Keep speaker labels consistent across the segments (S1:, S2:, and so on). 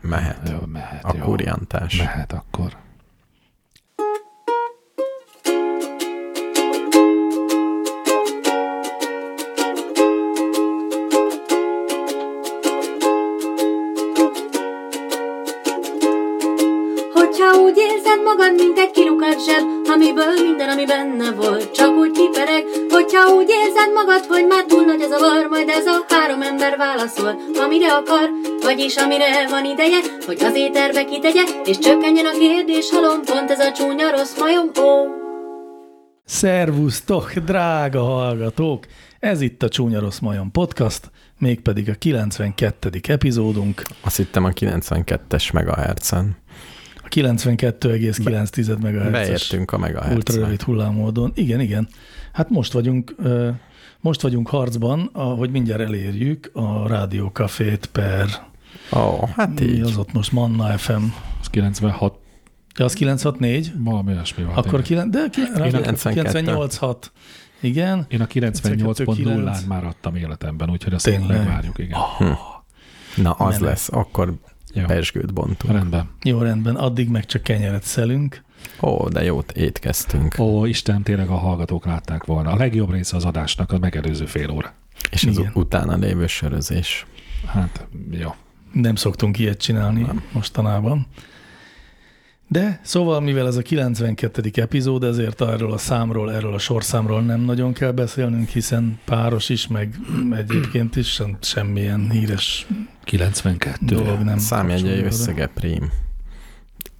S1: Mehet.
S2: Jó, mehet, jó.
S1: Akkor jantás.
S2: Mehet akkor.
S3: Hogyha úgy érzed magad, mint egy kilukat zseb, amiből minden, ami benne volt, csak úgy kipereg. Hogyha úgy érzed magad, hogy már túl nagy az a var, majd ez a három ember válaszol, amire akar, vagyis amire van ideje, hogy az éterbe kitegye, és csökkenjen a kérdés halom, pont ez a csúnya rossz majom, ó.
S4: Szervusztok, drága hallgatók! Ez itt a Csúnya Rossz Majom Podcast, mégpedig a 92. epizódunk,
S1: Azt hittem a 92-es megahertzen.
S4: a 92,9 MHz-es
S1: Beértünk a megahertzen.
S4: ultrarövid hullámódon. Igen, igen. Hát most vagyunk, ö, most vagyunk harcban, ahogy mindjárt elérjük a rádiókafét per,
S1: Ó, hát
S4: mi az
S1: így.
S4: ott most, Manna FM.
S2: Az 96,
S4: Ja, az 964?
S2: valami olyasmi volt.
S1: Hát
S4: Akkor
S2: igen.
S4: 9, de
S1: 92.
S4: 986. Igen.
S2: Én a 98.0-án
S4: 92.9.
S2: már adtam életemben, úgyhogy azt
S4: Tényleg?
S2: Tényleg. megvárjuk, igen. Oh,
S1: Na, az
S4: Nem.
S1: lesz. Akkor
S2: Jó.
S1: pesgőt bontunk.
S2: Rendben.
S4: Jó, rendben, addig meg csak kenyeret szelünk.
S1: Ó, de jót étkeztünk.
S2: Ó, Isten, tényleg a hallgatók látták volna. A legjobb része az adásnak a megelőző fél óra.
S1: És az
S4: igen.
S1: utána lévő sörözés.
S2: Hát, jó.
S4: Nem szoktunk ilyet csinálni Nem. mostanában. De szóval, mivel ez a 92. epizód, ezért erről a számról, erről a sorszámról nem nagyon kell beszélnünk, hiszen páros is, meg egyébként is sem- semmilyen híres
S2: 92.
S4: dolog nem.
S1: Számjegyei
S4: kapcsolódik oda.
S1: összege prím.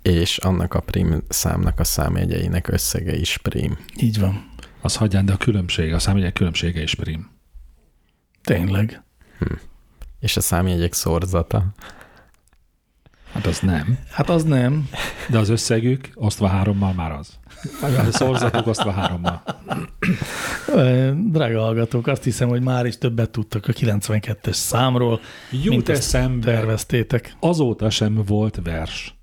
S1: És annak a prím számnak a számjegyeinek összege is prím.
S4: Így van.
S2: Az hagyján, de a különbség, a számjegyek különbsége is prim.
S4: Tényleg.
S1: És a számjegyek szorzata.
S2: Hát az nem.
S4: Hát az nem.
S2: De az összegük osztva hárommal már az. A szorzatuk osztva hárommal.
S4: Ö, Drága hallgatók, azt hiszem, hogy már is többet tudtak a 92-es számról,
S2: Jut
S4: azt
S2: eszembe.
S4: terveztétek.
S2: Azóta sem volt vers.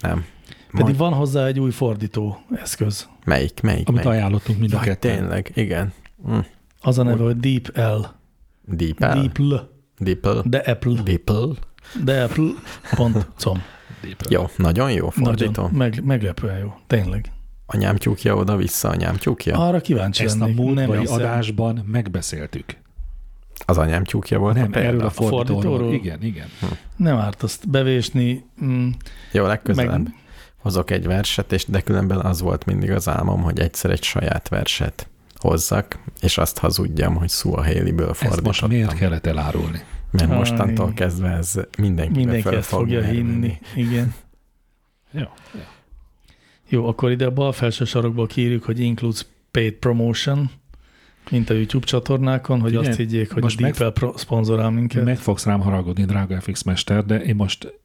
S1: Nem.
S4: Pedig
S1: Majd-
S4: van hozzá egy új fordító eszköz.
S1: Melyik, melyik,
S2: Amit
S1: melyik?
S2: ajánlottunk mind a
S1: Jaj,
S2: ketten.
S1: tényleg, igen. Mm.
S4: Az a neve, hogy Deep L.
S1: Deepel? Deep.
S4: Deeple.
S1: Deeple?
S4: De Apple.
S1: Deeple?
S4: De Apple.com.
S1: Jó, nagyon jó fordító.
S4: Nagyon
S1: Nagyon.
S4: meg, meglepően jó. Tényleg.
S1: Anyám tyúkja oda-vissza, anyám tyúkja.
S4: Arra kíváncsi
S2: Ezt a
S4: lennék.
S2: múltbeli
S4: hiszem.
S2: adásban megbeszéltük.
S1: Az anyám tyúkja volt
S2: Nem,
S1: a példa.
S2: erről a
S4: fordítóról?
S2: fordítóról. Igen, igen.
S4: Nem árt azt bevésni. Mm,
S1: Jó, legközelebb
S4: Meg-
S1: meg... hozok egy verset, és de különben az volt mindig az álmom, hogy egyszer egy saját verset hozzak, és azt hazudjam, hogy Suahaley-ből
S2: Ezt most
S1: fordítottam.
S2: miért kellett elárulni?
S1: Mert
S4: Aj.
S1: mostantól kezdve ez mindenki,
S4: mindenki ezt fogja hinni. Igen.
S2: Jó.
S4: Jó, akkor ide a bal felső sarokból kiírjuk, hogy includes paid promotion, mint a YouTube csatornákon, hogy
S2: Figyelj,
S4: azt higgyék,
S2: most
S4: hogy most a
S2: meg-
S4: Deep L pro- szponzorál minket.
S2: Meg fogsz rám haragudni, drága FX mester, de én most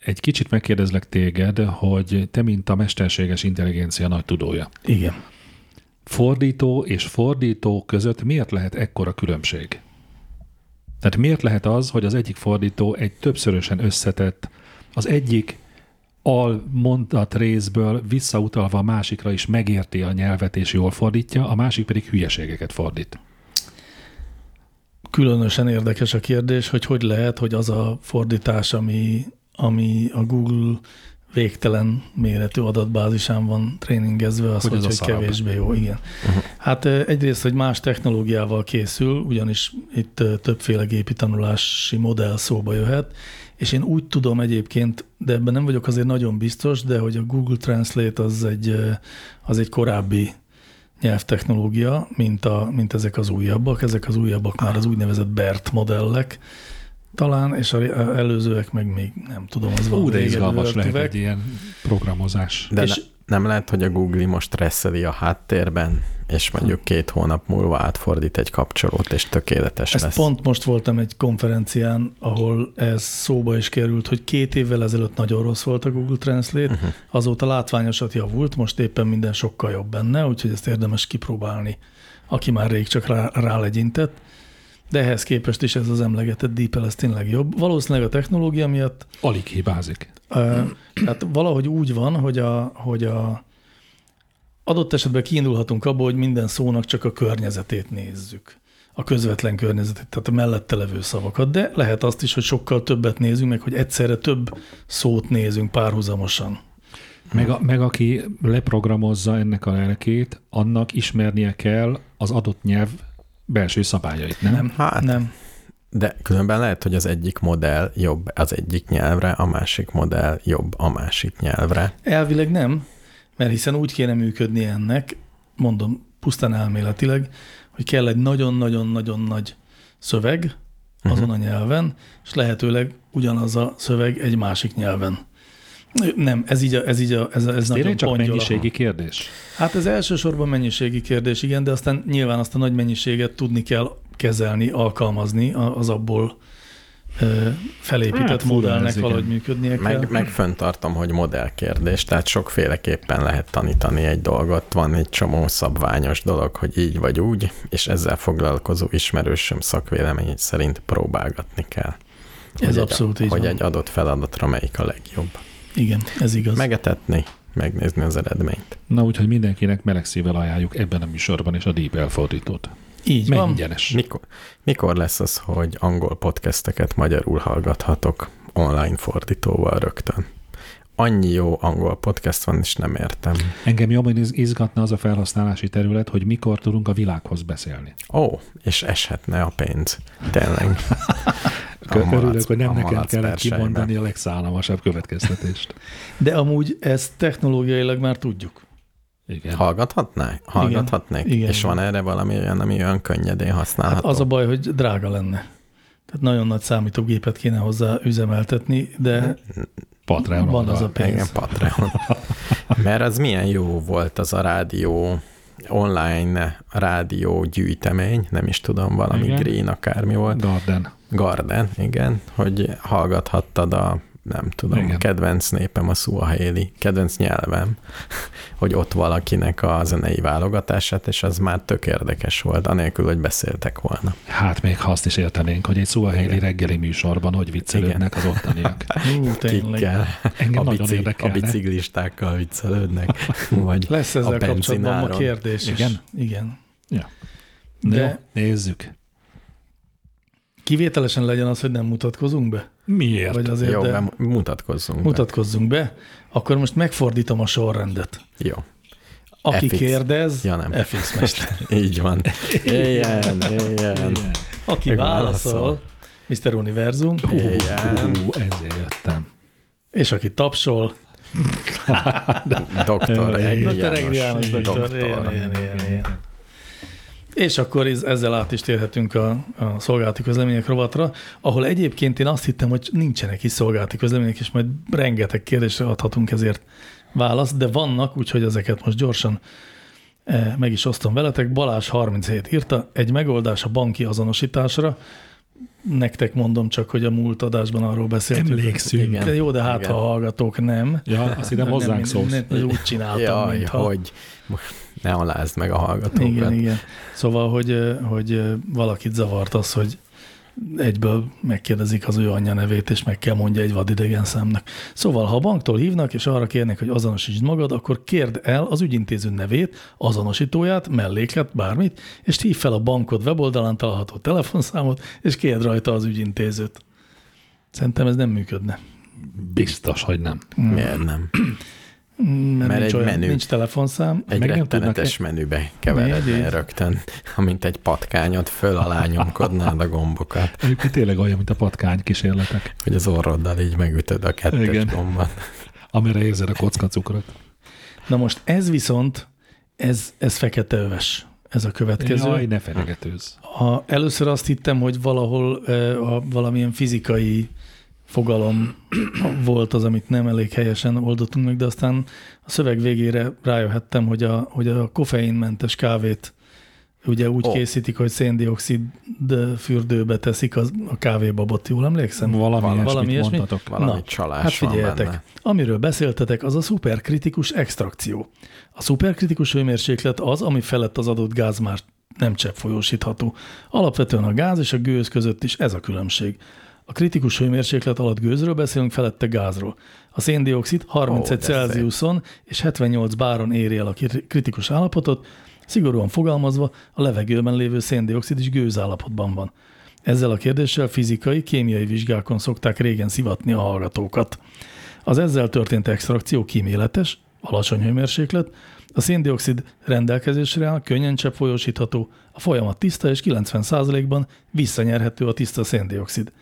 S2: egy kicsit megkérdezlek téged, hogy te, mint a mesterséges intelligencia nagy tudója,
S4: Igen.
S2: fordító és fordító között miért lehet ekkora különbség? Tehát miért lehet az, hogy az egyik fordító egy többszörösen összetett, az egyik al mondat részből visszautalva a másikra is megérti a nyelvet és jól fordítja, a másik pedig hülyeségeket fordít.
S4: Különösen érdekes a kérdés, hogy hogy lehet, hogy az a fordítás, ami, ami a Google végtelen méretű adatbázisán van tréningezve, az
S2: Hogy az
S4: hogy, hogy,
S2: a
S4: hogy
S2: szarabb.
S4: kevésbé jó, igen. Uh-huh. Hát ö, egyrészt, hogy más technológiával készül, ugyanis itt ö, többféle gépi tanulási modell szóba jöhet, és én úgy tudom egyébként, de ebben nem vagyok azért nagyon biztos, de hogy a Google Translate az egy, ö, az egy korábbi nyelvtechnológia, mint, a, mint ezek az újabbak. Ezek az újabbak már az úgynevezett BERT modellek talán, és a a előzőek meg még nem tudom, az van.
S2: Ú, de izgalmas lehet egy ilyen programozás.
S1: De
S4: És-
S1: és... ne, nem lehet, hogy a Google most stresszeli a háttérben, és mondjuk két hónap múlva átfordít egy kapcsolót, és tökéletes
S4: Ezt
S1: lesz.
S4: pont most voltam egy konferencián, ahol ez szóba is került, hogy két évvel ezelőtt nagyon rossz volt a Google Translate,
S2: Mhm.
S4: uh-huh. azóta látványosat javult, most éppen minden sokkal jobb benne, úgyhogy ezt érdemes kipróbálni, aki már rég csak rá, rálegyintett. De ehhez képest is ez az emlegetett DeepL, ez tényleg jobb. Valószínűleg a technológia miatt
S2: Alig hibázik.
S1: Mm.
S4: Ö, Tehát valahogy úgy van, hogy a, hogy a adott esetben kiindulhatunk abból, hogy minden szónak csak a környezetét nézzük. a közvetlen környezetet, tehát a mellette levő szavakat, de lehet azt is, hogy sokkal többet nézünk, meg hogy egyszerre több szót nézünk párhuzamosan.
S2: Meg, a, meg aki leprogramozza ennek a lelkét, annak ismernie kell az adott nyelv belső szabályait, nem?
S4: Nem,
S1: Hát.
S4: nem.
S1: De különben lehet, hogy az egyik modell jobb az egyik nyelvre, a másik modell jobb a másik nyelvre.
S4: Elvileg nem, mert hiszen úgy kéne működni ennek, mondom pusztán elméletileg, hogy kell egy nagyon-nagyon-nagyon nagy szöveg
S2: Mhm.
S4: azon a nyelven, és lehetőleg ugyanaz a szöveg egy másik nyelven. Nem, ez így a, ez így a, ez, a- ez nagyon
S2: Tényleg csak
S4: pongyol.
S2: mennyiségi kérdés.
S4: Hát ez elsősorban mennyiségi kérdés, igen, de aztán nyilván azt a nagy mennyiséget tudni kell kezelni, alkalmazni a- az abból ö, felépített
S2: Hát,
S4: hát,
S2: furán
S4: modellnek
S2: ez, igen.
S4: valahogy működnie kell.
S1: Meg, meg föntartom, hogy modellkérdés, tehát sokféleképpen lehet tanítani egy dolgot. Van egy csomó szabványos dolog, hogy így vagy úgy, és ezzel foglalkozó ismerősöm szakvéleményét szerint próbálgatni kell.
S4: Ez
S1: egy-
S4: abszolút így
S1: Hogy
S4: van.
S1: egy adott feladatra melyik a legjobb.
S4: Igen, ez igaz.
S1: Megetetni, megnézni az eredményt.
S2: Na úgyhogy mindenkinek meleg szívvel ajánljuk ebben a műsorban is a Deep elfordítót.
S4: Így
S2: Meg
S4: van.
S2: ingyenes.
S1: Mikor, mikor lesz az, hogy angol podcasteket magyarul hallgathatok online fordítóval rögtön? Annyi jó angol podcast van, és nem értem.
S2: Engem jobban iz- izgatna az a felhasználási terület, hogy mikor tudunk a világhoz beszélni.
S1: Ó, és eshetne a pénz. Tényleg. A malac-
S2: Örülök, hogy nem
S1: a
S2: nekem
S1: malac
S2: kellett
S1: verseny,
S2: kimondani
S1: nem?
S2: a legszállalmasabb következtetést.
S4: De amúgy ezt technológiailag már tudjuk.
S2: Igen.
S1: Hallgathatnál? Hallgathatnék?
S4: Igen,
S1: és
S4: igen.
S1: van erre valami olyan, ami olyan könnyedén
S4: Hát
S1: használható?
S4: az a baj, hogy drága lenne. Tehát nagyon nagy számítógépet kéne hozzá üzemeltetni, de
S2: Patreon
S4: van az
S2: oldal.
S4: a pénz.
S1: Igen, Patreon. Mert az milyen jó volt az a rádió, online rádió gyűjtemény, nem is tudom, valami
S2: Igen.
S1: igen. green akármi volt,
S2: Garden.
S1: Garden, igen, hogy hallgathattad a nem tudom,
S2: Igen.
S1: igen. kedvenc népem a Suahéli, kedvenc nyelvem, hogy ott valakinek a zenei válogatását, és az már tök érdekes volt, anélkül, hogy beszéltek volna.
S2: Hát még ha azt is értenénk, hogy egy szuahéli reggeli műsorban hogy viccelődnek az ottaniak.
S4: Ú, tényleg.
S1: Kikkel,
S2: Engem
S1: a,
S2: nagyon
S1: bicik, a
S2: érdekelne.
S1: biciklistákkal viccelődnek, vagy
S4: Lesz
S1: a
S4: ezzel kapcsolatban ma
S1: benzináron.
S4: kérdés is.
S2: Igen?
S4: Igen.
S2: De...
S4: De-
S2: Jó, nézzük.
S4: Kivételesen legyen az, hogy nem mutatkozunk be?
S2: Miért?
S4: Vagy azért,
S1: Jó,
S4: de...
S1: de... mutatkozzunk. be.
S4: Mutatkozzunk be, akkor most megfordítom a sorrendet.
S1: Jó.
S4: Aki
S1: FX.
S4: kérdez,
S1: Ja, nem.
S4: FX mester.
S1: Így van. Éljen, éljen,
S2: Igen.
S4: Aki
S1: Meg
S4: válaszol,
S1: válaszol.
S4: Mr. Univerzum,
S1: éljen.
S2: Ú, ezért jöttem.
S4: és aki tapsol,
S1: Doktor Egri
S4: Dr.
S1: János.
S4: Egri János doktor. Ilyen,
S1: Doktor.
S4: ilyen, ilyen, ilyen. És akkor ez- ezzel át is térhetünk a, a szolgálati közlemények rovatra, ahol egyébként én azt hittem, hogy nincsenek is szolgálati közlemények, és majd rengeteg kérdésre adhatunk ezért választ, de vannak, úgyhogy ezeket most gyorsan eh, meg is osztom veletek. Balázs 37 írta, egy megoldás a banki azonosításra. Nektek mondom csak, hogy a múlt adásban arról beszéltünk.
S2: Emlékszünk.
S4: Igen. De jó, de hát
S1: Igen.
S4: ha a hallgatók nem.
S2: Ja, azt hittem
S4: Nem,
S2: hozzánk
S4: nem,
S2: szólsz.
S4: nem, nem, Úgy csináltam,
S1: Jaj,
S4: mintha.
S1: hogy most ne alázd meg a
S4: Igen,
S1: hallgatókat.
S4: igen. Szóval, hogy, ö, hogy ö, valakit zavart az, hogy egyből megkérdezik az ő anyja nevét, és meg kell mondja egy vadidegen számnak. Szóval, ha a banktól hívnak, és arra kérnek, hogy azonosítsd magad, akkor kérd el az ügyintéző nevét, azonosítóját, melléklet, bármit, és hív fel a bankod weboldalán található telefonszámot, és kérd rajta az ügyintézőt. Szerintem ez nem működne.
S2: Biztos, hogy nem.
S1: Miért nem?
S4: Mm, Mert,
S1: Mert
S4: nincs,
S1: egy
S4: olyan,
S1: menü.
S4: nincs telefonszám.
S1: Egy
S2: Meg nem
S1: rettenetes menübe keverednél
S4: Miért?
S1: rögtön, amint egy patkányot föl alá nyomkodnád a gombokat,
S2: Egyébként tényleg olyan, mint a patkány kísérletek,
S1: hogy az orroddal így megütöd a kettős
S2: Igen.
S1: gombot.
S2: amire érzed a kocka cukrot.
S4: Na most ez viszont, ez, ez fekete öves. Ez a következő.
S2: Jaj, ne fenyegetőzz.
S4: Ha először azt hittem, hogy valahol ö, a, valamilyen fizikai fogalom volt az, amit nem elég helyesen oldottunk meg, de aztán a szöveg végére rájöhettem, hogy a, hogy a koffeinmentes kávét ugye úgy
S1: Ó.
S4: oh. készítik, hogy széndiokszid fürdőbe teszik az, a kávébabot, jól emlékszem?
S2: Valami, valami
S4: valami
S2: ilyesmit
S4: iesmi?
S2: mondtatok.
S1: Valami
S4: Na,
S1: csalás
S4: Hát
S1: van
S4: figyeljetek,
S1: benne.
S4: amiről beszéltetek, az a szuperkritikus extrakció. A szuperkritikus hőmérséklet az, ami felett az adott gáz már nem csepp folyósítható. Alapvetően a gáz és a gőz között is ez a különbség. A kritikus hőmérséklet alatt gőzről beszélünk, felette gázról. A széndiokszid
S1: Ó,
S4: 31
S1: de szép.
S4: Celsiuson és 78 báron éri el a kri- kritikus állapotot, Szigorúan fogalmazva, a levegőben lévő széndiokszid is gőzállapotban van. Ezzel a kérdéssel fizikai, kémiai vizsgákon szokták régen szivatni a hallgatókat. Az ezzel történt extrakció kíméletes, alacsony hőmérséklet, a széndiokszid rendelkezésre áll, könnyen cseppfolyósítható, a folyamat tiszta és 90%-ban visszanyerhető a tiszta széndiokszid.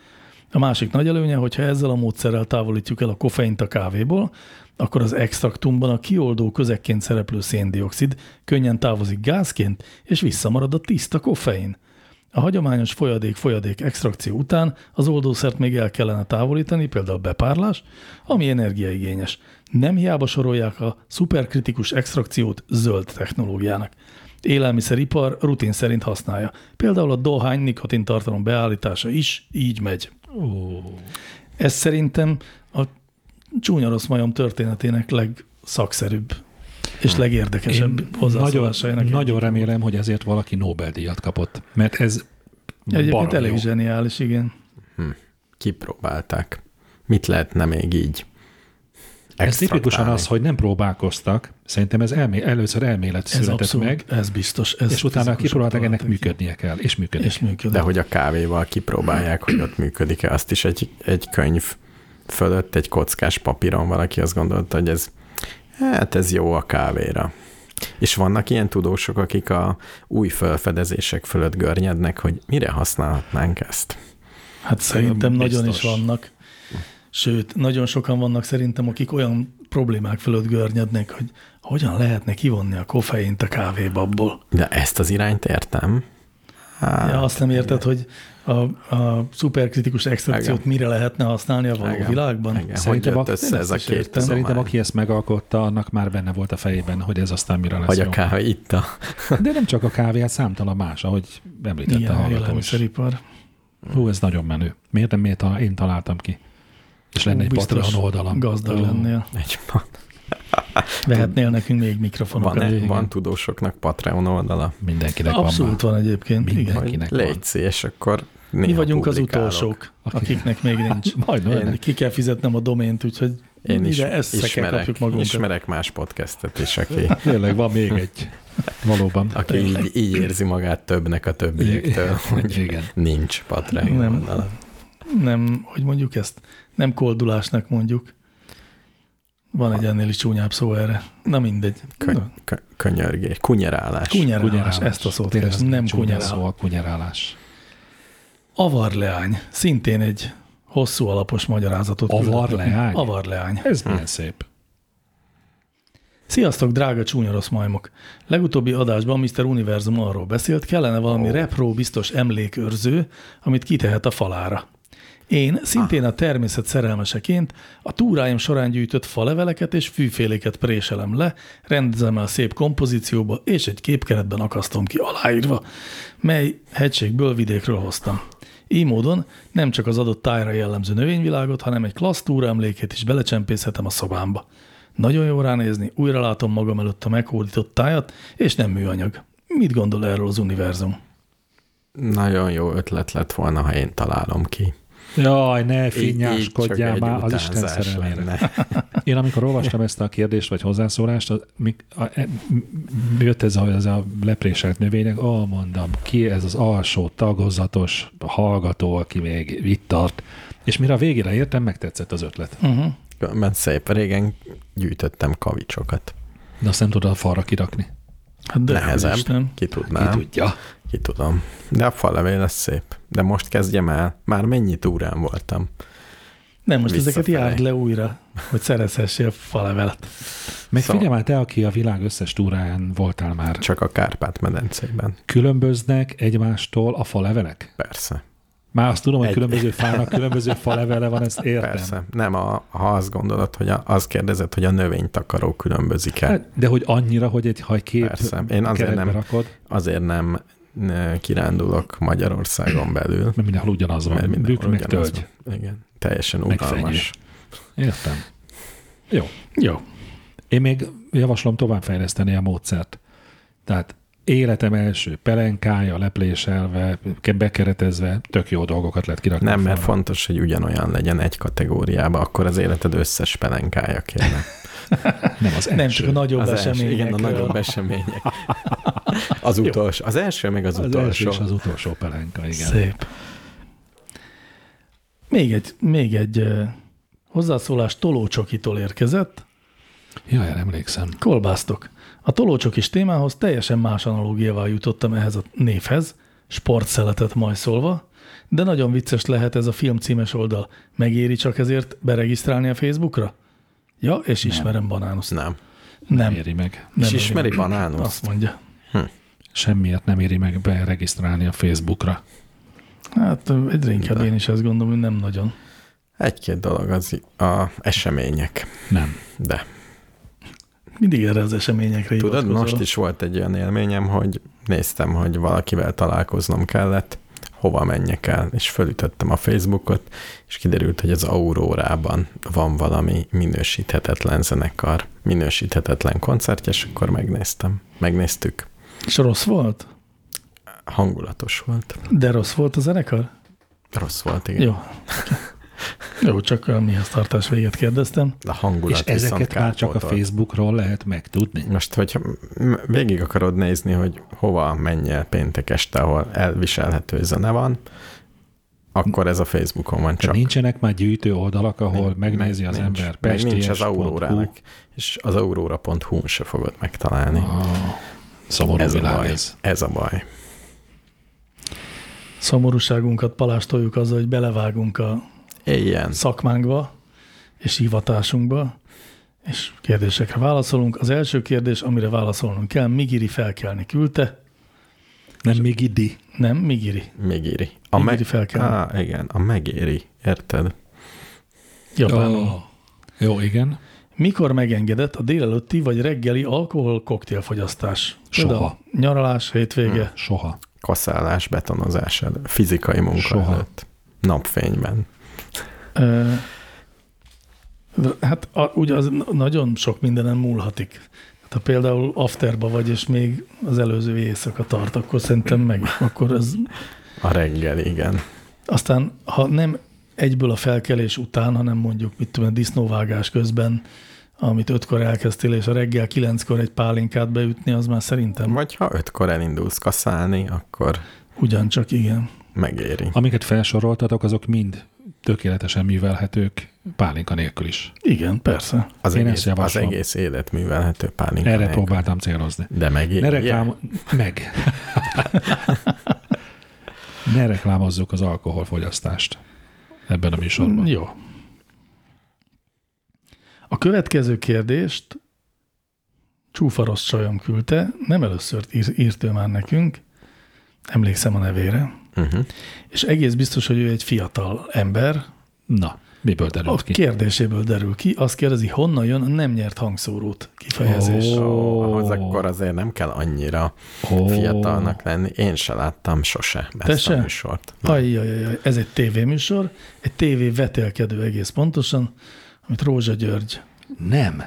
S4: A másik nagy előnye, hogyha ezzel a módszerrel távolítjuk el a koffeint a kávéból, akkor az extraktumban a kioldó közekként szereplő széndiokszid könnyen távozik gázként, és visszamarad a tiszta koffein. A hagyományos folyadék-folyadék extrakció után az oldószert még el kellene távolítani, például bepárlás, ami energiaigényes. Nem hiába sorolják a szuperkritikus extrakciót zöld technológiának. Élelmiszeripar rutin szerint használja. Például a dohány nikotintartalom beállítása is így megy.
S2: Ó,
S4: Ez szerintem a csúnya rossz majom történetének legszakszerűbb és legérdekesebb
S2: Hm. nagyon,
S4: hozzászólásainak. egyik.
S2: nagyon remélem, hogy ezért valaki Nobel-díjat kapott, mert ez
S4: Egyébként
S2: baromi
S4: elég
S2: jó.
S4: zseniális, igen.
S1: Kipróbálták. Mit lehetne még így?
S2: Ez tipikusan
S1: extraktálni?
S2: az, hogy nem próbálkoztak, szerintem ez elmé- először elmélet
S4: Ez
S2: született
S4: abszolút,
S2: meg,
S4: ez biztos. Ez
S2: és utána
S4: fizikusan
S2: kipróbálták, ennek
S4: találták ki.
S2: működnie kell, és működik.
S4: És működik.
S1: De hogy a kávéval kipróbálják, hogy ott működik-e, azt is egy, egy könyv fölött, egy kockás papíron valaki azt gondolta, hogy ez, hát ez jó a kávéra. És vannak ilyen tudósok, akik a új felfedezések fölött görnyednek, hogy mire használhatnánk ezt.
S4: Hát szerintem nagyon
S2: biztos.
S4: is vannak. Sőt, nagyon sokan vannak szerintem, akik olyan problémák fölött görnyednek, hogy hogyan lehetne kivonni a koffeint a kávébabból.
S1: De ezt az irányt értem. Hát,
S4: Ja, azt nem érted, hogy a, a szuperkritikus extrakciót
S1: Igen.
S4: mire lehetne használni a való
S1: igen,
S4: világban?
S1: igen, hogy
S2: Szerintem
S1: jött
S2: a-
S1: össze
S4: én
S1: ez
S4: ezt
S1: a
S4: is
S1: két
S4: értem.
S1: tudomány?
S2: Szerintem aki ezt megalkotta, annak már benne volt a fejében, hogy ez aztán mire lesz
S1: Hogy
S2: jó.
S1: a kávé itt a...
S2: De nem csak a kávé, hát számtalan más, ahogy említette
S4: Igen,
S2: a
S4: a
S2: hallgató is.
S4: élelmiszeripar.
S2: Hú, ez nagyon menő. Miért nem miért ta- én találtam ki? És lenne
S4: Hú,
S2: egy
S4: biztos
S2: Patreon oldalam.
S4: Gazdag
S2: Ó,
S4: lennél.
S1: Egy,
S4: Vehetnél nekünk még
S1: van,
S4: mikrofonokat.
S1: van,
S2: igen.
S1: van tudósoknak Patreon oldala.
S2: Mindenkinek
S4: Abszolút
S2: van
S4: van egyébként.
S2: Minden.
S4: Igen.
S1: Hogy
S2: Mindenkinek van.
S1: Légy szí, és akkor
S4: Mi
S1: néha
S4: vagyunk az
S1: publikálok.
S4: utolsók,
S2: Aki-
S4: akiknek még nincs.
S2: már. Majdnem
S1: Én-
S2: ennek.
S4: Ki kell fizetnem a domént, úgyhogy
S1: Én is
S4: ide össze kell kapjuk
S1: ismerek,
S4: magunkat.
S1: ismerek más podcastet is, aki,
S2: Tényleg van még egy. Valóban.
S1: aki így, így érzi magát többnek a többiektől, hogy
S2: Igen.
S1: nincs Patreon.
S4: Nem.
S1: oldala.
S4: Nem, hogy mondjuk ezt? Nem koldulásnak mondjuk. Van egy ennél is csúnyább szó erre. Na mindegy.
S1: Kö,
S4: Na,
S1: kö, könyörgé, kunyerálás.
S4: Kunyerálás, ezt a szót
S2: Tényleg
S4: keresem. Nem
S2: csúnya
S4: kunyerál.
S2: Szó a kunyerálás.
S4: Avarleány. Szintén egy hosszú alapos magyarázatot. küldött
S2: Avarleány?
S4: nekünk. Avarleány.
S2: Ez milyen
S1: Hm.
S2: szép.
S4: Sziasztok, drága csúnya rossz majmok! Legutóbbi adásban Mr. Univerzum arról beszélt, kellene valami oh. repró biztos emlékőrző, amit kitehet a falára. Én szintén a természet szerelmeseként a túráim során gyűjtött faleveleket és fűféléket préselem le, rendezem el szép kompozícióba, és egy képkeretben akasztom ki aláírva, mely hegységből vidékről hoztam. Így módon nem csak az adott tájra jellemző növényvilágot, hanem egy klassz túra emlékét is belecsempészhetem a szobámba. Nagyon jó ránézni, újra látom magam előtt a meghódított tájat, és nem műanyag. Mit gondol erről az univerzum?
S1: Nagyon jó ötlet lett volna, ha én találom ki.
S2: Jaj, ne
S1: Így- így
S2: finnyáskodjál
S1: csak egy
S2: már az Isten
S1: utánzás
S2: szerelmére.
S1: lenne.
S2: Én amikor olvastam ezt a kérdést, vagy hozzászólást, az, mi, a, e, m- jött ez a, ez a lepréselt növénynek, ó, mondom, ki ez az alsó tagozatos hallgató, aki még itt tart, és mire a végére értem, megtetszett az ötlet.
S4: Uh-huh.
S1: Mert szép, régen gyűjtöttem kavicsokat.
S2: De azt nem tudod a falra kirakni.
S4: Hát de
S1: Nehezebb,
S4: Is, nem?
S1: ki
S2: Ki
S1: tudnám.
S2: tudja.
S1: Ki tudom. De a falevél lesz szép. De most kezdjem el. Már mennyi túrán voltam?
S4: nem, most ezeket
S1: Visszafelé.
S4: járd le újra, hogy szerezhessél falevelet.
S2: Meg
S1: Szóval-
S2: szóval. figyelj már, te, aki a világ összes túráján voltál már,
S1: Csak a Kárpát-medencében.
S2: különböznek egymástól a falevelek?
S1: Persze.
S2: Már azt tudom, hogy
S1: Egy-
S2: különböző fának különböző falevele van, ezt értem.
S1: Persze. Nem, a, ha azt gondolod, hogy a, az kérdezed, hogy a növénytakaró különbözik el.
S2: Hát, De hogy annyira, hogy egy, ha egy két
S1: Persze. Én azért
S2: keretbe
S1: nem-
S2: rakod,
S1: Azért nem ö, kirándulok Magyarországon belül.
S2: Hát, mert mindenhol ugyanaz
S1: Mert
S2: van.
S1: mindenhol
S2: Bükk meg
S1: ugyanaz
S2: tölgy.
S1: van. Igen. Teljesen
S2: Meg
S1: unalmas.
S2: Értem. Jó.
S4: Jó.
S2: Én még javaslom továbbfejleszteni a módszert. Tehát életem első pelenkája, lepléselve, ke- bekeretezve, tök jó dolgokat lehet kirakni.
S1: Nem, mert
S2: falra.
S1: fontos, hogy ugyanolyan legyen egy kategóriába, akkor az életed összes pelenkája kérlek.
S2: Nem az
S4: Nem csak
S2: első.
S4: a nagyobb
S1: az első,
S4: események.
S1: Igen, a nagyobb események. Az utolsó. Az első, meg az,
S2: Az első
S1: utolsó.
S2: és az utolsó pelenka, igen.
S4: Szép. Még egy, még egy ö, hozzászólás Tolócsokitól érkezett.
S2: Ja, erre emlékszem.
S4: Kolbásztok. A tolócsokis témához teljesen más analógiával jutottam ehhez a névhez, sportszeletet majszolva, de nagyon vicces lehet ez a filmcímes oldal. Megéri csak ezért beregisztrálni a Facebookra? Ja, és ismerem Banánuszt.
S1: Nem.
S4: Nem.
S2: Éri meg.
S4: nem
S1: És
S4: éri
S1: ismeri
S4: meg.
S1: Banánuszt?
S4: Azt mondja.
S2: Semmiért nem éri meg beregisztrálni a Facebookra.
S4: Hát ö, egyre inkább én is ezt gondolom, hogy nem nagyon.
S1: Egy-két dolog az a események,
S2: Nem.
S1: de
S4: Mindig erre az eseményekre
S1: Tudod,
S4: hivatkozol.
S1: most is volt egy olyan élményem, hogy néztem, hogy valakivel találkoznom kellett, hova menjek el, és fölütöttem a Facebookot, és kiderült, hogy az Aurórában van valami minősíthetetlen zenekar, minősíthetetlen koncertje, és akkor megnéztem. Megnéztük.
S4: És rossz volt?
S1: Hangulatos volt.
S4: De rossz volt a zenekar?
S1: Rossz volt, igen.
S4: Jó. Jó, csak a mihez tartás véget kérdeztem.
S1: A hangulat
S2: És ezeket
S1: viszont
S2: már csak a
S1: kárpótolt.
S2: Facebookról lehet megtudni.
S1: Most, hogyha m- végig akarod nézni, hogy hova menj el péntek este, ahol elviselhető zene van, akkor ez a Facebookon van
S2: Csak.
S1: csak.
S2: Nincsenek már gyűjtő oldalak, ahol
S1: Meg-
S2: megnézi az
S1: nincs.
S2: ember.
S1: Meg nincs az
S2: pesties.hu.
S1: aurórának, és az auróra.hu se fogod megtalálni.
S2: Ah, Szomorú
S1: ez, a
S2: világ
S1: baj.
S2: ez.
S1: ez a baj.
S4: szomorúságunkat palástoljuk azzal, hogy belevágunk a
S1: Ilyen.
S4: szakmánkba és hivatásunkba, és kérdésekre válaszolunk. Az első kérdés, amire válaszolnunk kell, Migiri felkelni küldte.
S2: Nem még idi.
S4: Nem, Migiri.
S1: Megéri. A
S4: Megéri
S1: meg...
S4: fel kell.
S1: Á, igen, a megéri. Érted?
S4: Japánul.
S2: Oh. Jó, igen.
S4: Mikor megengedett a délelőtti vagy reggeli alkohol koktélfogyasztás?
S2: Soha.
S4: Például Nyaralás, hétvége.
S2: Soha.
S1: Kaszálás, betonozás előtt, fizikai munka
S2: Soha.
S1: előtt. Napfényben.
S4: Ö, Hát a, ugye az na- nagyon sok mindenen múlhatik. Hát ha például afterba vagy, és még az előző éjszaka tart, akkor szerintem meg, akkor ez
S1: A reggel, igen.
S4: Aztán, ha nem egyből a felkelés után, hanem mondjuk, mit tudom, én, disznóvágás közben, amit ötkor elkezdtél, és a reggel kilenckor egy pálinkát beütni, az már szerintem
S1: Vagy ha ötkor elindulsz kaszálni, akkor
S4: ugyancsak igen.
S1: megéri.
S2: Amiket felsoroltatok, azok mind tökéletesen művelhetők pálinka nélkül is.
S4: Igen, persze.
S1: Az,
S2: Én
S1: egész,
S2: ezt
S1: az
S2: javaslom.
S1: egész élet művelhető pálinka.
S2: Erre
S1: nélkül.
S2: próbáltam célozni.
S1: De megéri.
S2: Ne reklám... Meg. ne reklámozzuk az alkoholfogyasztást ebben a műsorban.
S1: Mm,
S4: Jó. A következő kérdést Csúfaros Csajom küldte, nem először ír, írt ő már nekünk, emlékszem a nevére,
S1: Uh-huh.
S4: és egész biztos, hogy ő egy fiatal ember,
S2: Na, miből
S4: A
S2: derült ki?
S4: kérdéséből derül ki, azt kérdezi, honnan jön a nem nyert hangszórót kifejezés.
S2: Ó.
S4: Oh.
S1: Ó, ahhoz akkor azért nem kell annyira
S2: Ó.
S1: fiatalnak lenni. Én se láttam sose ezt
S4: Te
S1: a
S4: se?
S1: műsort.
S4: Ajjajaj, ez egy tévéműsor, egy tévé vetélkedő egész pontosan, amit Rózsa György,
S2: Nem.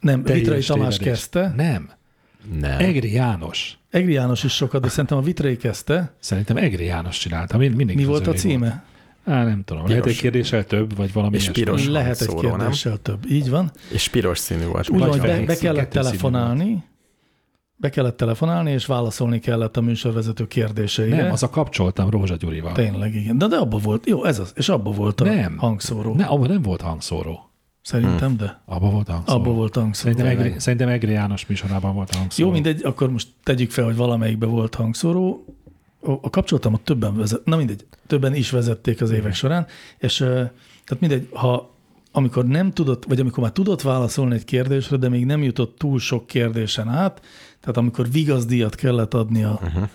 S4: nem,
S2: Teljes
S4: Vitrai Tamás
S2: tévedés.
S4: kezdte,
S2: Nem.
S1: Nem.
S2: Egri János.
S4: Egri János is sokat, de szerintem a Vitrai kezdte.
S2: Szerintem Egri János csinálta. Mind, mindig
S4: Mi
S2: az
S4: volt a
S2: övé
S4: címe?
S2: Volt. Á, nem tudom. Lehet egy
S1: Piros.
S2: kérdéssel több, vagy valami
S1: És
S2: ilyesmi.
S1: piros. Most
S4: Lehet egy
S1: hangszóró, nem?
S4: kérdéssel több, így van.
S1: És piros színű volt.
S4: Úgy,
S2: Vagy
S4: hogy be, be
S2: fehér
S4: kellett
S2: szín, kettő
S4: telefonálni, be kellett telefonálni, és válaszolni kellett a műsorvezető kérdéseire.
S2: Nem, az a kapcsoltam Rózsa Gyurival.
S4: Tényleg, igen. De, de abba volt, jó, ez az, és abba volt a
S2: Nem.
S4: hangszóró.
S2: Ne, abban nem volt hangszóró.
S4: Szerintem, de
S2: Abban volt hangszóró.
S4: abba volt hangszóró.
S2: Szerintem Egri, szerintem Egri János műsorában volt hangszóró.
S4: Jó, mindegy, akkor most tegyük fel, hogy valamelyikben volt hangszóró. A a kapcsolatom, a többen vezet, na mindegy, többen is vezették az évek során, és ö, tehát mindegy, ha amikor nem tudott, vagy amikor már tudott válaszolni egy kérdésre, de még nem jutott túl sok kérdésen át, tehát amikor vigazdíjat kellett adni a, uh-huh.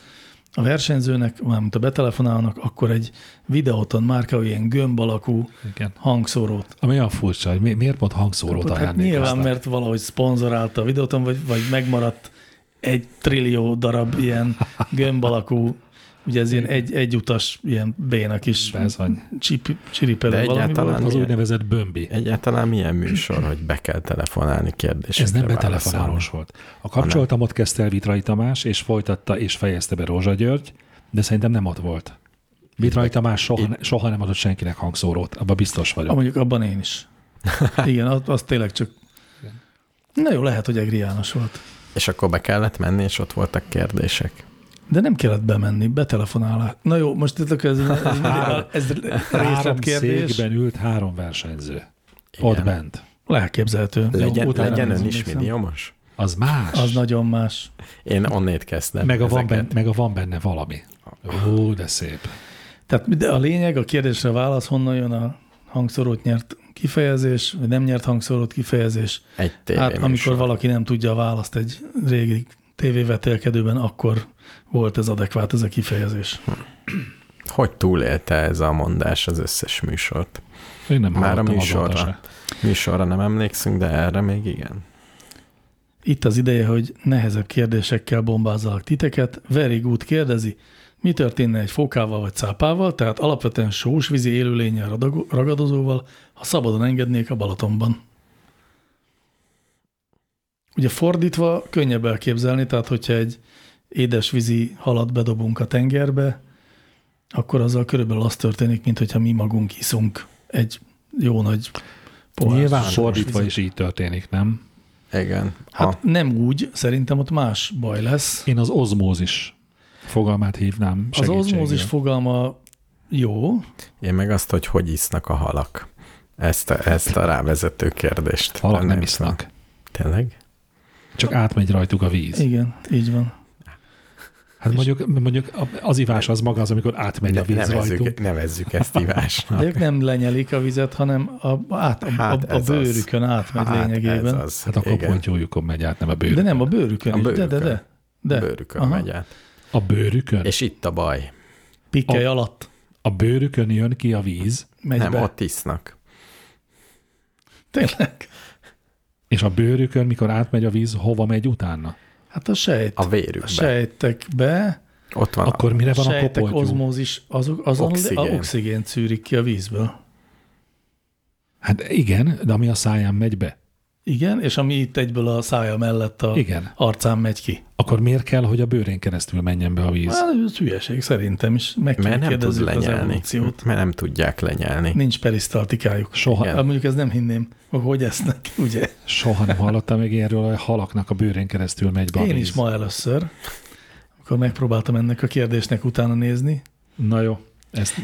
S4: a versenyzőnek, mármint a betelefonálnak, akkor egy videóton márka ilyen gömb alakú
S2: Igen.
S4: hangszórót
S2: Ami olyan furcsa, hogy mi, miért pont hangszórót
S4: Hát
S2: ajándékoztak?
S4: nyilván, mert valahogy szponzorálta a videóton, vagy, vagy megmaradt egy trillió darab ilyen gömb alakú, ugye ez ilyen egy, egyutas ilyen béna kis
S2: Bezony.
S4: csip,
S1: De
S4: csiripelő valami
S1: egyáltalán-
S4: volt.
S2: Az
S1: Milyen?
S2: úgynevezett bömbi.
S1: Egyáltalán milyen műsor, hogy be kell telefonálni kérdésekre
S2: Ez nem
S1: válaszolni?
S2: betelefonálós volt. A kapcsolatomot kezdte el Vitrai Tamás, és folytatta és fejezte be Rózsa György, de szerintem nem ott volt. Vitrai Tamás soha, ne, soha nem adott senkinek hangszórót, abban biztos
S4: Ah,
S2: vagyok.
S4: mondjuk abban én is. Igen, az, az tényleg csak... Na jó, lehet, hogy Egri János volt.
S1: És akkor be kellett menni, és ott voltak kérdések.
S4: De nem kellett bemenni, betelefonálás. Na jó, most tudok, ez, ez, ez
S2: Három
S4: részletkérdés.
S2: székben ült három versenyző. Ott bent.
S4: Elképzelhető.
S1: Legyen,
S4: Utána
S1: legyen
S4: nem
S1: ön is
S4: emlékszem.
S1: milliómos?
S2: Az más.
S4: Az nagyon más.
S1: Én onnét kezdtem.
S2: meg, a van
S1: ezeket.
S2: benne, meg a van benne valami. Ó, de szép.
S4: Tehát de a lényeg, a kérdésre válasz, honnan jön a hangszorot nyert kifejezés, vagy nem nyert hangszorot kifejezés.
S1: Egy
S4: hát
S1: tévéműsor.
S4: amikor valaki nem tudja a választ egy régi tévévetélkedőben, akkor volt ez adekvát, ez a kifejezés.
S1: Hogy túlélte ez a mondás az összes műsort?
S2: Én nem
S1: Már a
S2: hallottam azóta
S1: műsorra.
S2: se.
S1: Műsorra nem emlékszünk, de erre még igen.
S4: Itt az ideje, hogy nehezebb kérdésekkel bombázzalak titeket. Very good kérdezi, mi történne egy fókával vagy cápával, tehát alapvetően sósvízi élőlényen radago- ragadozóval, ha szabadon engednék a Balatonban. Ugye fordítva könnyebb elképzelni, tehát hogyha egy édesvízi halat bedobunk a tengerbe, akkor azzal körülbelül az történik, mint hogyha mi magunk iszunk egy jó nagy pohár.
S2: Nyilván
S4: sós
S2: fordítva
S4: vizet.
S2: is így történik, nem?
S1: Igen.
S4: Hát
S1: Ha,
S4: nem úgy, szerintem ott más baj lesz.
S2: Én az ozmózis fogalmát hívnám
S4: Az
S2: segítségül.
S4: ozmózis fogalma jó,
S1: én meg azt, hogy hogy isznak a halak. Ezt a, ezt a rávezető kérdést.
S2: Halak nem
S1: tenném
S2: isznak.
S1: fel. Tényleg?
S2: Csak átmegy rajtuk a víz.
S4: igen, így van.
S2: Hát mondjuk, mondjuk az ivás az maga az, amikor átmegy a víz rajtuk.
S1: nevezzük, nevezzük ezt ivásnak.
S4: De ők nem lenyelik a vizet, hanem a, át, a,
S1: Hát
S4: a, a
S1: ez
S4: bőrükön az. átmegy hát lényegében.
S1: Ez az.
S2: Hát akkor
S1: igen.
S2: pontyójukon megy át, nem a bőrükön.
S4: De nem a bőrükön
S1: A
S4: is, de, de,
S1: bőrükön.
S4: de. de.
S1: Bőrükön
S4: Aha.
S1: megy át.
S2: A bőrükön?
S1: És itt a baj.
S4: Pikkely alatt
S2: A bőrükön jön ki a víz,
S4: megy
S1: nem,
S4: be.
S1: ott isznak.
S4: Tényleg?
S2: és a bőrükön, mikor átmegy a víz, hova megy utána?
S4: Hát a sejt.
S1: A
S4: A,
S1: vérükbe.
S4: a sejtekbe,
S1: Ott van
S2: Akkor mire
S4: a
S2: van a
S4: sejtek
S2: kopoltyú?
S4: ozmózis, azok, azon oxigén.
S1: Oxigén.
S4: a oxigén szűrik ki a vízből.
S2: Hát igen, de ami a száján megy be.
S4: Igen, és ami itt egyből a szája mellett a
S2: Igen.
S4: arcán megy ki.
S2: Akkor miért kell, hogy a bőrén keresztül menjen be a víz?
S4: Hát ez hülyeség szerintem is. Meg
S1: a...
S4: kell
S1: Mert nem tud
S4: kérdezzük az
S1: lenyelni.
S4: evolúciót.
S1: Mert nem tudják lenyelni.
S4: Nincs perisztaltikájuk.
S2: Soha,
S1: Igen.
S4: Hát mondjuk ez nem hinném, hogy hogy esznek, ugye?
S2: soha nem hallottam még ilyenről, hogy a halaknak a bőrén keresztül megy be a
S4: Én
S2: víz.
S4: is ma először, akkor megpróbáltam ennek a kérdésnek utána nézni.
S2: Na jó, ezt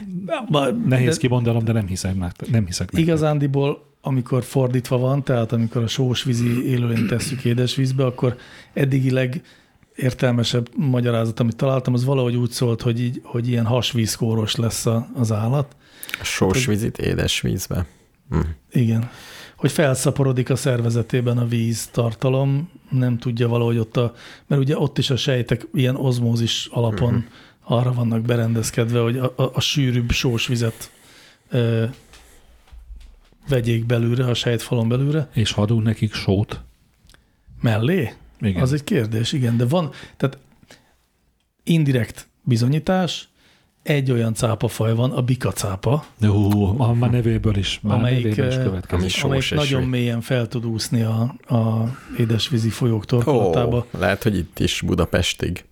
S2: nehéz
S4: Nehéz
S2: de... kimondanom, de nem hiszem, mert nem hiszek neked.
S4: Igazándiból, amikor fordítva van, tehát amikor a sós vízi élőlényt tesszük édes vízbe, akkor eddigi legértelmesebb magyarázat, amit találtam, az valahogy úgy szólt, hogy, így, hogy ilyen hasvízkóros lesz a, az állat.
S1: A Hm. sós vizit édes vízbe.
S4: Igen. Hogy felszaporodik a szervezetében a víz tartalom, nem tudja valahogy ott a, mert ugye ott is a sejtek ilyen ozmózis alapon arra vannak berendezkedve, hogy a, a, a sűrűbb sós vizet ö, vegyék belőle, a sejtfalon belőle.
S2: És hadunk nekik sót.
S4: Mellé?
S2: Igen.
S4: Az egy kérdés, igen, de van, tehát indirekt bizonyítás, egy olyan cápafaj van, a bikacápa,
S2: Jó, a már nevéből is, már
S4: Amelyik,
S2: nevéből is
S4: eh,
S1: ami
S2: következik.
S1: sós
S4: amelyik
S1: eső.
S4: nagyon mélyen fel tud úszni a, a édesvízi folyók torkolatába.
S1: Ó, lehet, hogy itt is Budapestig.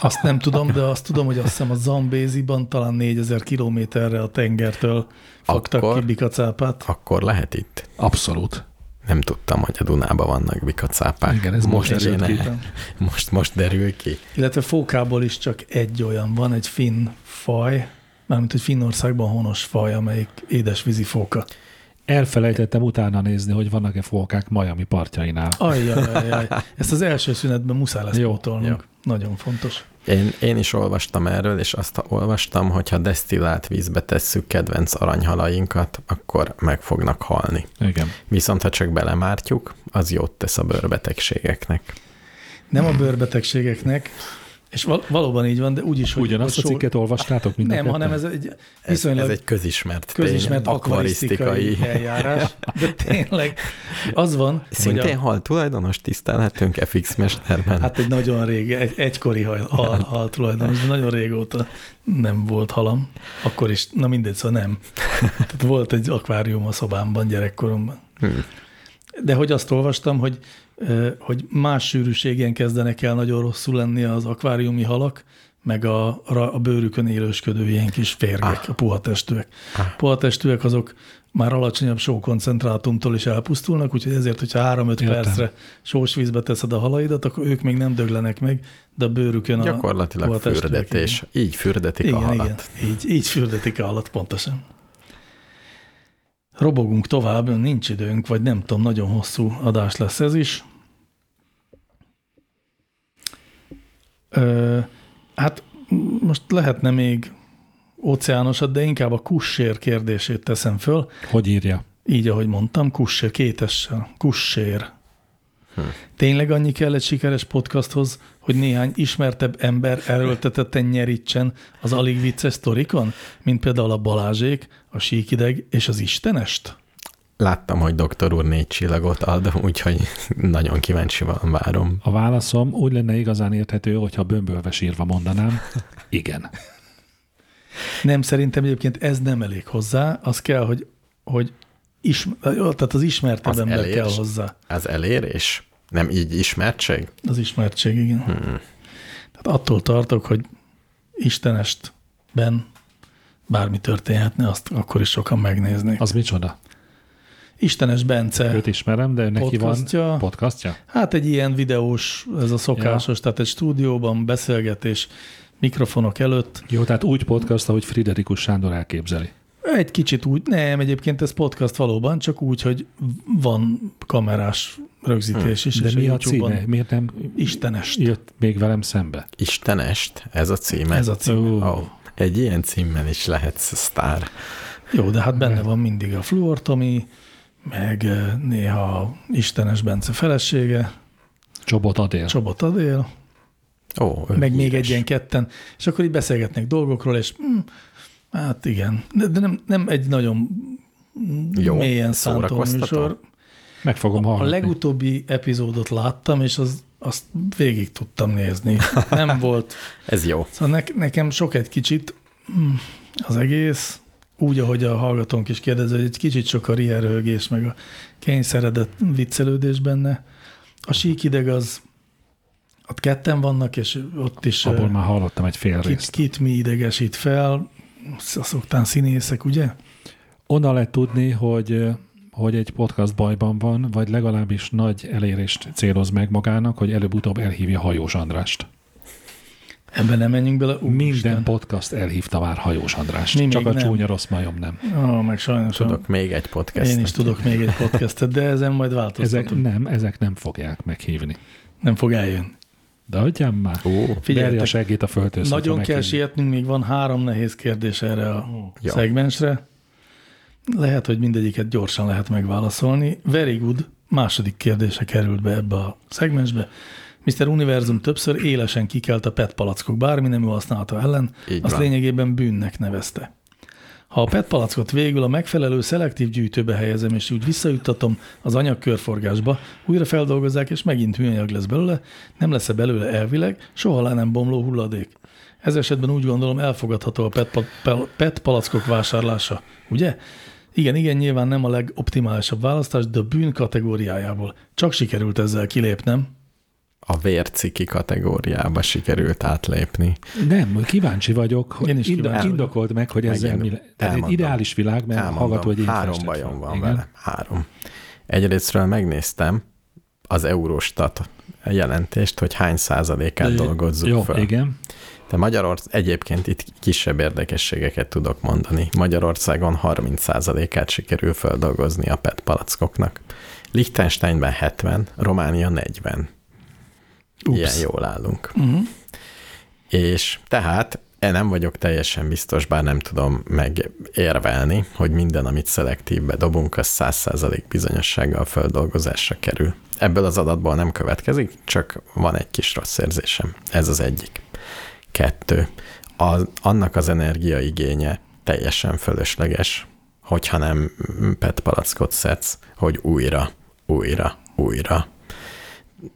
S4: Azt nem tudom, de azt tudom, hogy azt hiszem a Zambéziban talán 4000 kilométerre a tengertől fogtak
S1: Akkor-
S4: ki bikacápát.
S1: Akkor lehet itt.
S2: Abszolút.
S1: Nem tudtam, hogy a Dunában vannak bikacápák.
S2: Igen, ez most
S1: most,
S2: derült
S1: én-
S4: ki.
S1: most, most derül ki.
S4: Illetve fókából is csak egy olyan van, egy finn faj, mármint hogy Finnországban honos faj, amelyik édesvízi fóka.
S2: Elfelejtettem utána nézni, hogy vannak-e fókák Miami partjainál.
S4: Ajjajajaj, ezt az első szünetben muszáj lesz
S2: Jó,
S4: pótolnunk.
S1: jó.
S4: Nagyon fontos.
S1: Én, én is olvastam erről, és azt olvastam, hogy ha desztillált vízbe tesszük kedvenc aranyhalainkat, akkor meg fognak halni.
S2: Igen.
S1: Viszont ha csak belemártjuk, az jót tesz a bőrbetegségeknek.
S4: Nem a bőrbetegségeknek, és val- valóban így van, de úgy is, hogy...
S2: Ugyanazt a
S4: hogy só-
S2: cikket olvastátok mind a
S4: Nem,
S2: ketten?
S4: hanem ez egy
S1: Ez, ez
S4: viszonylag
S1: egy közismert,
S4: közismert
S1: tény,
S4: akvarisztikai eljárás. De tényleg az van,
S1: Szintén
S4: hogy a,
S1: hal tulajdonos tisztelhetünk FX mesterben. Hát,
S4: hát egy nagyon rég, egy, egykori hal, hal, hal tulajdonos, de nagyon régóta nem volt halam. Akkor is, na mindegy, szóval nem. Tehát volt egy akvárium a szobámban gyerekkoromban.
S1: hmm.
S4: De hogy azt olvastam, hogy, ö, hogy más sűrűségen kezdenek el nagyon rosszul lenni az akváriumi halak, meg a, ra- a bőrükön élősködő ilyen kis férgek, ah. a puhatestűek. Ah. Puhatestűek azok már alacsonyabb sókoncentrátumtól is elpusztulnak, úgyhogy ezért, hogyha 3-5
S2: Értem.
S4: percre sós vízbe teszed a halaidat, akkor ők még nem döglenek meg, de a bőrükön a
S1: Gyakorlatilag
S4: kovatest
S1: fürdetés. Így fürdetik
S4: igen,
S1: a halat.
S4: igen. Így, így fürdetik a halat, pontosan. Robogunk tovább, nincs időnk, vagy nem tudom, nagyon hosszú adás lesz ez is. Ö, hát m- most lehetne még óceánosat, de inkább a kussér kérdését teszem föl.
S2: Hogy írja?
S4: Így, ahogy mondtam, kussér, kétessel, kussér. Tényleg annyi kell egy sikeres podcasthoz, hogy néhány ismertebb ember erőltetetten nyerítsen az alig vicces sztorikon, mint például a Balázsék, a Síkideg és az Istenest?
S1: Láttam, hogy doktor úr négy csillagot ad, úgyhogy nagyon kíváncsi van, várom.
S2: A válaszom úgy lenne igazán érthető, hogyha bömbölve sírva mondanám. Igen.
S4: Nem, szerintem egyébként ez nem elég hozzá, az kell, hogy, hogy ismer, tehát az ismertebb
S1: Az
S4: az ember
S1: elérst.
S4: kell hozzá.
S1: Az elérés? Nem így ismertség?
S4: Az ismertség, igen. Hmm. Tehát attól tartok, hogy Istenestben bármi történhetne, azt akkor is sokan megnéznék.
S2: Az micsoda?
S4: Istenes Bence.
S2: Őt ismerem, de neki
S4: Podcastja.
S2: van podcastja?
S4: Hát egy ilyen videós, ez a szokásos, ja. tehát egy stúdióban beszélgetés mikrofonok előtt.
S2: Jó, tehát úgy podcast, ahogy Friderikus Sándor elképzeli.
S4: Egy kicsit úgy, nem, egyébként ez podcast valóban, csak úgy, hogy van kamerás rögzítés is.
S2: Hmm. De
S4: és
S2: mi a
S4: YouTube-on
S2: címe? Miért nem
S4: Istenest.
S2: jött még velem szembe?
S1: Istenest? Ez a címe?
S4: Ez a cím.
S2: Ó,
S1: Ó, egy ilyen címmel is lehetsz sztár.
S4: Jó, de hát benne van mindig a Fluor Tomi, meg eh, néha Istenes Bence felesége,
S2: Csobot Adél.
S4: Csobot Adél,
S1: Ó, ő
S4: meg még
S1: híres.
S4: egy ilyen ketten, és akkor így beszélgetnek dolgokról, és hm, hát igen, de, de nem, nem egy nagyon
S1: Jó,
S4: Jó, mélyen szántó
S1: szórakoztató.
S4: műsor.
S2: Meg fogom
S4: A
S2: hallgatni.
S4: legutóbbi epizódot láttam, és az, azt végig tudtam nézni. Nem volt.
S1: Ez jó.
S4: Szóval ne, nekem sok egy kicsit mm, az egész, úgy, ahogy a hallgatónk is kérdező, hogy egy kicsit sok a rierőgés, meg a kényszeredett viccelődés benne. A síkideg az, ott ketten vannak, és ott is
S2: Abból
S4: eh,
S2: már hallottam egy fél
S4: kit,
S2: részt.
S4: kit mi idegesít fel, szoktán színészek, ugye?
S2: Onnan lehet tudni, hogy, hogy egy podcast bajban van, vagy legalábbis nagy elérést céloz meg magának, hogy előbb-utóbb elhívja Hajós Andrást.
S4: Ebben nem menjünk bele. Ú,
S2: Minden
S4: Isten.
S2: podcast elhívta már Hajós Andrást.
S4: Mi
S2: Csak
S4: még
S2: a
S4: nem.
S2: csúnya rossz majom nem.
S4: Ó, meg sajnos a-
S1: Tudok még egy podcastot.
S4: Én is tudok még egy podcastet, de ezen majd változtatunk.
S2: Ezek
S4: Ezek...
S2: nem, ezek nem fogják meghívni.
S4: Nem fog eljönni.
S2: De adjam már.
S1: Ó,
S2: Berje a
S4: Figyeljetek,
S2: segít a földhöz.
S4: nagyon
S2: hogyha
S4: kell
S2: meghívni.
S4: sietnünk, még van három nehéz kérdés erre a
S1: Hm. Ja.
S4: ja. szegmensre. Lehet, hogy mindegyiket gyorsan lehet megválaszolni. Very good második kérdése került be ebbe a szegmensbe. Mr. Univerzum többször élesen kikelt a PET palackok bármi nemű használata ellen,
S1: Így
S4: azt
S1: van.
S4: lényegében bűnnek nevezte. Ha a PET palackot végül a megfelelő szelektív gyűjtőbe helyezem, és úgy visszajuttatom az anyag körforgásba, újra feldolgozzák, és megint műanyag lesz belőle, nem lesz belőle elvileg, soha le nem bomló hulladék. Ez esetben úgy gondolom elfogadható a E PET, pa- pel- PET palackok vásárlása, ugye? Igen, igen, nyilván nem a legoptimálisabb választás, de a bűn kategóriájából. Csak sikerült ezzel kilépnem.
S1: a vérciki kategóriába sikerült átlépni.
S2: Nem, kíváncsi vagyok. Hogy
S4: Én is
S2: indo-
S4: kíváncsi
S2: indokolt meg, hogy ezzel mi le... Tehát egy
S1: elmondom.
S2: ideális világ, mert
S1: Elmondom,
S2: hallgató, hogy én
S1: három
S2: festek
S1: bajom
S2: fel.
S1: van
S2: Igen.
S1: vele. Három. Egyrésztről megnéztem az Eurostat jelentést, hogy hány százalékát dolgozzuk
S2: Jó,
S1: föl.
S2: igen.
S1: De Magyarország egyébként itt kisebb érdekességeket tudok mondani. Magyarországon 30%-át sikerül földolgozni a PET palackoknak. Liechtensteinben 70, Románia 40. Ups. Ilyen jól állunk.
S4: Uh-huh.
S1: És tehát e nem vagyok teljesen biztos, bár nem tudom megérvelni, hogy minden, amit szelektívbe dobunk, az 100% bizonyossággal földolgozásra kerül. Ebből az adatból nem következik, csak van egy kis rossz érzésem. Ez az egyik. Kettő. A, annak az energiaigénye teljesen fölösleges, hogyha nem PET palackot szedsz, hogy újra, újra, újra.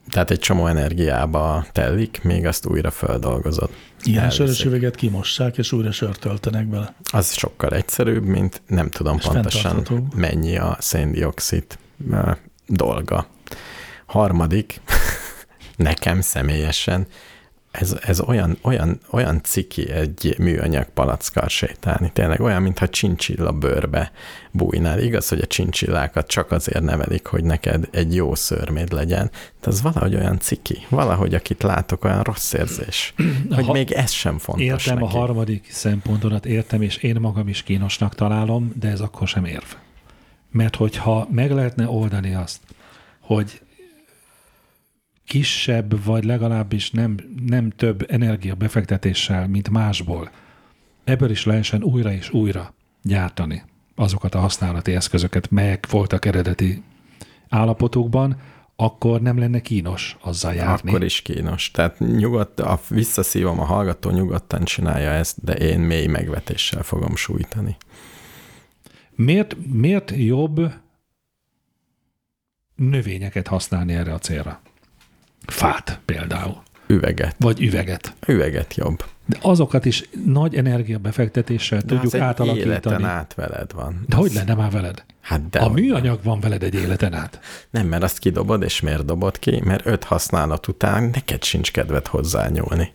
S1: Tehát egy csomó energiába telik, még azt újra földolgozod.
S4: Ilyen
S1: Elviszik.
S4: sörös üveget kimossák, és újra sört töltenek bele.
S1: Az sokkal egyszerűbb, mint nem tudom
S4: És
S1: pontosan
S4: fenntarthatóbb.
S1: mennyi a széndiokszid ö, dolga. Harmadik, nekem személyesen ez, ez olyan, olyan, olyan ciki egy műanyag palackkal sétálni, tényleg olyan, mintha csincsilla bőrbe bújnál. Igaz, hogy a csincsillákat csak azért nevelik, hogy neked egy jó szörméd legyen, de az valahogy olyan ciki. Valahogy, akit látok, olyan rossz érzés, hogy ha, még ez sem fontos
S2: Értem
S1: neki.
S2: a harmadik szempontodat, értem, és én magam is kínosnak találom, de ez akkor sem érv. Mert hogyha meg lehetne oldani azt, hogy kisebb, vagy legalábbis nem, nem több energia befektetéssel, mint másból, ebből is lehessen újra és újra gyártani azokat a használati eszközöket, melyek voltak eredeti állapotukban, akkor nem lenne kínos azzal járni.
S1: Akkor is kínos. Tehát nyugodt, a, visszaszívom a hallgató, nyugodtan csinálja ezt, de én mély megvetéssel fogom sújtani.
S2: Miért, miért jobb növényeket használni erre a célra? Fát például.
S1: Üveget.
S2: Vagy üveget.
S1: Üveget jobb.
S2: De azokat is nagy energiabefektetéssel
S1: De
S2: tudjuk
S1: az egy
S2: átalakítani.
S1: Életen át veled van.
S2: De hogy
S1: Az-
S2: lenne már veled?
S1: Hát de
S2: a műanyag van veled egy életen át.
S1: Nem, mert azt kidobod, és miért dobod ki? Mert öt használat után neked sincs kedved hozzányúlni.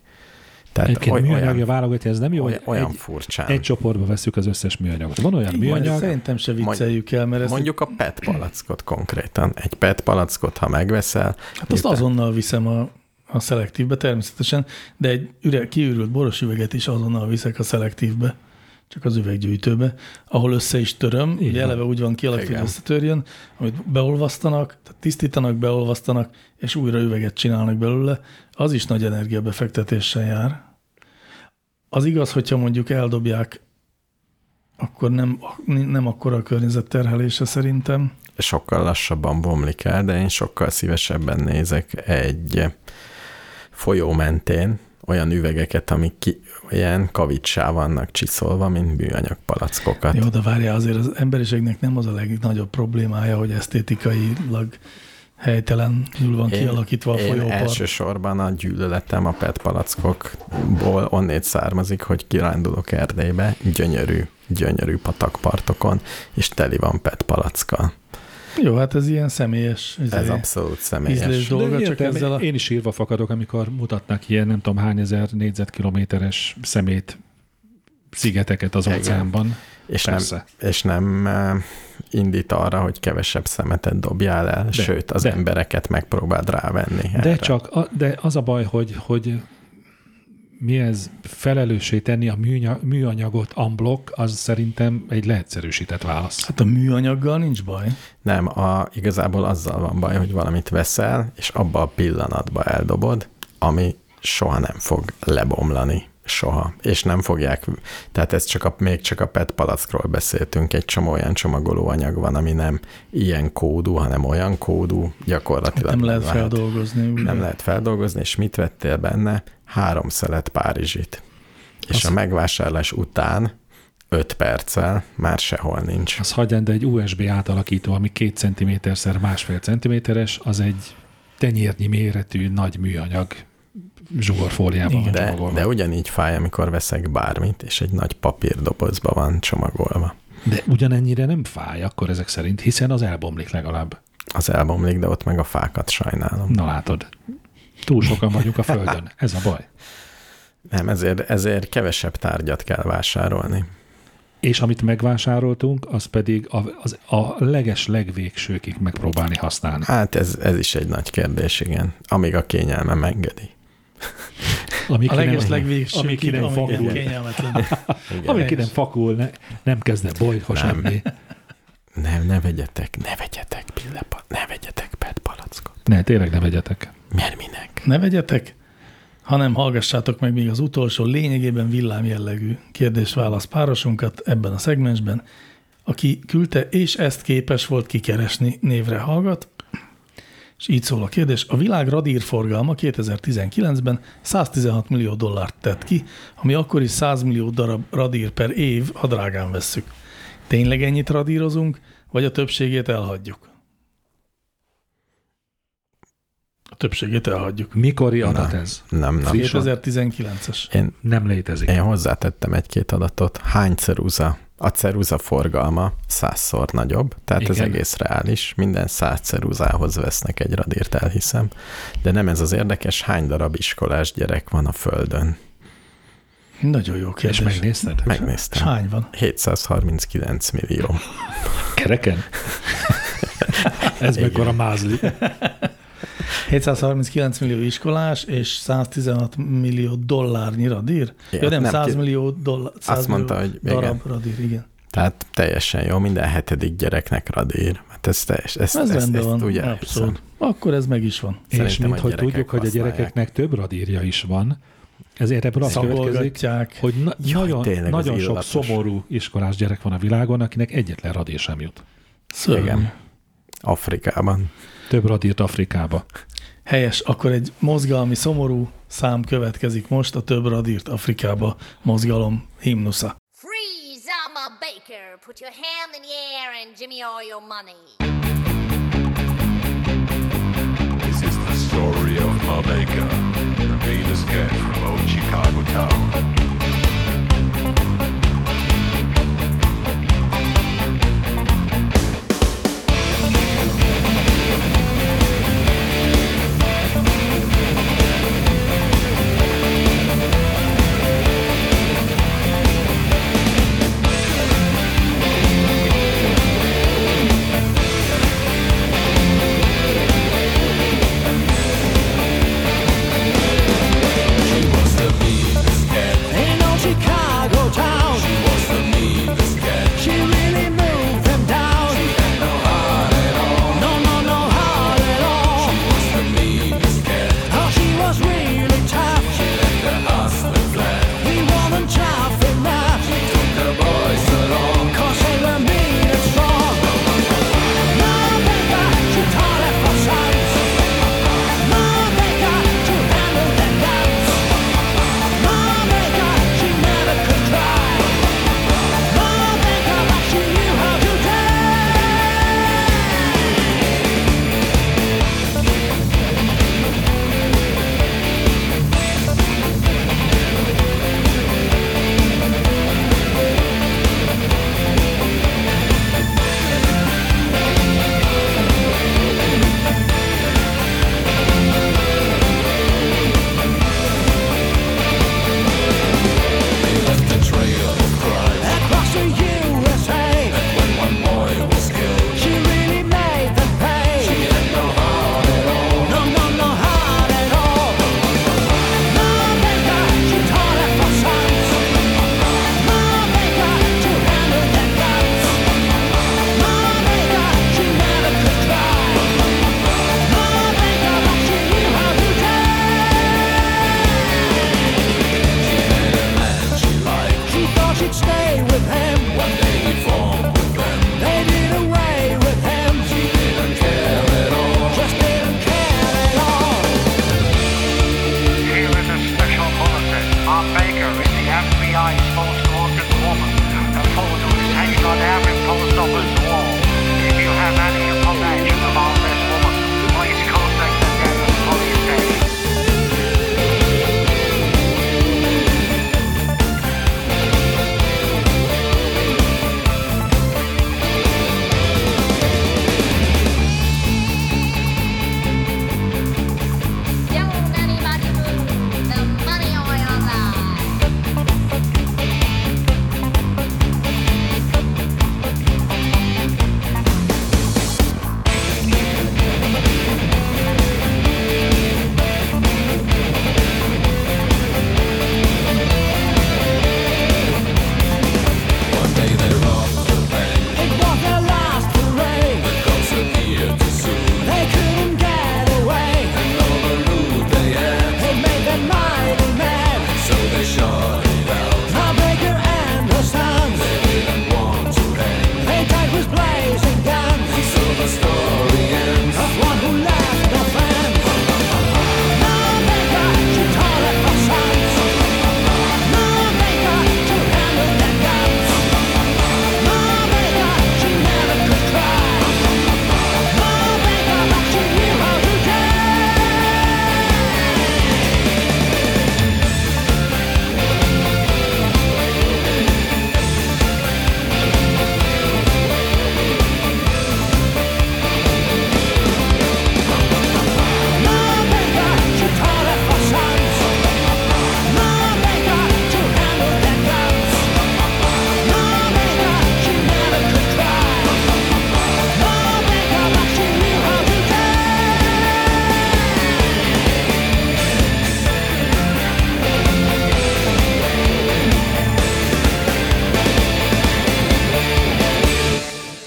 S1: Tehát
S2: Egyébként
S1: oly-
S2: műanyagja
S1: olyan,
S2: válogatja, ez nem jó,
S1: olyan,
S2: hogy
S1: olyan
S2: egy,
S1: furcsán.
S2: egy csoportba veszük az összes műanyagot. Van olyan
S4: Műanyag?
S2: műanyag,
S4: Szerintem se vicceljük el, mert ezt,
S1: Mondjuk a PET palackot konkrétan. Egy PET palackot, ha megveszel,
S4: hát azt azonnal viszem a, a szelektívbe természetesen, de egy üre, kiürült boros üveget is azonnal viszek a szelektívbe, csak az üveggyűjtőbe, ahol össze is töröm, így
S2: van.
S4: eleve úgy van kialakítva,
S1: Igen.
S4: hogy összetörjön, amit beolvasztanak, tehát tisztítanak, beolvasztanak, és újra üveget csinálnak belőle, az is nagy energiabefektetéssel jár. Az igaz, hogyha mondjuk eldobják, akkor nem, nem akkora a környezet terhelése szerintem.
S1: sokkal lassabban bomlik el, de én sokkal szívesebben nézek egy folyó mentén olyan üvegeket, amik ki, ilyen kavicssá vannak csiszolva, mint műanyag palackokat.
S4: Hát Jó, de várjál, azért az emberiségnek nem az a legnagyobb problémája, hogy esztétikailag helytelenül van
S1: Én-
S4: kialakítva a
S1: Én
S4: folyópart.
S1: elsősorban a gyűlöletem a PET palackokból onnét származik, hogy kirándulok Erdélybe, gyönyörű, gyönyörű patakpartokon, és teli van PET palackkal.
S4: Jó, hát ez ilyen személyes
S1: Ez
S4: izé,
S1: abszolút
S4: ízlés
S1: személyes.
S4: dolga,
S2: De
S4: csak
S2: értem,
S4: ezzel a...
S2: Én is írva fakadok, amikor mutatnak ilyen nem tudom hány ezer négyzetkilométeres szemét szigeteket az
S1: Igen.
S2: óceánban.
S1: És nem,
S2: Persze.
S1: és nem eh, indít arra, hogy kevesebb szemetet dobjál el, de, sőt, az
S2: de.
S1: de. embereket megpróbáld rávenni.
S2: De
S1: erre.
S2: csak, a, de az a baj, hogy, hogy mi ez felelőssé tenni a műanya- műanyagot unblock, az szerintem egy leegyszerűsített válasz.
S4: Hát a műanyaggal nincs baj.
S1: Nem, a, igazából azzal van baj, hogy valamit veszel, és abba a pillanatba eldobod, ami soha nem fog lebomlani. Soha. És nem fogják, tehát ez csak a, még csak a PET palackról beszéltünk, egy csomó olyan csomagolóanyag van, ami nem ilyen kódú, hanem olyan kódú, gyakorlatilag
S4: Nem lehet feldolgozni. Úgy.
S2: Mhm.
S1: nem lehet feldolgozni, és mit vettél benne? Három szelet Párizsit. És
S2: Azt-
S1: a megvásárlás után öt perccel már sehol nincs.
S2: Az hagyján, de egy USB átalakító, ami két centiméterszer másfél centiméteres, az egy tenyérnyi méretű nagy műanyag zsugorfóliában van
S1: De,
S2: csomagolva.
S1: de ugyanígy fáj, amikor veszek bármit, és egy nagy papírdobozba van csomagolva.
S2: De ugyanennyire nem fáj akkor ezek szerint, hiszen az elbomlik legalább.
S1: Az elbomlik, de ott meg a fákat sajnálom.
S2: Na látod, túl sokan vagyunk a Földön, ez a baj.
S1: Nem, ezért, ezért kevesebb tárgyat kell vásárolni.
S2: És amit megvásároltunk, az pedig a, az, a leges legvégsőkig megpróbálni használni.
S1: Hát ez, ez is egy nagy kérdés, igen. Amíg a kényelmem engedi.
S2: Ami
S4: A
S2: ki nem-
S4: leges legvégső,
S2: ami ki nem
S4: igen,
S2: fakul.
S4: kényelmetlen.
S1: Igen.
S2: Ami ki nem fakul, ne, nem kezd el bolyha
S1: Nem.
S2: semmi.
S1: Nem, ne vegyetek, ne vegyetek pillepa, ne vegyetek PET palackot.
S2: Ne, tényleg ne vegyetek.
S1: Mert minek?
S4: Ne vegyetek, hanem hallgassátok meg még az utolsó, lényegében villám kérdés-válasz párosunkat ebben a szegmensben. Aki küldte, és ezt képes volt kikeresni, névre hallgat, és így szól a kérdés. A világ radírforgalma 2019-ben 116 millió dollárt tett ki, ami akkor is 100 millió darab radír per év, ha drágán vesszük. Tényleg ennyit radírozunk, vagy a többségét elhagyjuk? A többségét elhagyjuk.
S2: Mikori adat ez?
S1: Nem, nem.
S2: Friss-
S4: 2019-es.
S1: Én,
S2: Nem létezik.
S1: én hozzátettem egy-két adatot. Hány ceruza A ceruza forgalma százszor nagyobb, tehát Igen. ez egész reális. Minden száz ceruzához vesznek egy radírt, elhiszem. De nem ez az érdekes, hány darab iskolás gyerek van a Földön.
S4: Nagyon jó
S2: És
S4: kérdés.
S2: megnézted?
S4: És
S1: Megnéztem.
S4: hány van?
S1: 739 millió.
S2: Kereken? Ez
S1: Igen.
S2: mekkora mázli.
S4: 739 millió iskolás és 116 millió dollárnyi radír? Ja,
S1: Igen,
S4: ja nem,
S1: nem,
S4: 100
S1: ki-
S4: millió dollár, 100
S1: Azt
S4: millió
S1: mondta, hogy igen.
S4: darab radír, igen.
S1: Tehát teljesen jó, minden hetedik gyereknek radír. Hát ez, teljes, ezt,
S4: Ez
S1: ezt, ezt,
S4: rendben
S1: ezt
S4: van,
S1: ugye elhiszem.
S4: abszolút. Akkor ez meg is van.
S2: És
S1: Szerintem
S2: mint
S1: a
S2: hogy
S1: gyerekek
S2: tudjuk, hogy a
S1: használják.
S2: gyerekeknek több radírja is van, ezért ebből az következik,
S4: Szagolgatják.
S2: hogy na-
S1: Jaj,
S2: nagyon,
S1: tényleg, az
S2: nagyon sok
S1: illatos.
S2: szomorú iskolás gyerek van a világon, akinek egyetlen radír sem jut.
S4: Szörnyű.
S1: Igen. Afrikában.
S2: Több radírt Afrikába.
S4: Helyes, akkor egy mozgalmi szomorú szám következik most a több radírt Afrikába mozgalom himnusza.
S5: Freeze, I'm a baker. Put your hand in the air and Jimmy all your money.
S6: This is the story of my baker, the meanest guy from old Chicago town.
S7: Oh,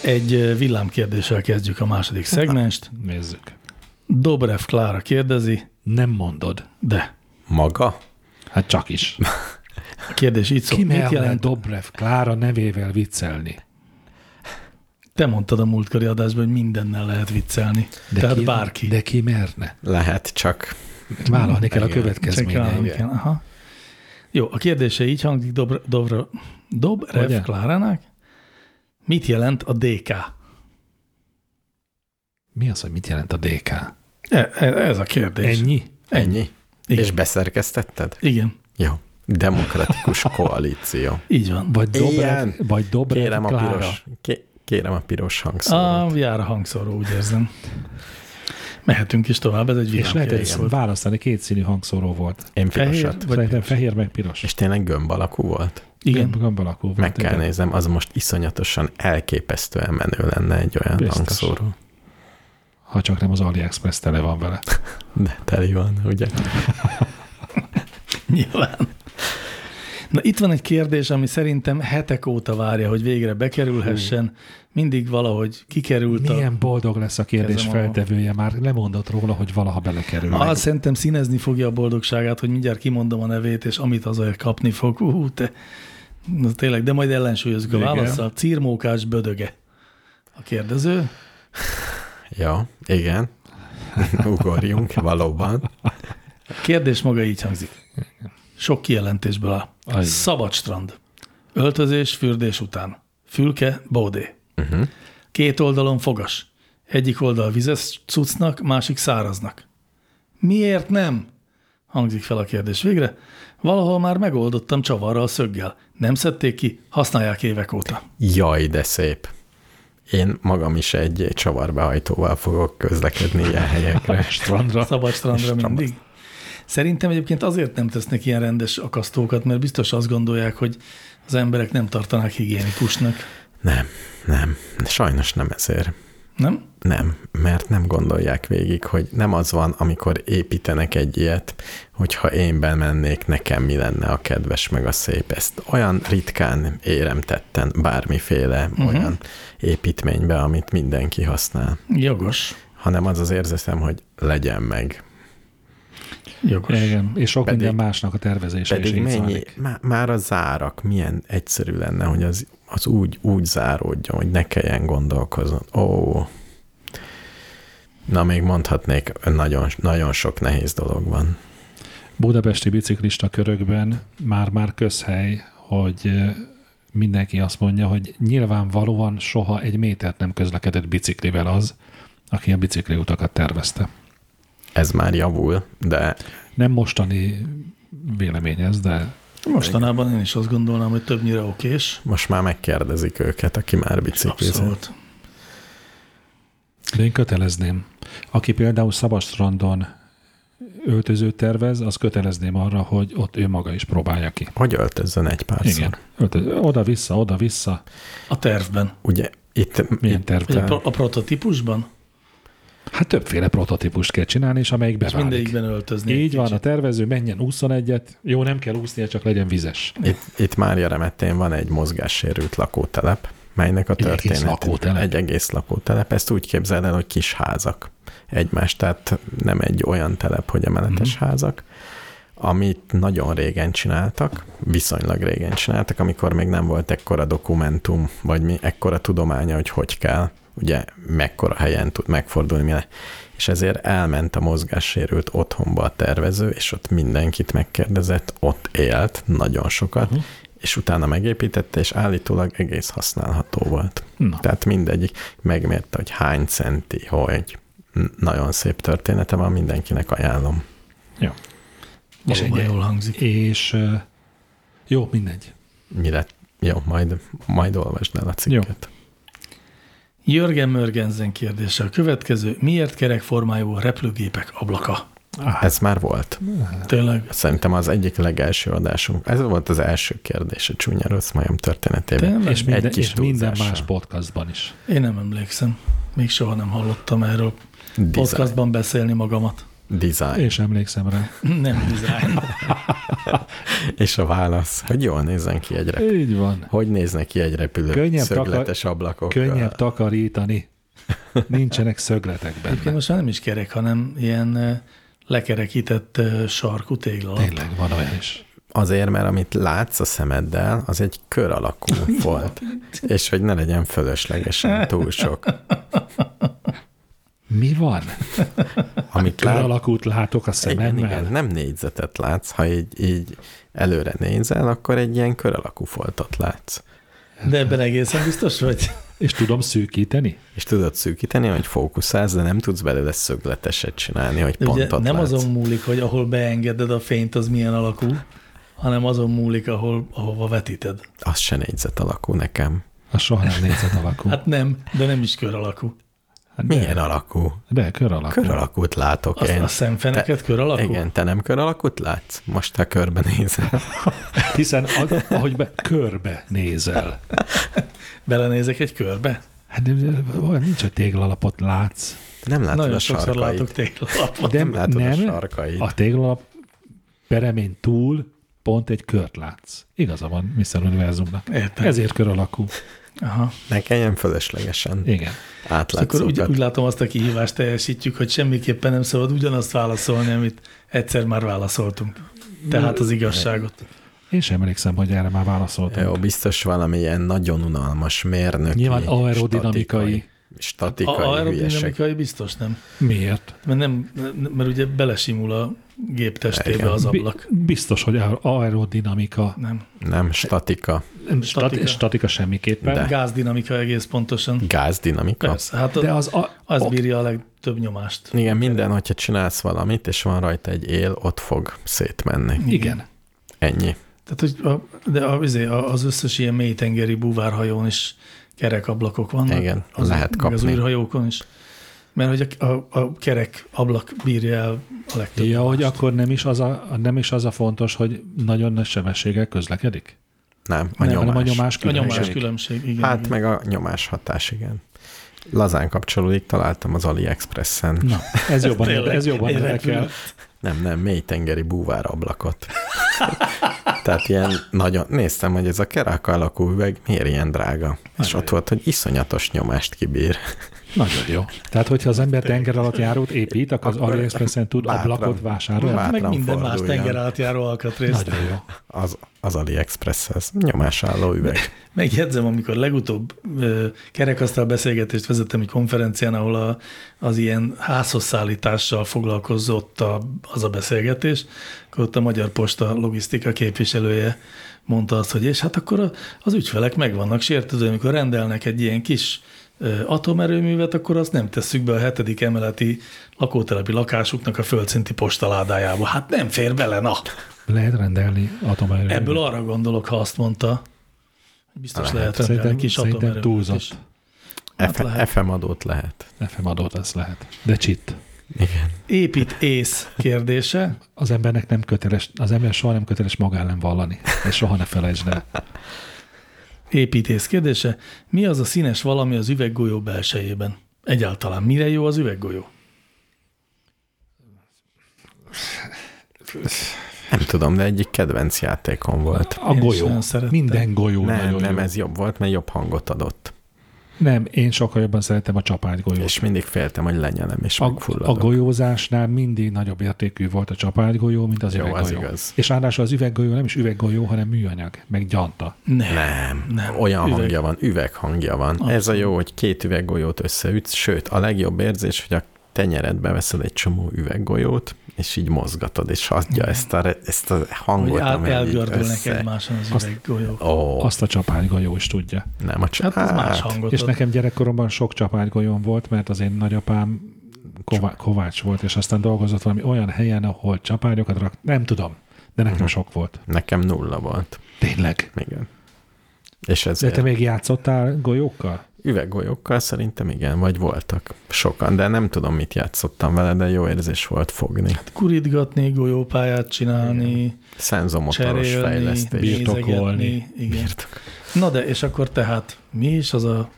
S4: Egy villámkérdéssel kezdjük a második szegmest.
S2: Nézzük.
S4: Dobrev Klára kérdezi,
S2: Nem mondod.
S4: de
S1: Maga?
S2: Hát csak is.
S4: a kérdés így szól.
S2: Ki
S4: Mit
S2: merne
S4: jelent?
S2: Dobrev Klára nevével viccelni?
S4: Te mondtad a múltkori adásban, hogy mindennel lehet viccelni. De Tehát
S2: ki,
S4: bárki.
S2: De ki merne?
S1: Lehet csak.
S2: Vállalni kell a
S4: Csak
S2: következményeit.
S4: rá, igen, Aha. Jó, a kérdése így hangzik Dobra, Dobra, Dobrev
S2: Ugye?
S4: Klárának. Mit jelent a DK?
S2: Mi az, hogy mit jelent a DK?
S4: E- e- Ez a kérdés.
S2: Ennyi?
S1: Ennyi?
S4: Igen.
S1: És beszerkesztetted?
S4: Igen,
S1: Jó. Demokratikus koalíció.
S4: így van.
S2: Vagy Dobrev,
S1: Ilyen.
S2: vagy Dobrev
S1: Kérem a
S2: Klára.
S1: piros, ké- kérem a piros hangszórót.
S4: A, jár a hangszóró, úgy érzem. Mehetünk is tovább, ez egy
S2: És lehetett
S4: villámkérdés volt.
S2: választani, két színű hangszóró volt.
S1: Én
S4: fehér
S1: pirosat.
S4: Vagy
S2: Szerintem fehér meg piros.
S1: Hát, És tényleg gömb alakú volt?
S4: Igen,
S2: Gömb alakú volt.
S1: Meg kell
S2: igen.
S1: néznem, az most iszonyatosan elképesztően menő lenne egy olyan
S2: Biztos.
S1: hangszóró.
S2: Ha csak nem az AliExpress tele van vele.
S1: De teli van, ugye?
S4: nyilván. Na itt van egy kérdés, ami szerintem hetek óta várja, hogy végre bekerülhessen. Mindig valahogy kikerült a...
S2: Milyen boldog lesz a kérdés
S4: Kezem a-
S2: feltevője, már lemondott róla, hogy valaha belekerül.
S4: Azt szerintem színezni fogja a boldogságát, hogy mindjárt kimondom a nevét, és amit azért kapni fog. Hú, te. Na, tényleg, de majd ellensúlyozunk a
S2: Igen.
S4: válaszsal. Círmókás bödöge. A kérdező.
S1: Ja, igen. Ugorjunk, valóban.
S4: Kérdés maga így hangzik. Sok kijelentésből áll.
S2: Ajj.
S4: Szabad strand. Öltözés, fürdés után. Fülke, bódé.
S1: Uh-huh.
S4: Két oldalon fogas. Egyik oldal vizes cuccnak, másik száraznak. Miért nem? Hangzik fel a kérdés végre. Valahol már megoldottam csavarral a szöggel. Nem szedték ki, használják évek óta.
S1: Jaj, de szép. Én magam is egy csavarbehajtóval fogok közlekedni ilyen helyekre.
S2: strandra.
S4: Szabad strandra
S1: szabad.
S4: mindig. Szerintem egyébként azért nem tesznek ilyen rendes akasztókat, mert biztos azt gondolják, hogy az emberek nem tartanák higiénikusnak.
S1: Nem, nem. Sajnos nem ezért.
S4: Nem?
S1: Nem, mert nem gondolják végig, hogy nem az van, amikor építenek egy ilyet, hogyha én bemennék, nekem mi lenne a kedves meg a szép. Ezt olyan ritkán érem tetten bármiféle uh-huh. olyan építménybe, amit mindenki használ,
S4: Jogos.
S1: hanem az az érzetem, hogy legyen meg.
S4: Jogos.
S2: Igen, és sok
S1: Pedig-
S2: minden másnak a tervezése is
S1: Pedig
S2: így
S1: mennyi,
S2: zajlik.
S1: má, már a zárak milyen egyszerű lenne, hogy az, az úgy, úgy záródjon, hogy ne kelljen gondolkozni. Ó, na még mondhatnék, nagyon, nagyon sok nehéz dolog van.
S2: Budapesti biciklista körökben már-már közhely, hogy ö, mindenki azt mondja, hogy nyilvánvalóan soha egy métert nem közlekedett biciklivel az, aki a bicikli utakat tervezte.
S1: Ez már javul, de
S2: Nem mostani vélemény ez, de
S4: Mostanában én is azt gondolnám, hogy többnyire okés.
S1: most már megkérdezik őket, aki már biciklizett.
S4: Abszolút.
S2: De én kötelezném. Aki például Szabadstrandon öltözőt tervez, az kötelezném arra, hogy ott ő maga is próbálja ki.
S1: Hogy öltözzön egy pár
S2: Igen.
S1: szor?
S2: Öltöző. Oda-vissza, oda-vissza.
S4: A tervben.
S1: Ugye itt,
S2: Milyen
S1: itt
S4: Vagy a,
S2: tervben?
S4: pro- a prototípusban?
S2: Hát többféle prototípust kell csinálni, és amelyik
S4: És
S2: beválik.
S4: mindegyikben öltözni. egy
S2: Így van, a
S4: kicsit.
S2: tervező menjen 21-et. Jó, nem kell úsznia, csak legyen vizes.
S1: Itt, itt Mária Remetén van egy mozgássérült lakótelep, melynek a
S2: Egy egész
S1: történet
S2: lakótelep?
S1: egy egész lakótelep. Ezt úgy képzeld el, hogy kis házak egymást, tehát nem egy olyan telep, hogy emeletes
S2: Mhm.
S1: mm. házak, amit nagyon régen csináltak, viszonylag régen csináltak, amikor még nem volt ekkora dokumentum, vagy mi ekkora tudománya, hogy hogy kell, ugye mekkora helyen tud megfordulni, mire. És ezért elment a mozgássérült otthonba a tervező, és ott mindenkit megkérdezett, ott élt nagyon sokat, uh-huh. és utána megépítette, és állítólag egész használható volt.
S2: Na.
S1: Tehát mindegyik megmérte, hogy hány centi, hogy N- nagyon szép története van, mindenkinek ajánlom.
S2: Jó. És,
S4: Valóban
S2: egy,
S4: jól hangzik.
S2: és ö, jó, mindegy.
S1: Mi lett? Jó, majd, majd olvasd el a cikket.
S4: Jörgen Mörgenzen kérdése a következő. Miért kerekformájú a repülőgépek ablaka?
S1: Jó. Ez már volt.
S4: Tényleg?
S1: Szerintem az egyik legelső adásunk. Ez volt az első kérdés a csúnya rossz majom történetében.
S4: Tényleg?
S2: És minden,
S1: kis
S2: és minden
S1: túlzással.
S2: más podcastban is.
S4: Én nem emlékszem. Még soha nem hallottam erről
S1: Design.
S4: podcastban beszélni magamat.
S1: Design.
S2: Én sem emlékszem rá.
S4: Nem design.
S1: És a válasz, hogy jól nézzen ki egy repülő.
S2: Így van.
S1: Hogy néznek ki egy repülő
S2: Könnyebb
S1: szögletes ablakokkal?
S2: Könnyebb takarítani. Nincsenek szögletek benne.
S4: Egyébként most már nem is kerek, hanem ilyen ö, lekerekített ö, sarkú téglalap.
S2: Tényleg van olyan is.
S1: Azért, mert amit látsz a szemeddel, az egy kör alakú volt. És hogy ne legyen fölöslegesen túl sok.
S2: Mi van?
S1: Amit
S2: Kör
S1: lát,
S2: alakult látok a
S1: igen,
S2: szememmel?
S1: igen, hát nem négyzetet látsz, ha így, így előre nézel, akkor egy ilyen kör alakú foltot látsz.
S4: De ebben egészen biztos vagy?
S2: És tudom szűkíteni?
S1: És tudod szűkíteni, hogy fókuszálsz, de nem tudsz belőle szögleteset csinálni, hogy
S4: De ugye
S1: pontot
S4: nem
S1: látsz.
S4: azon múlik, hogy ahol beengeded a fényt, az milyen alakú, hanem azon múlik, ahol, ahova vetíted.
S1: Az se négyzet alakú nekem.
S2: A soha nem nézett alakú.
S4: Hát nem, de nem is kör alakú.
S1: Milyen alakú?
S2: De kör alakú.
S1: Kör alakút látok
S4: Azt
S1: én.
S4: a szemfeneket kör alakú?
S1: Igen, te nem kör alakút látsz? Most ha körben nézel.
S2: Hiszen a- ahogy be, körbe nézel.
S4: Belenézek egy körbe?
S2: Hát de- de olyan nincs, hogy téglalapot látsz.
S1: Nem látod
S4: Nagyon
S1: Hát a
S4: sokszor látok
S1: sarkait.
S4: téglalapot.
S2: De
S1: Nem látod a sarkait.
S2: a téglalap peremén túl pont egy kört látsz. Igaza van Mr. Univerzumnak.
S4: Értem.
S2: Ezért kör alakú.
S4: Aha.
S1: Ne kelljen fölöslegesen
S2: Igen.
S1: átlátszókat.
S4: Akkor úgy, úgy látom azt a kihívást teljesítjük, hogy semmiképpen nem szabad ugyanazt válaszolni, amit egyszer már válaszoltunk. Tehát az igazságot.
S2: Én sem emlékszem, hogy erre már válaszoltam.
S1: Jó, biztos valami ilyen nagyon unalmas mérnöki,
S2: Nyilván aerodinamikai.
S1: statikai, statikai
S4: A
S1: hülyesek.
S4: aerodinamikai biztos nem.
S2: Miért?
S4: Mert, nem, mert ugye belesimul a gép testébe
S1: Igen.
S4: az ablak.
S2: Bi- biztos, hogy aer- aerodinamika.
S4: Nem.
S1: Nem, statika,
S2: Nem,
S4: Statika.
S2: statika. statika semmiképpen.
S1: De.
S2: De,
S4: Gázdinamika egész pontosan.
S1: gázdinamika.
S4: Persze, hát
S2: de
S4: az,
S2: az, a,
S4: az bírja a legtöbb nyomást.
S1: Igen, minden, hogyha csinálsz valamit, és van rajta egy él, ott fog szétmenni.
S2: Igen.
S1: Ennyi.
S4: Tehát, hogy a, de a, izé, a- az összes ilyen mélytengeri búvárhajón is kerekablakok vannak.
S1: Igen,
S4: Hm. az,
S1: lehet
S4: meg Az
S1: kapni.
S4: űrhajókon is. Mert hogy a, a, a kerek ablak bírja el a legtöbb.
S2: Ja, hogy akkor nem is, az a, nem is az a fontos, hogy nagyon nagy sebességgel közlekedik?
S1: Nem, a
S4: Nem,
S1: nyomás.
S2: Hanem a nyomás
S4: A
S2: különbség.
S4: nyomás különbség, igen.
S1: Hát
S4: igen.
S1: meg a nyomás hatás, igen. Lazán kapcsolódik, találtam az AliExpressen.
S2: Na, ez jobban,
S4: Tényleg,
S2: ez jobban
S4: egy
S2: érdekel.
S4: repülő.
S1: Nem, nem, mélytengeri búvárablakot. Tehát ilyen nagyon, néztem, hogy ez a kerák alakú üveg miért ilyen drága. És ott volt, hogy iszonyatos nyomást kibír.
S2: Nagyon jó. Tehát, hogyha az ember tenger alatt járót épít, akkor az AliExpress-en tud
S1: bátran.
S2: ablakot vásárolni.
S1: Bátran.
S4: Hát meg minden más
S1: forduljon.
S4: tenger átjáró alkatrészt.
S2: Nagyon jó.
S1: Az, az AliExpresshez. Nyomásálló üveg.
S4: Megjegyzem, amikor legutóbb ö, kerekasztal beszélgetést vezettem egy konferencián, ahol a, az ilyen házhoz szállítással foglalkozott a, az a beszélgetés, akkor ott a Magyar Posta logisztika képviselője mondta azt, hogy és hát akkor a, az ügyfelek meg vannak sértődve, amikor rendelnek egy ilyen kis ö, atomerőművet, akkor azt nem tesszük be a hetedik emeleti lakótelepi lakásuknak a földszinti postaládájába. Hát nem fér bele, na!
S2: Lehet rendelni atomerőművet.
S4: Ebből arra gondolok, ha azt mondta, hogy biztos lehet, lehet rendelni
S2: hát Szerintem,
S4: kis
S2: szerintem
S4: atomerőművet is.
S2: túlzott. Hát
S1: F-
S4: lehet.
S1: FM adót lehet.
S2: FM adót ez lehet. De csit.
S1: Igen.
S4: Épít ész kérdése.
S2: Az embernek nem köteles, az ember soha nem köteles magán vallani. Ezt soha ne felejtsd el.
S4: Építész kérdése. Mi az a színes valami az üveggolyó belsejében? Egyáltalán mire jó az üveggolyó?
S1: Nem tudom, de egyik kedvenc játékom volt.
S2: A
S4: Én is
S2: golyó.
S4: nagyon szerettem.
S2: Minden golyó
S1: Nem,
S2: nagyon
S1: nem,
S2: jó.
S1: ez jobb volt, mert jobb hangot adott.
S2: Nem, én sokkal jobban szeretem a csapány golyót.
S1: És mindig féltem, hogy lenyelem, és
S2: A, a
S1: megfulladok.
S2: golyózásnál mindig nagyobb értékű volt a csapágygolyó, mint az
S1: Jó,
S2: üveggolyó.
S1: az igaz.
S2: És ráadásul az üveggolyó nem is üveggolyó, hanem műanyag, meg gyanta.
S4: Nem.
S1: Nem,
S4: Nem.
S1: nem. olyan
S4: Üveg.
S1: üveg. hangja van, üveghangja van. Abszolút. Ez a jó, hogy két üveggolyót összeütsz, sőt, a legjobb érzés, hogy a tenyeredbe veszed egy csomó üveggolyót, és így mozgatod, és adja ezt a, re- ezt a
S4: Hogy
S1: hangot,
S4: el,
S1: amely így
S4: elgördülnek
S1: össze.
S4: egymáson az üveggolyók.
S1: Ó,
S2: Azt a csapágygolyó is tudja.
S1: nem, a csak
S4: Hát az más hangot
S2: És
S4: ad.
S2: nekem gyerekkoromban sok csapágygolyóm volt, mert az én nagyapám Ková- Kovács volt, és aztán dolgozott valami olyan helyen, ahol csapágyokat rak, nem tudom, de nekem sok volt.
S1: Nekem nulla volt.
S2: Tényleg.
S1: Igen. És
S2: De te
S1: ezért
S2: még játszottál golyókkal?
S1: üveggolyókkal szerintem igen, vagy voltak sokan, de nem tudom, mit játszottam vele, de jó érzés volt fogni.
S4: Kurítgatni, golyópályát csinálni,
S1: Szenzomotoros
S4: cserélni,
S1: fejlesztés.
S2: Birtokolni.
S4: nézegetni. Igen.
S1: Birtok.
S4: Na de, és akkor tehát mi is az a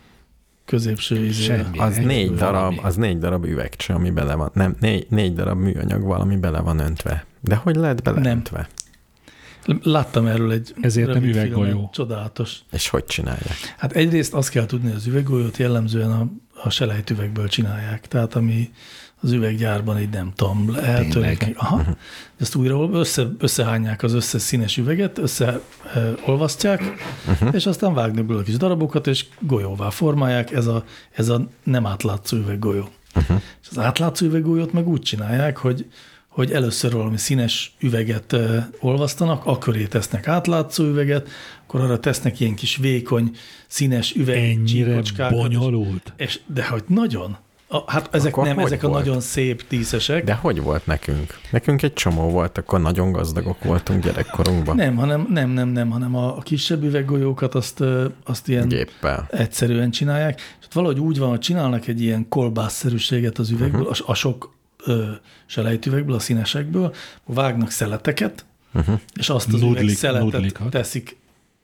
S4: középső izé? izére.
S2: Semmi.
S1: Az
S2: Egy
S1: négy
S2: valami.
S1: darab, az négy darab üvegcső, ami bele van. Nem, négy, négy darab műanyag valami bele van öntve. De hogy lehet beleöntve? Nem.
S4: Láttam erről egy
S2: Ezért nem
S4: remek
S2: üveggolyó.
S4: filmet, Csodálatos.
S1: És hogy csinálják?
S4: Hát egyrészt azt kell tudni, hogy az üveggolyót jellemzően a, a selejtüvegből csinálják. Tehát ami az üveggyárban így nem tudom, eltörik.
S2: Tényleg?
S4: Aha. Ezt újra össze, összehányják az összes színes üveget, összeolvasztják, uh-huh. és aztán vágni belőle kis darabokat, és golyóvá formálják. Ez a, ez a nem átlátszó üveggolyó. Uh-huh. És az átlátszó üveggolyót meg úgy csinálják, hogy hogy először valami színes üveget ö, olvasztanak, akkor tesznek átlátszó üveget, akkor arra tesznek ilyen kis vékony, színes üveg
S2: Ennyire
S4: csíkocskákat,
S2: bonyolult.
S4: És, de hogy nagyon? A, hát ezek
S1: Akkor
S4: nem,
S1: hogy
S4: ezek a
S1: volt?
S4: nagyon szép díszesek.
S1: De hogy volt nekünk? Nekünk egy csomó volt, akkor nagyon gazdagok voltunk gyerekkorunkban.
S4: Nem, hanem, nem, nem, nem, hanem a, a kisebb üveggolyókat azt, ö, azt ilyen
S1: Géppel.
S4: egyszerűen csinálják. És ott valahogy úgy van, hogy csinálnak egy ilyen kolbászszerűséget az üvegből,
S2: Mhm.
S4: uh-huh. a, a sok ö, selejtüvegből, a színesekből, vágnak szeleteket, uh-huh. és azt az
S2: Mhm. Nudlik-
S4: üveg szeletet
S2: nudlikat.
S4: teszik,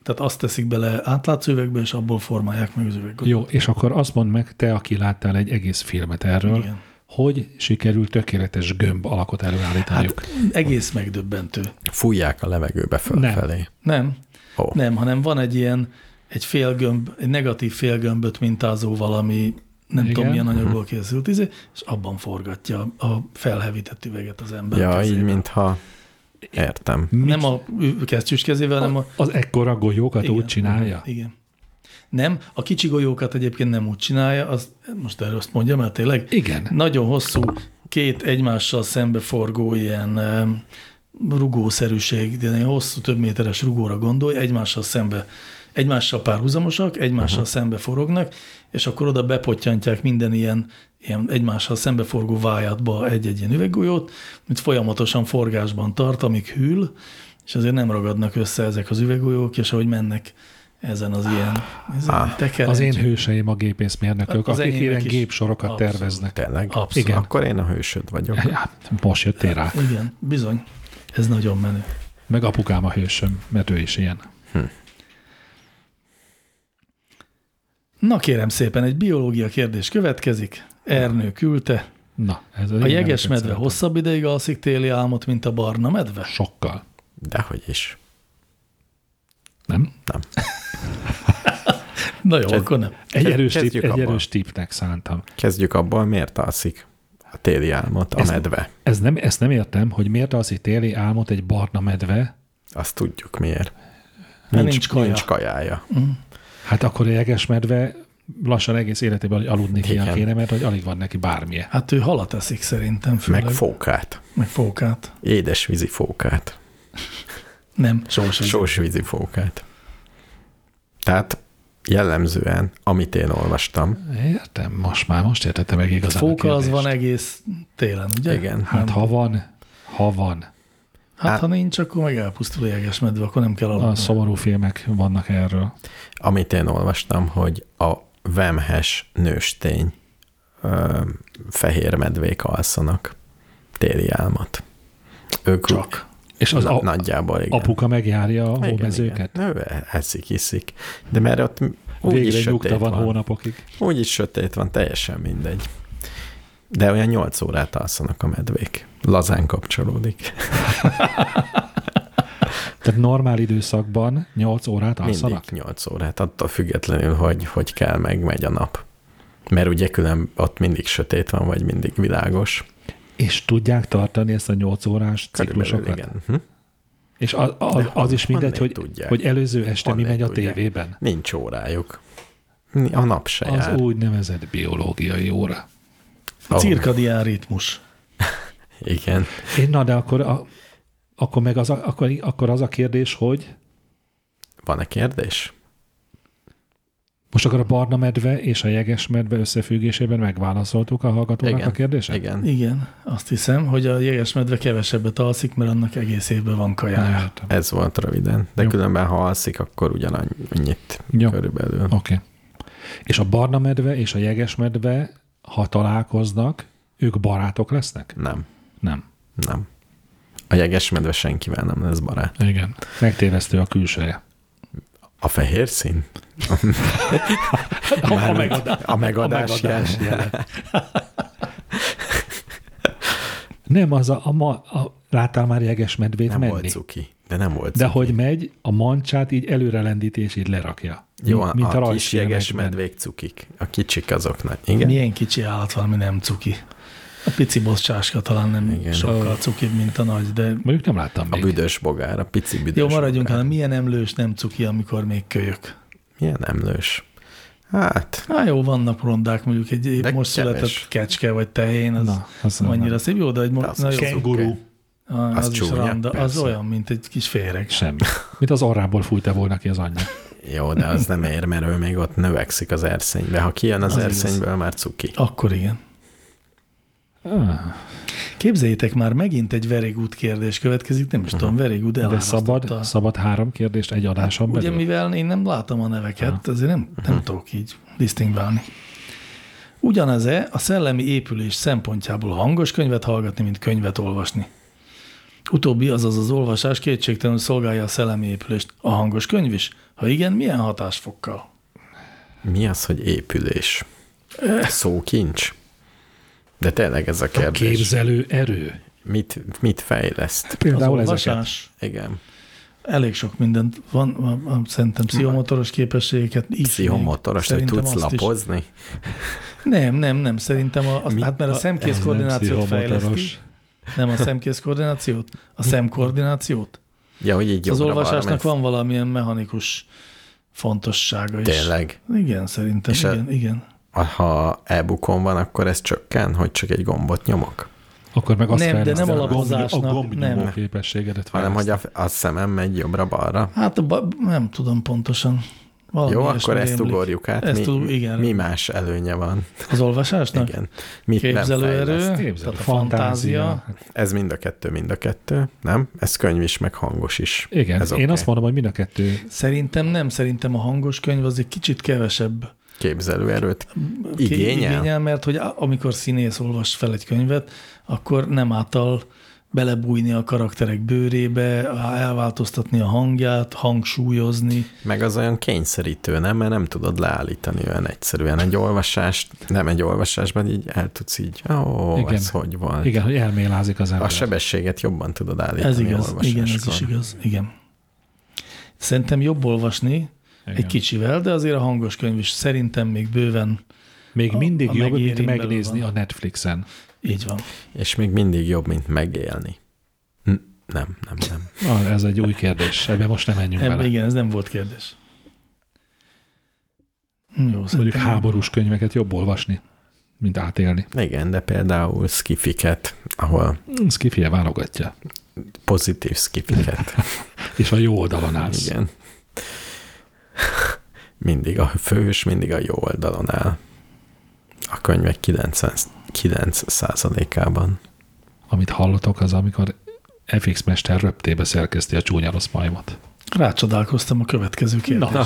S4: tehát azt teszik bele átlátszó üvegbe, és abból formálják meg az üvegot.
S2: Jó, és akkor azt mondd meg, te, aki láttál egy egész filmet erről,
S4: Igen.
S2: Igen. hogy sikerült tökéletes gömb alakot előállítaniuk.
S4: Hát
S2: Hát,
S4: egész megdöbbentő.
S1: Fújják a levegőbe fölfelé.
S4: Nem,
S1: Ó,
S2: Oh.
S4: nem, hanem van egy ilyen, egy félgömb, egy negatív félgömböt mintázó valami, nem Igen. tudom
S2: Igen. Mhm.
S4: milyen anyagból készült, izé, és abban forgatja a felhevített üveget az ember
S1: Ja, így
S4: kezébe.
S1: mintha... Értem.
S4: Nem a ü- kesztyűs kezével, hanem a...
S2: az ekkora golyókat igen, Hát úgy csinálja? Igen.
S4: Igen. Nem, a kicsi golyókat egyébként nem úgy csinálja, az, most erről azt mondjam, mert tényleg
S2: Igen.
S4: nagyon hosszú, két egymással szembeforgó ilyen em, rugószerűség, de ilyen hosszú, több méteres rugóra gondolj, egymással szembe, egymással párhuzamosak, egymással uh-huh. szembe forognak, és akkor oda bepottyantják minden ilyen, ilyen egymással szembeforgó vájátba egy-egy ilyen üveggolyót, amit folyamatosan forgásban tart, amíg hűl, és azért nem ragadnak össze ezek az üveggolyók, és ahogy mennek ezen az ilyen, ezen ah,
S2: Az én hőseim a gépészmérnökök,
S4: Az
S2: az akik
S4: enyémek
S2: ilyen
S4: is.
S2: gépsorokat
S4: Abszolút.
S2: Abszolút. terveznek.
S1: Tényleg?
S4: Abszolút.
S1: Igen. Akkor én a hősöd vagyok.
S2: Hát, most jöttél rá.
S4: Igen, bizony. Ez nagyon menő.
S2: Meg apukám a hősöm, mert ő is ilyen.
S4: Na kérem szépen, egy biológia kérdés következik. Ernő küldte.
S2: Na, ez
S4: A jeges medve hosszabb ideig alszik téli álmot, mint a barna medve?
S2: Sokkal.
S1: Dehogy is.
S2: Nem?
S4: Na jó, akkor nem.
S2: Egy
S1: Kezd-
S2: erős,
S1: kezdjük
S2: tipp, egy
S1: abban.
S2: erős tippnek szántam.
S1: Kezdjük abból, miért alszik a téli álmot a
S2: Ez-
S1: medve.
S2: Ez nem, ezt nem értem, hogy miért alszik téli álmot egy barna medve,
S1: Azt tudjuk miért.
S4: Mert nincs kaja.
S1: nincs kajája.
S2: hát akkor a jeges medve lassan egész életében aludni
S1: Igen.
S2: kell kéne, mert hogy alig van neki bármilyen.
S4: Hát ő halat eszik szerintem főleg.
S1: Meg fókát.
S4: Meg fókát.
S1: Édesvízi fókát.
S4: Nem, sós.
S1: Sósvízi fókát. Tehát jellemzően, amit én olvastam,
S2: Értem, most már most értettem meg igazán a
S4: Fóka az
S2: kérdést.
S4: van egész télen, ugye?
S1: igen,
S2: Hát ha van, ha van.
S4: Hát ha nincs, akkor meg elpusztul a jeges medve, akkor nem kell
S2: A
S4: aludni.
S2: szomorú filmek vannak erről.
S1: amit én olvastam, hogy a vemhes nőstény ö, fehér medvék alszanak téli álmat. Ők Csak.
S2: És az
S1: Na,
S2: a,
S1: nagyjából, igen.
S2: apuka megjárja a
S1: Igen,
S2: hómezőket.
S1: igen. Ő eszik, iszik. De mert ott úgyis
S2: Végre
S1: sötét
S2: nyugta
S1: van.
S2: van
S1: van.
S2: hónapokig.
S1: Úgyis sötét van, teljesen mindegy. De olyan 8 órát alszanak a medvék. Lazán kapcsolódik.
S2: Tehát normál időszakban 8 órát alszanak?
S1: Mindig 8 órát, attól függetlenül, hogy hogy kell, meg megy a nap. Mert ugye külön ott mindig sötét van, vagy mindig világos.
S2: És tudják tartani ezt a 8 órás
S1: Körülbelül
S2: ciklusokat?
S1: igen. Hm?
S2: És az, az, az is mindegy,
S1: honnét
S2: hogy,
S1: tudják?
S2: hogy előző este mi
S1: Honnét
S2: megy a
S1: tudják?
S2: tévében.
S1: Nincs órájuk. Ni- A nap se
S2: Az
S1: jár.
S2: úgynevezett biológiai óra.
S4: A cirkadián ritmus.
S1: Igen.
S2: Én, na, de akkor, a, akkor meg az a, akkor, akkor az a kérdés, hogy
S1: Van-e kérdés?
S2: most akkor a barna medve és a jeges medve összefüggésében megválaszoltuk a hallgatónak
S1: Igen.
S2: a kérdését?
S1: Igen.
S4: Igen, azt hiszem, hogy a jeges medve kevesebbet alszik, mert annak egész évben van kajája.
S2: Értem.
S1: Ez volt röviden. De
S2: Jó.
S1: különben, ha alszik, akkor ugyanannyit
S2: Jó.
S1: körülbelül.
S2: Oké. Okay. És a barna medve és a jeges medve, ha találkoznak, ők barátok lesznek?
S1: Nem.
S2: Nem.
S1: Nem. A jegesmedve senkivel nem lesz barát.
S2: Igen. Megtévesztő a külseje.
S1: A fehér szín?
S2: A, a,
S1: Mármint
S2: megadás,
S1: a megadás jel.
S2: jele. Nem, az a, a, ma, a láttál már jeges medvét
S1: Nem
S2: menni?
S1: volt cuki. De nem volt
S2: De
S1: cuki.
S2: hogy megy, a mancsát így előrelendítés, így lerakja.
S1: Jó, a,
S2: mint
S1: a, kis
S2: rajzfilmekben.
S1: jeges medvék cukik. A kicsik azok nagy. Igen?
S4: Milyen kicsi állat valami nem cuki. A pici boszcsáska talán nem
S1: Igen.
S4: Igen. sokkal cukibb, mint a nagy, de
S2: Mondjuk nem láttam
S1: A
S2: még.
S1: büdös bogár, a pici büdös
S4: jó, maradjunk,
S1: bogár.
S4: hanem milyen emlős nem cuki, amikor még kölyök.
S1: Milyen emlős. Hát,
S4: Há, jó, vannak rondák, mondjuk egy
S1: De
S4: épp most
S1: keves.
S4: született kecske vagy tehén, az
S2: Na,
S4: Na,
S2: azt hát nem
S4: annyira
S2: nem.
S4: szép, jó, de egy
S1: De
S4: most,
S1: az
S4: na
S1: is
S4: jó,
S1: szép.
S2: Kenguru.
S4: Ah, az,
S1: Az
S4: az, is
S1: csúnya,
S4: randa, az
S1: persze.
S4: olyan, mint egy kis féreg.
S2: Semmi. Mint az orrából fújta volna ki az anyja.
S1: jó, de az nem ér, mert ő még ott növekszik az erszénybe. Ha kijön az,
S4: Az
S1: erszényből, már cuki.
S4: Akkor igen.
S2: Ah,
S4: Képzeljétek már, megint egy verigút kérdés következik, nem is tudom, verigút
S2: De
S4: elárasztotta.
S2: szabad, szabad három kérdést egy adáson
S4: Ugye
S2: belül?
S4: mivel én nem látom a neveket, ezért nem, nem tudok így disztingválni. Ugyanez-e a szellemi épülés szempontjából hangos könyvet hallgatni, mint könyvet olvasni? Utóbbi, azaz az olvasás kétségtelenül szolgálja a szellemi épülést. A hangos könyv is? Ha igen, milyen hatásfokkal?
S1: Mi az, hogy épülés? Szókincs? De tényleg ez a kérdés.
S2: Képzelő erő.
S1: Mit, mit fejleszt?
S4: Az
S2: Például ezeket.
S4: olvasás?
S1: Igen.
S4: Elég sok mindent van, a- a- szerintem pszichomotoros képességeket is. még.
S1: Pszichomotoros, hogy
S4: Szerintem
S1: tudsz
S4: azt is.
S1: lapozni?
S4: Nem, nem, nem, szerintem a, az,
S1: Mi?
S4: hát mert a
S2: Ez
S4: szemkész
S2: nem
S4: koordinációt
S2: pszichomotoros.
S4: fejleszti. Nem a szemkész koordinációt, a szemkoordinációt.
S1: Ja, hogy így
S4: Az
S1: jobbra
S4: olvasásnak
S1: valamelyik-
S4: van valamilyen mechanikus fontossága is.
S1: Tényleg.
S4: Igen, szerintem,
S1: És a-
S4: igen, igen.
S1: Ha e-bookon van, akkor ez csökken, hogy csak egy gombot nyomok?
S2: Akkor meg azt
S4: Nem, de nem
S2: fejleszted,
S4: alapozásnak,
S2: A gombnyomó
S4: nem.
S2: képességedet
S1: Hanem, hogy
S2: fejleszted.
S1: a, a szemem megy jobbra-balra?
S4: Hát a ba- nem tudom pontosan. Valami
S1: Jó,
S4: ilyesmi
S1: akkor ezt
S4: rémlik.
S1: ugorjuk át.
S4: Ezt
S1: mi,
S4: tud- igen.
S1: mi más előnye van?
S4: Az olvasásnak?
S1: Igen. Mit nem
S4: Képzelőerő,
S1: fejleszt?
S4: tehát
S2: Képzelő,
S4: a fantázia.
S2: fantázia.
S1: Ez mind a kettő, mind a kettő, nem? Ez könyv is, meg hangos is.
S2: Igen,
S1: Ez
S2: én
S1: oké.
S2: azt mondom, hogy mind a kettő
S4: Szerintem nem, szerintem a hangos könyv az egy kicsit kevesebb
S1: Képzelőerőt
S4: ki-
S1: igényel?
S4: igényel, mert hogy á- amikor színész olvas fel egy könyvet, akkor nem által belebújni a karakterek bőrébe, á- elváltoztatni a hangját, hangsúlyozni.
S1: Meg az olyan kényszerítő, nem? Mert nem tudod leállítani olyan egyszerűen. Egy olvasást, nem egy olvasásban így el tudsz így, ó, oh,
S2: Igen.
S1: ez hogy van.
S2: Igen, hogy elmélázik az ember.
S1: A sebességet jobban tudod állítani
S4: Ez igaz, igen, ez
S1: olvasáskor.
S4: is igaz, igen. Szerintem jobb olvasni igen. egy kicsivel, de azért a hangos könyv is szerintem még bőven
S2: Még
S4: a-
S2: mindig
S4: a
S2: jobb, mint
S4: megérin belül
S2: megnézni
S4: van.
S2: a Netflixen.
S4: így van.
S1: És még mindig jobb, mint megélni. Hm, Nem, nem, nem.
S2: Ah, ez egy új kérdés, ebbe most nem menjünk
S4: Ebben
S2: bele.
S4: igen, ez nem volt kérdés. Hm, Jó,
S2: Mondjuk
S4: szerintem
S2: háborús könyveket jobb olvasni, mint átélni.
S1: Igen, de például skifiket, ahol
S2: Ez kiféle válogatja.
S1: pozitív skifiket.
S2: És a jó oldalon állsz.
S1: Igen. Mindig a főhős mindig a jó oldalon áll. A könyvek 99 százalékában.
S2: Amit hallotok, az amikor FX Mester röptébe szerkeszti a csúnya rossz majmot.
S4: Rácsodálkoztam a következő kérdésre.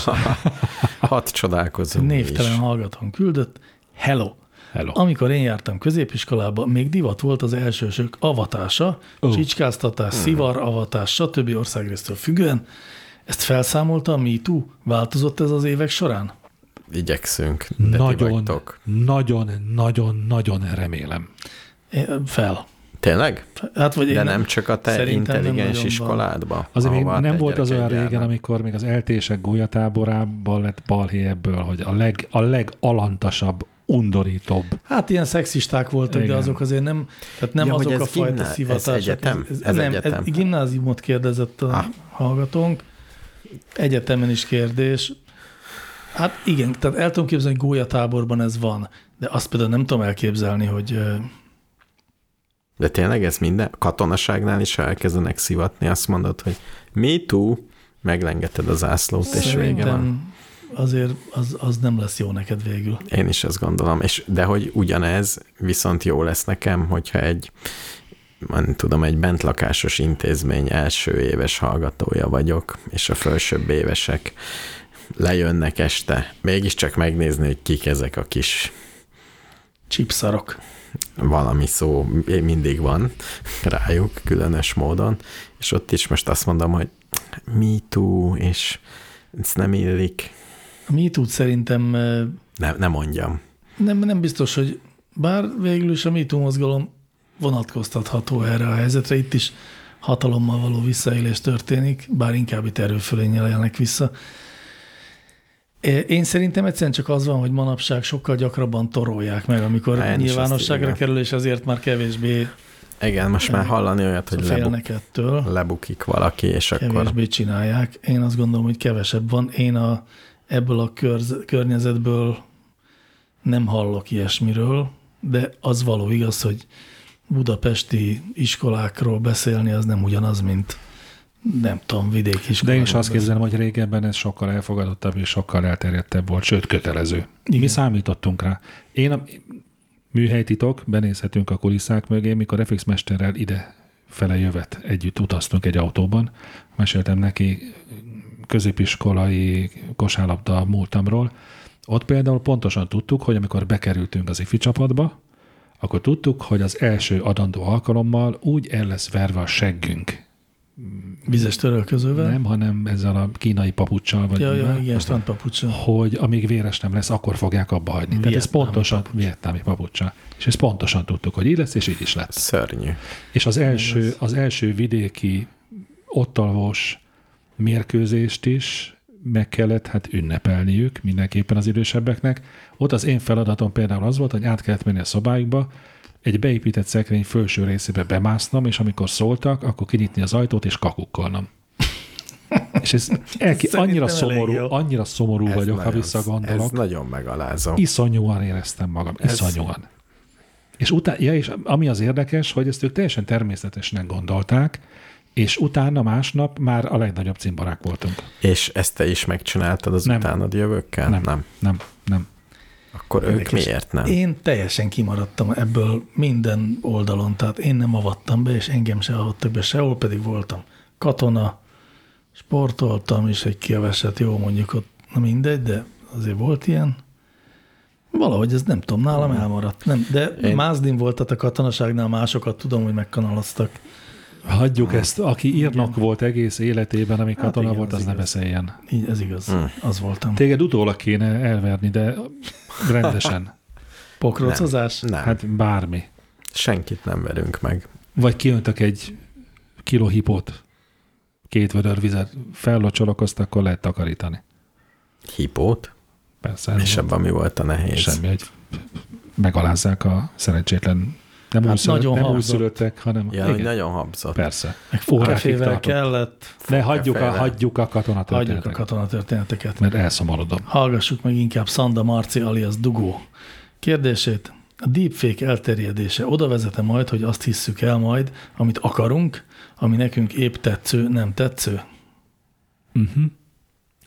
S1: Hat csodálkozunk
S4: Névtelen
S1: is.
S4: hallgatón küldött. Hello!
S2: Hello.
S4: Amikor én jártam középiskolába, még divat volt az elsősök avatása,
S2: Ó.
S4: oh. csicskáztatás,
S1: Hmm.
S4: szivar, avatás, stb. országrésztől függően. Ezt felszámolta a MeToo? Változott ez az évek során?
S1: Igyekszünk, de Nagyon. ti
S2: Nagyon,
S1: vagytok.
S2: nagyon, nagyon, nagyon remélem.
S4: Én- Fel.
S1: Tényleg?
S4: Hát, vagy
S1: De
S4: én
S1: nem csak a te
S4: Szerintem nem
S1: intelligens
S4: nagyon van.
S1: iskoládba.
S2: Azért még
S1: ahova a
S2: nem
S1: te
S2: volt az olyan
S1: gyerekeid
S2: régen,
S1: járnak.
S2: amikor még az eltések gólyatáborában lett balhé ebből, hogy a, leg, a legalantasabb, undorítóbb.
S4: Hát ilyen szexisták voltak, Igen.
S2: Igen.
S4: de azok azért nem, tehát nem
S1: Ja,
S4: ja,
S1: hogy
S4: azok
S1: ez
S4: a fajta
S1: gimná- ez
S4: szivatások.
S1: egyetem? Ez
S4: nem,
S1: egyetem.
S4: Ez gimnáziumot kérdezett a
S1: Ah.
S4: ah. hallgatónk. Egyetemen is kérdés. Hát igen, tehát el tudom képzelni, hogy gólyatáborban ez van, de azt például nem tudom elképzelni, hogy ö,
S1: De tényleg ez minden? Katonaságnál is, ha elkezdenek szivatni, azt mondod, hogy me too, meglengeted az ászlót, és vége van.
S4: szerintem azért az, az nem lesz jó neked végül.
S1: Én is ezt gondolom. És, de hogy ugyanez viszont jó lesz nekem, hogyha egy nem tudom, egy bentlakásos intézmény első éves hallgatója vagyok, és a felsőbb évesek lejönnek este. Mégiscsak megnézni, hogy kik ezek a kis
S4: Csipszarok.
S1: valami szó mindig van rájuk, különös módon, és ott is most azt mondom, hogy me too, és Ez nem illik.
S4: A MeToo szerintem ö,
S1: Ne, ne mondjam.
S4: nem, nem biztos, hogy bár végül is a MeToo mozgalom vonatkoztatható erre a helyzetre, itt is hatalommal való visszaélés történik, bár inkább itt erőfölénnyel élnek vissza. É, Én szerintem egyszerűen csak az van, hogy manapság sokkal gyakrabban torolják meg, amikor
S1: Én is
S4: Én
S1: azt
S4: nyilvánosságra
S1: írnám.
S4: kerül, és azért már kevésbé
S1: Igen, most már hallani olyat, hogy lebuk,
S4: Szóval félnek ettől.
S1: lebukik valaki, és akkor
S4: kevésbé csinálják. Én azt gondolom, hogy kevesebb van. Én a, ebből a körz, környezetből nem hallok ilyesmiről, de az való igaz, hogy budapesti iskolákról beszélni az nem ugyanaz, mint nem tudom, vidéki
S2: De
S4: iskolákról.
S2: én is azt
S4: beszélni.
S2: képzelem, hogy régebben ez sokkal elfogadottabb és sokkal elterjedtebb volt, sőt kötelező. Igen. Mi számítottunk rá. Én a műhelytitok, benézhetünk a kulisszák mögé, mikor FX mesterrel ide fele jövet együtt utaztunk egy autóban. Meséltem neki középiskolai kosárlabda múltamról. Ott például pontosan tudtuk, hogy amikor bekerültünk az ifi csapatba, akkor tudtuk, hogy az első adandó alkalommal úgy el lesz verve a seggünk,
S4: Vizes törölközővel?
S2: nem, hanem ezzel a kínai papucsal, vagy
S4: Ja, ja,
S2: mivel,
S4: igen, strandpapucsa.
S2: hogy amíg véres nem lesz, akkor fogják abba hagyni. Tehát ez
S4: Vietnámi
S2: pontosan, vietnámi papucsal. És ezt pontosan tudtuk, hogy így lesz, és így is lett.
S1: szörnyű.
S2: És az első, az első vidéki ottalvos mérkőzést is meg kellett hát ünnepelniük mindenképpen az idősebbeknek. Ott az én feladatom például az volt, hogy át kellett menni a szobáikba, egy beépített szekrény felső részébe bemásznom, és amikor szóltak, akkor kinyitni az ajtót és kakukkolnom. És ez elki,
S4: Szerintem
S2: annyira
S4: elég
S2: szomorú,
S4: jó.
S2: annyira szomorú
S1: Ez
S2: vagyok, ha
S1: nagyon- Ez
S2: visszagondolok
S1: nagyon megalázó.
S2: iszonyúan éreztem magam, ez... iszonyúan. És utána, ja, és ami az érdekes, hogy ezt ők teljesen természetesnek gondolták, és utána másnap már a legnagyobb cimborák voltunk.
S1: És ezt te is megcsináltad az
S2: Nem.
S1: utánad jövőkkel?
S2: Nem,
S1: nem.
S2: nem, nem.
S1: Akkor ők
S4: Érdekes.
S1: miért nem?
S4: Én teljesen kimaradtam ebből minden oldalon, tehát én nem avattam be, és engem se avattak be sehol, pedig voltam katona, sportoltam is egy keveset, jó mondjuk ott, na mindegy, de azért volt ilyen. Valahogy ez nem tudom, nálam
S1: Hmm.
S4: elmaradt. Nem, de én... Mázdin volt, tehát a katonaságnál másokat tudom, hogy megkanalaztak.
S2: Hagyjuk ezt, aki írnak volt egész életében, ami katona
S4: igen,
S2: volt, Hát
S4: az
S2: az, ne
S4: igaz.
S2: beszéljen.
S4: Így, ez igaz, hmm. az voltam.
S2: Téged utólag kéne elverni, de rendesen.
S4: Pokrocozás?
S1: Nem, hát...
S2: hát bármi.
S1: senkit nem verünk meg.
S2: Vagy kiöntök egy kiló hipót, két vödör vizet, fellocsolok, azt akkor lehet takarítani.
S1: Hipót?
S2: Persze. ez
S1: És
S2: volt.
S1: abban mi volt a nehéz?
S2: Semmi, hogy megalázzák a szerencsétlen nem, hát újszülött,
S4: nagyon
S2: nem
S4: habzott.
S2: újszülöttek, hanem
S1: Ja, hogy nagyon habzott.
S2: persze.
S4: Meg
S2: Órákig
S4: fogkefével
S2: tartott.
S4: kellett,
S2: Ne hagyjuk a,
S1: fejvel.
S2: hagyjuk a
S4: hagyjuk a
S2: katonatörténeteket,
S4: katonatörténeteket.
S2: mert elszomorodom.
S4: Hallgassuk meg inkább Szanda Marci alias Dugó kérdését. A deepfake elterjedése oda vezete majd, hogy azt hisszük el majd, amit akarunk, ami nekünk épp tetsző, nem tetsző.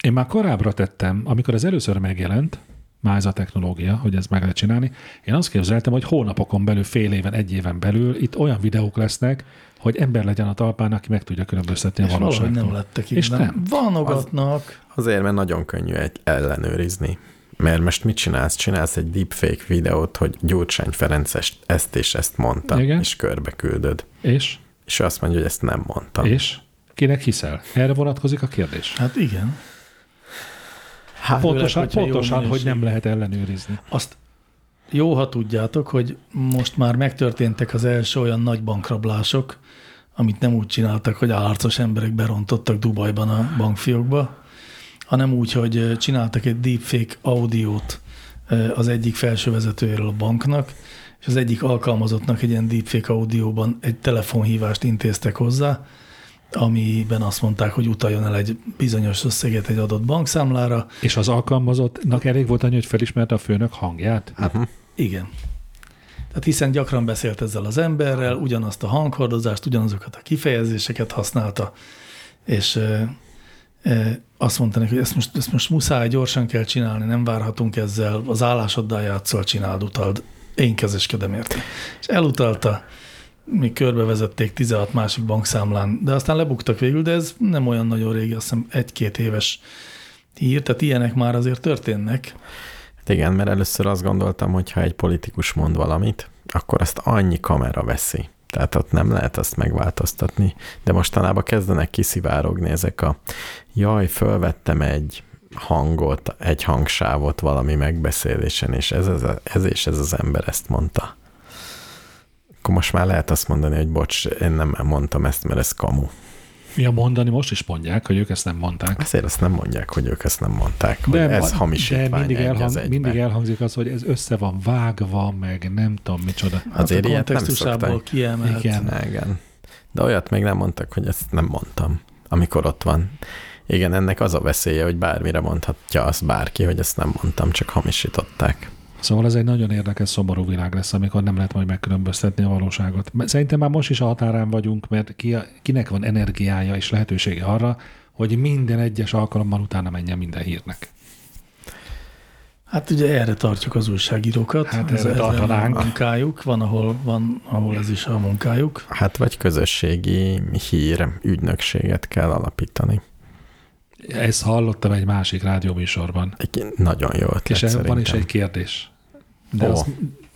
S2: Én már korábbra tettem, amikor ez először megjelent, már ez a technológia, hogy ezt meg lehet csinálni, én azt képzeltem, hogy hónapokon belül, fél éven, egy éven belül itt olyan videók lesznek, hogy ember legyen a talpán, aki meg tudja különböztetni
S4: És
S2: a
S4: valahogy
S2: valóságtól.
S4: nem lettek így.
S2: És nem.
S4: Vanogatnak.
S1: Azért, mert nagyon könnyű egy ellenőrizni. Mert most mit csinálsz? Csinálsz egy deepfake videót, hogy Gyurcsány Ferenc est- ezt és ezt mondta,
S2: Igen.
S1: és körbe küldöd.
S2: És?
S1: És ő azt mondja, hogy ezt nem mondtam.
S2: És? Kinek hiszel? Erre vonatkozik a kérdés.
S4: Hát igen.
S1: Hát,
S4: Főleg,
S2: Pontosan,
S4: hogyha jó
S2: pontosan hogy
S4: minőség.
S2: nem lehet ellenőrizni.
S4: Azt jó, ha tudjátok, hogy most már megtörténtek az első olyan nagy bankrablások, amit nem úgy csináltak, hogy állarcos emberek berontottak Dubajban a bankfiókba, hanem úgy, hogy ö, csináltak egy deepfake audiót ö, az egyik felső vezetőjéről a banknak, és az egyik alkalmazottnak egy ilyen deepfake audióban egy telefonhívást intéztek hozzá, amiben azt mondták, hogy utaljon el egy bizonyos összeget egy adott bankszámlára.
S2: És az alkalmazottnak elég volt annyi, hogy felismerte a főnök hangját? Hát,
S1: Mhm.
S4: Igen. Tehát hiszen gyakran beszélt ezzel az emberrel, ugyanazt a hanghordozást, ugyanazokat a kifejezéseket használta, és ö, ö, azt mondta neki, hogy ezt most, ezt most muszáj, gyorsan kell csinálni, nem várhatunk ezzel, az állásoddal játszol, csináld, utald, én kezeskedem érte. És elutalta, mi körbevezették 16 másik bankszámlán, de aztán lebuktak végül, de ez nem olyan nagyon régi, azt hiszem egy-két éves hír, tehát ilyenek már azért történnek.
S1: igen, mert először azt gondoltam, hogy ha egy politikus mond valamit, akkor azt annyi kamera veszi, Tehát ott nem lehet azt megváltoztatni. De mostanában kezdenek kiszivárogni ezek a jaj, fölvettem egy hangot, egy hangsávot valami megbeszélésen, és ez, ez, ez és ez az ember ezt mondta. Akkor most már lehet azt mondani, hogy bocs, én nem mondtam ezt, mert ez kamu.
S2: Ja, mondani most is mondják, hogy ők ezt nem mondták.
S1: Azért azt nem mondják, hogy ők ezt nem mondták, hogy ez
S2: de
S1: hamisítvány
S2: mindig,
S1: egy az
S2: elhang,
S1: egyben.
S2: mindig elhangzik az, hogy ez össze van vágva, meg nem tudom micsoda.
S1: Azért
S4: hát a
S1: ilyet nem
S4: kontextusából
S1: szoktak.
S4: kiemelt.
S2: Igen.
S1: Na, igen. De olyat még nem mondtak, hogy ezt nem mondtam, amikor ott van. Igen, ennek az a veszélye, hogy bármire mondhatja azt bárki, hogy ezt nem mondtam, csak hamisították.
S2: Szóval ez egy nagyon érdekes, szomorú világ lesz, amikor nem lehet majd megkülönböztetni a valóságot. Mert Szerintem már most is a határán vagyunk, mert ki, kinek van energiája és lehetősége arra, hogy minden egyes alkalommal utána menjen minden hírnek.
S4: Hát ugye erre tartjuk az újságírókat.
S2: Hát
S4: Ez-
S2: erre
S4: ez a
S2: tartanánk.
S4: munkájuk, van ahol, van, ahol ez is a munkájuk.
S1: Hát vagy közösségi hír ügynökséget kell alapítani.
S2: Ezt hallottam egy másik rádióműsorban.
S1: Egy nagyon jó ötlet
S2: És ebben
S1: szerintem.
S2: van is egy kérdés. De,
S1: Ó.
S2: az,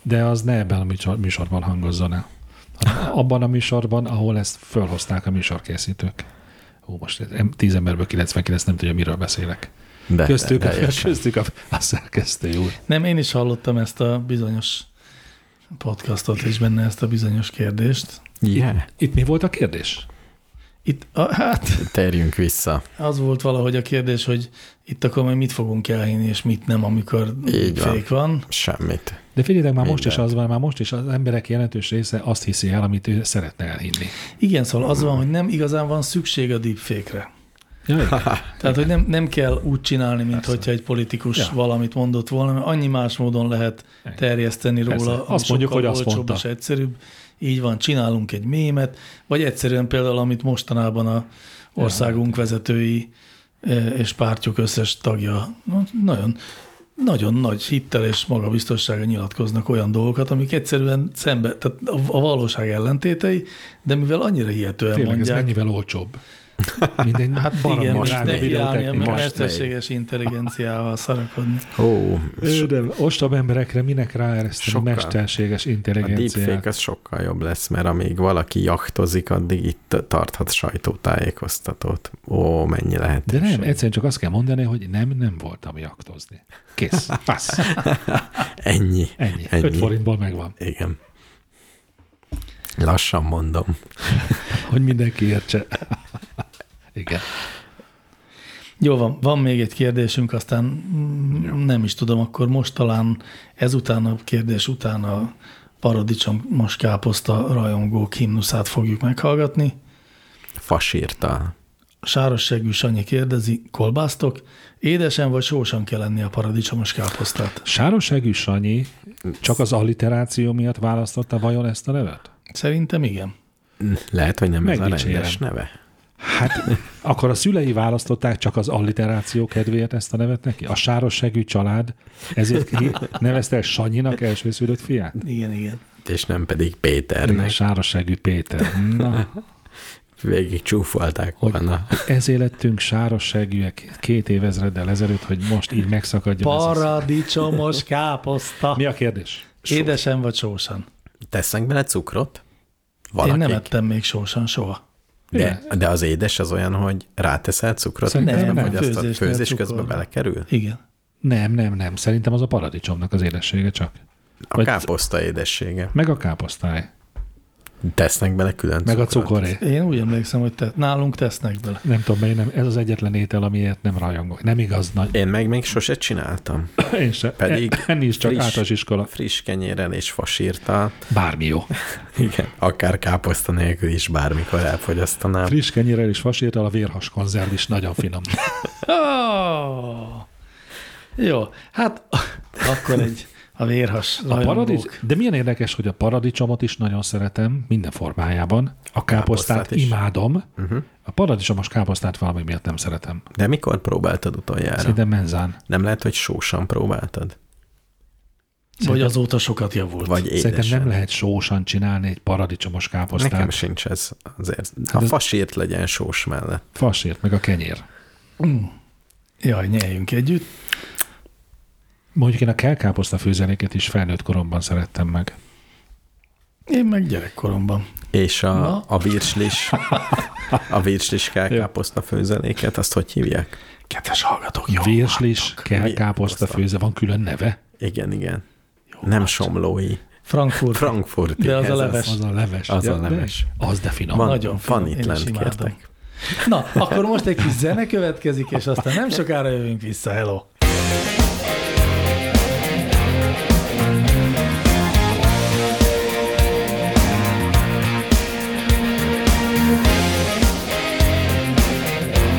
S2: de az ne ebben a műsor, műsorban hangozzon el. hanem Abban a műsorban, ahol ezt fölhozták a műsorkészítők. Ó, most ez- em- 10 emberből 99 nem tudja, miről beszélek.
S1: de,
S2: Köztük,
S1: de,
S2: a,
S1: de
S2: köztük a, a szerkesztő úr.
S4: Nem, én is hallottam ezt a bizonyos podcastot, és benne ezt a bizonyos kérdést.
S1: yeah.
S2: Itt mi volt a kérdés?
S4: Itt, a, hát
S1: Térjünk vissza.
S4: az volt valahogy a kérdés, hogy itt akkor majd mit fogunk elhinni, és mit nem, amikor
S1: Így van.
S4: fék van.
S1: Semmit.
S2: De figyeljetek, már most is
S1: Mindent.
S2: az van, már most is az emberek jelentős része azt hiszi el, amit ő szeretne elhinni.
S4: Igen, szóval az van, hogy nem igazán van szükség a deepfake-re.
S2: Ja, igen.
S4: Tehát, hogy nem, nem kell úgy csinálni, mint hogyha egy politikus
S2: Ja.
S4: ja. valamit mondott volna, mert annyi más módon lehet
S2: Igen.
S4: terjeszteni róla.
S2: Persze.
S4: ami
S2: Azt mondjuk,
S4: sokkal
S2: hogy azt
S4: olcsóbb
S2: mondta.
S4: És egyszerűbb. Így van, csinálunk egy mémet, vagy egyszerűen például, amit mostanában a országunk vezetői eh, és pártjuk összes tagja na- nagyon, nagyon nagy hittel és magabiztossága nyilatkoznak olyan dolgokat, amik egyszerűen szembe, tehát a, a valóság ellentétei, de mivel annyira hihetően
S2: Tényleg ez
S4: mondják,
S2: mennyivel olcsóbb. Minden hát
S4: igen,
S2: baromi
S4: most
S1: drága
S4: neki
S1: videó
S4: állni a
S1: technika. Most
S4: mesterséges intelligenciával szarakodni.
S1: Ó, so,
S2: De ostob emberekre minek ráereszteni
S1: Sokkal.
S2: mesterséges
S1: a deepfake
S2: intelligenciát?
S1: az sokkal jobb lesz, mert amíg valaki jachtozik, addig itt tarthat sajtótájékoztatót. Ó, mennyi
S2: De
S1: lehetőség.
S2: nem, egyszerűen csak azt kell mondani, hogy nem, nem voltam jaktozni. Kész. Passz.
S1: Ennyi.
S2: Ennyi. Ennyi. 5
S1: Ennyi.
S2: forintból megvan,
S1: Igen. Lassan mondom.
S2: hogy mindenki értse. Igen.
S4: Jó van, van még egy kérdésünk, aztán mm, nem is tudom, akkor most talán ezután a kérdés után a paradicsomos káposzta rajongók himnuszát fogjuk meghallgatni.
S1: Fasírta.
S4: Sárosságű Sanyi kérdezi, kolbásztok? Édesen vagy sósan kell enni a paradicsomos káposztát?
S2: Sárosságű Sanyi csak az alliteráció miatt választotta vajon ezt a nevet?
S4: Szerintem igen.
S1: Lehet, hogy nem ez a
S2: Megdicsérem.
S1: rendes neve.
S2: Hát akkor a szülei választották csak az alliteráció kedvéért ezt a nevet neki? A sárosságű család ezért ki nevezte el Sanyinak elsőszülött fiát?
S4: Igen, igen.
S1: És nem pedig
S2: A
S1: Péternek.
S2: sárosságű Péter. Na,
S1: Végig csúfolták
S2: Hogy-
S1: volna.
S2: ezért lettünk sárosságűek két évezreddel ezelőtt, hogy most így megszakadjon ez az-
S4: Paradicsomos káposzta.
S2: Mi a kérdés?
S4: Édesen vagy sósan?
S1: Tesznek bele cukrot?
S4: Én
S1: Valakik?
S4: nem ettem még sósan soha.
S1: De, de az édes az olyan, hogy ráteszel cukrot,
S2: Szerintem
S1: miközben
S2: nem,
S1: fogyasztod,
S4: főzésnél
S1: főzés
S4: cukor.
S1: közben belekerül?
S4: Igen.
S2: Nem, nem, nem. Szerintem az a paradicsomnak az édessége csak.
S1: A
S2: Vagy-
S1: káposzta édessége.
S2: Meg a káposztály.
S1: Tesznek bele külön
S2: Meg a
S1: cukrot.
S2: cukoré.
S4: Én úgy emlékszem, hogy te, nálunk tesznek bele.
S2: Nem tudom, mert én nem, ez az egyetlen étel, amiért nem rajongok. Nem igaz, nagy.
S1: Én meg még sose csináltam.
S2: Én se.
S1: Pedig
S2: E- Enni is csak
S1: friss.
S2: általános iskola.
S1: Friss kenyérrel és fasírtal.
S2: Bármi jó.
S1: Igen, akár káposzta nélkül is bármikor elfogyasztanám.
S2: Friss kenyérrel és vasértel a vérhas konzerv is nagyon finom.
S4: Oh. Jó, hát akkor egy a vérhas
S2: A
S4: rajongók.
S2: paradics, de milyen érdekes, hogy a paradicsomot is nagyon szeretem minden formájában. A káposztát,
S1: Káposztát is.
S2: imádom. Uh-huh. A paradicsomos káposztát valami miatt nem szeretem.
S1: De mikor próbáltad utoljára?
S2: Szerintem menzán.
S1: Nem lehet, hogy sósan próbáltad?
S4: Vagy azóta sokat javult.
S1: Vagy édesen?
S2: Szerintem nem lehet sósan csinálni egy paradicsomos káposztát.
S1: Nekem sincs ez azért.
S2: Hát
S1: Ha
S2: ez-
S1: fasírt legyen sós mellett.
S2: Fasért, meg a kenyér.
S4: Jaj, nyeljünk együtt.
S2: Mondjuk én a kelkáposzta főzeléket is felnőtt koromban szerettem meg.
S4: Én meg gyerekkoromban.
S1: És a,
S4: Na.
S1: a virslis, a virslis káposzta főzeléket, azt hogy hívják?
S4: Kedves hallgatók, jó.
S2: Virslis, kell
S1: Virslis.
S2: káposzta főze, van külön neve?
S1: Igen, igen. Nem somlói.
S4: Frankfurt.
S1: Frankfurti.
S4: De az a
S1: ez
S4: leves.
S2: hát Az a leves.
S1: Az
S2: Ja,
S1: a
S2: de-
S1: leves.
S2: Az de finom.
S1: Van.
S4: Nagyon finom.
S1: Van itt
S4: Én is
S1: lent,
S4: imádom.
S1: kértek.
S4: Na, akkor most egy kis zene következik, és aztán nem sokára jövünk vissza. Hello!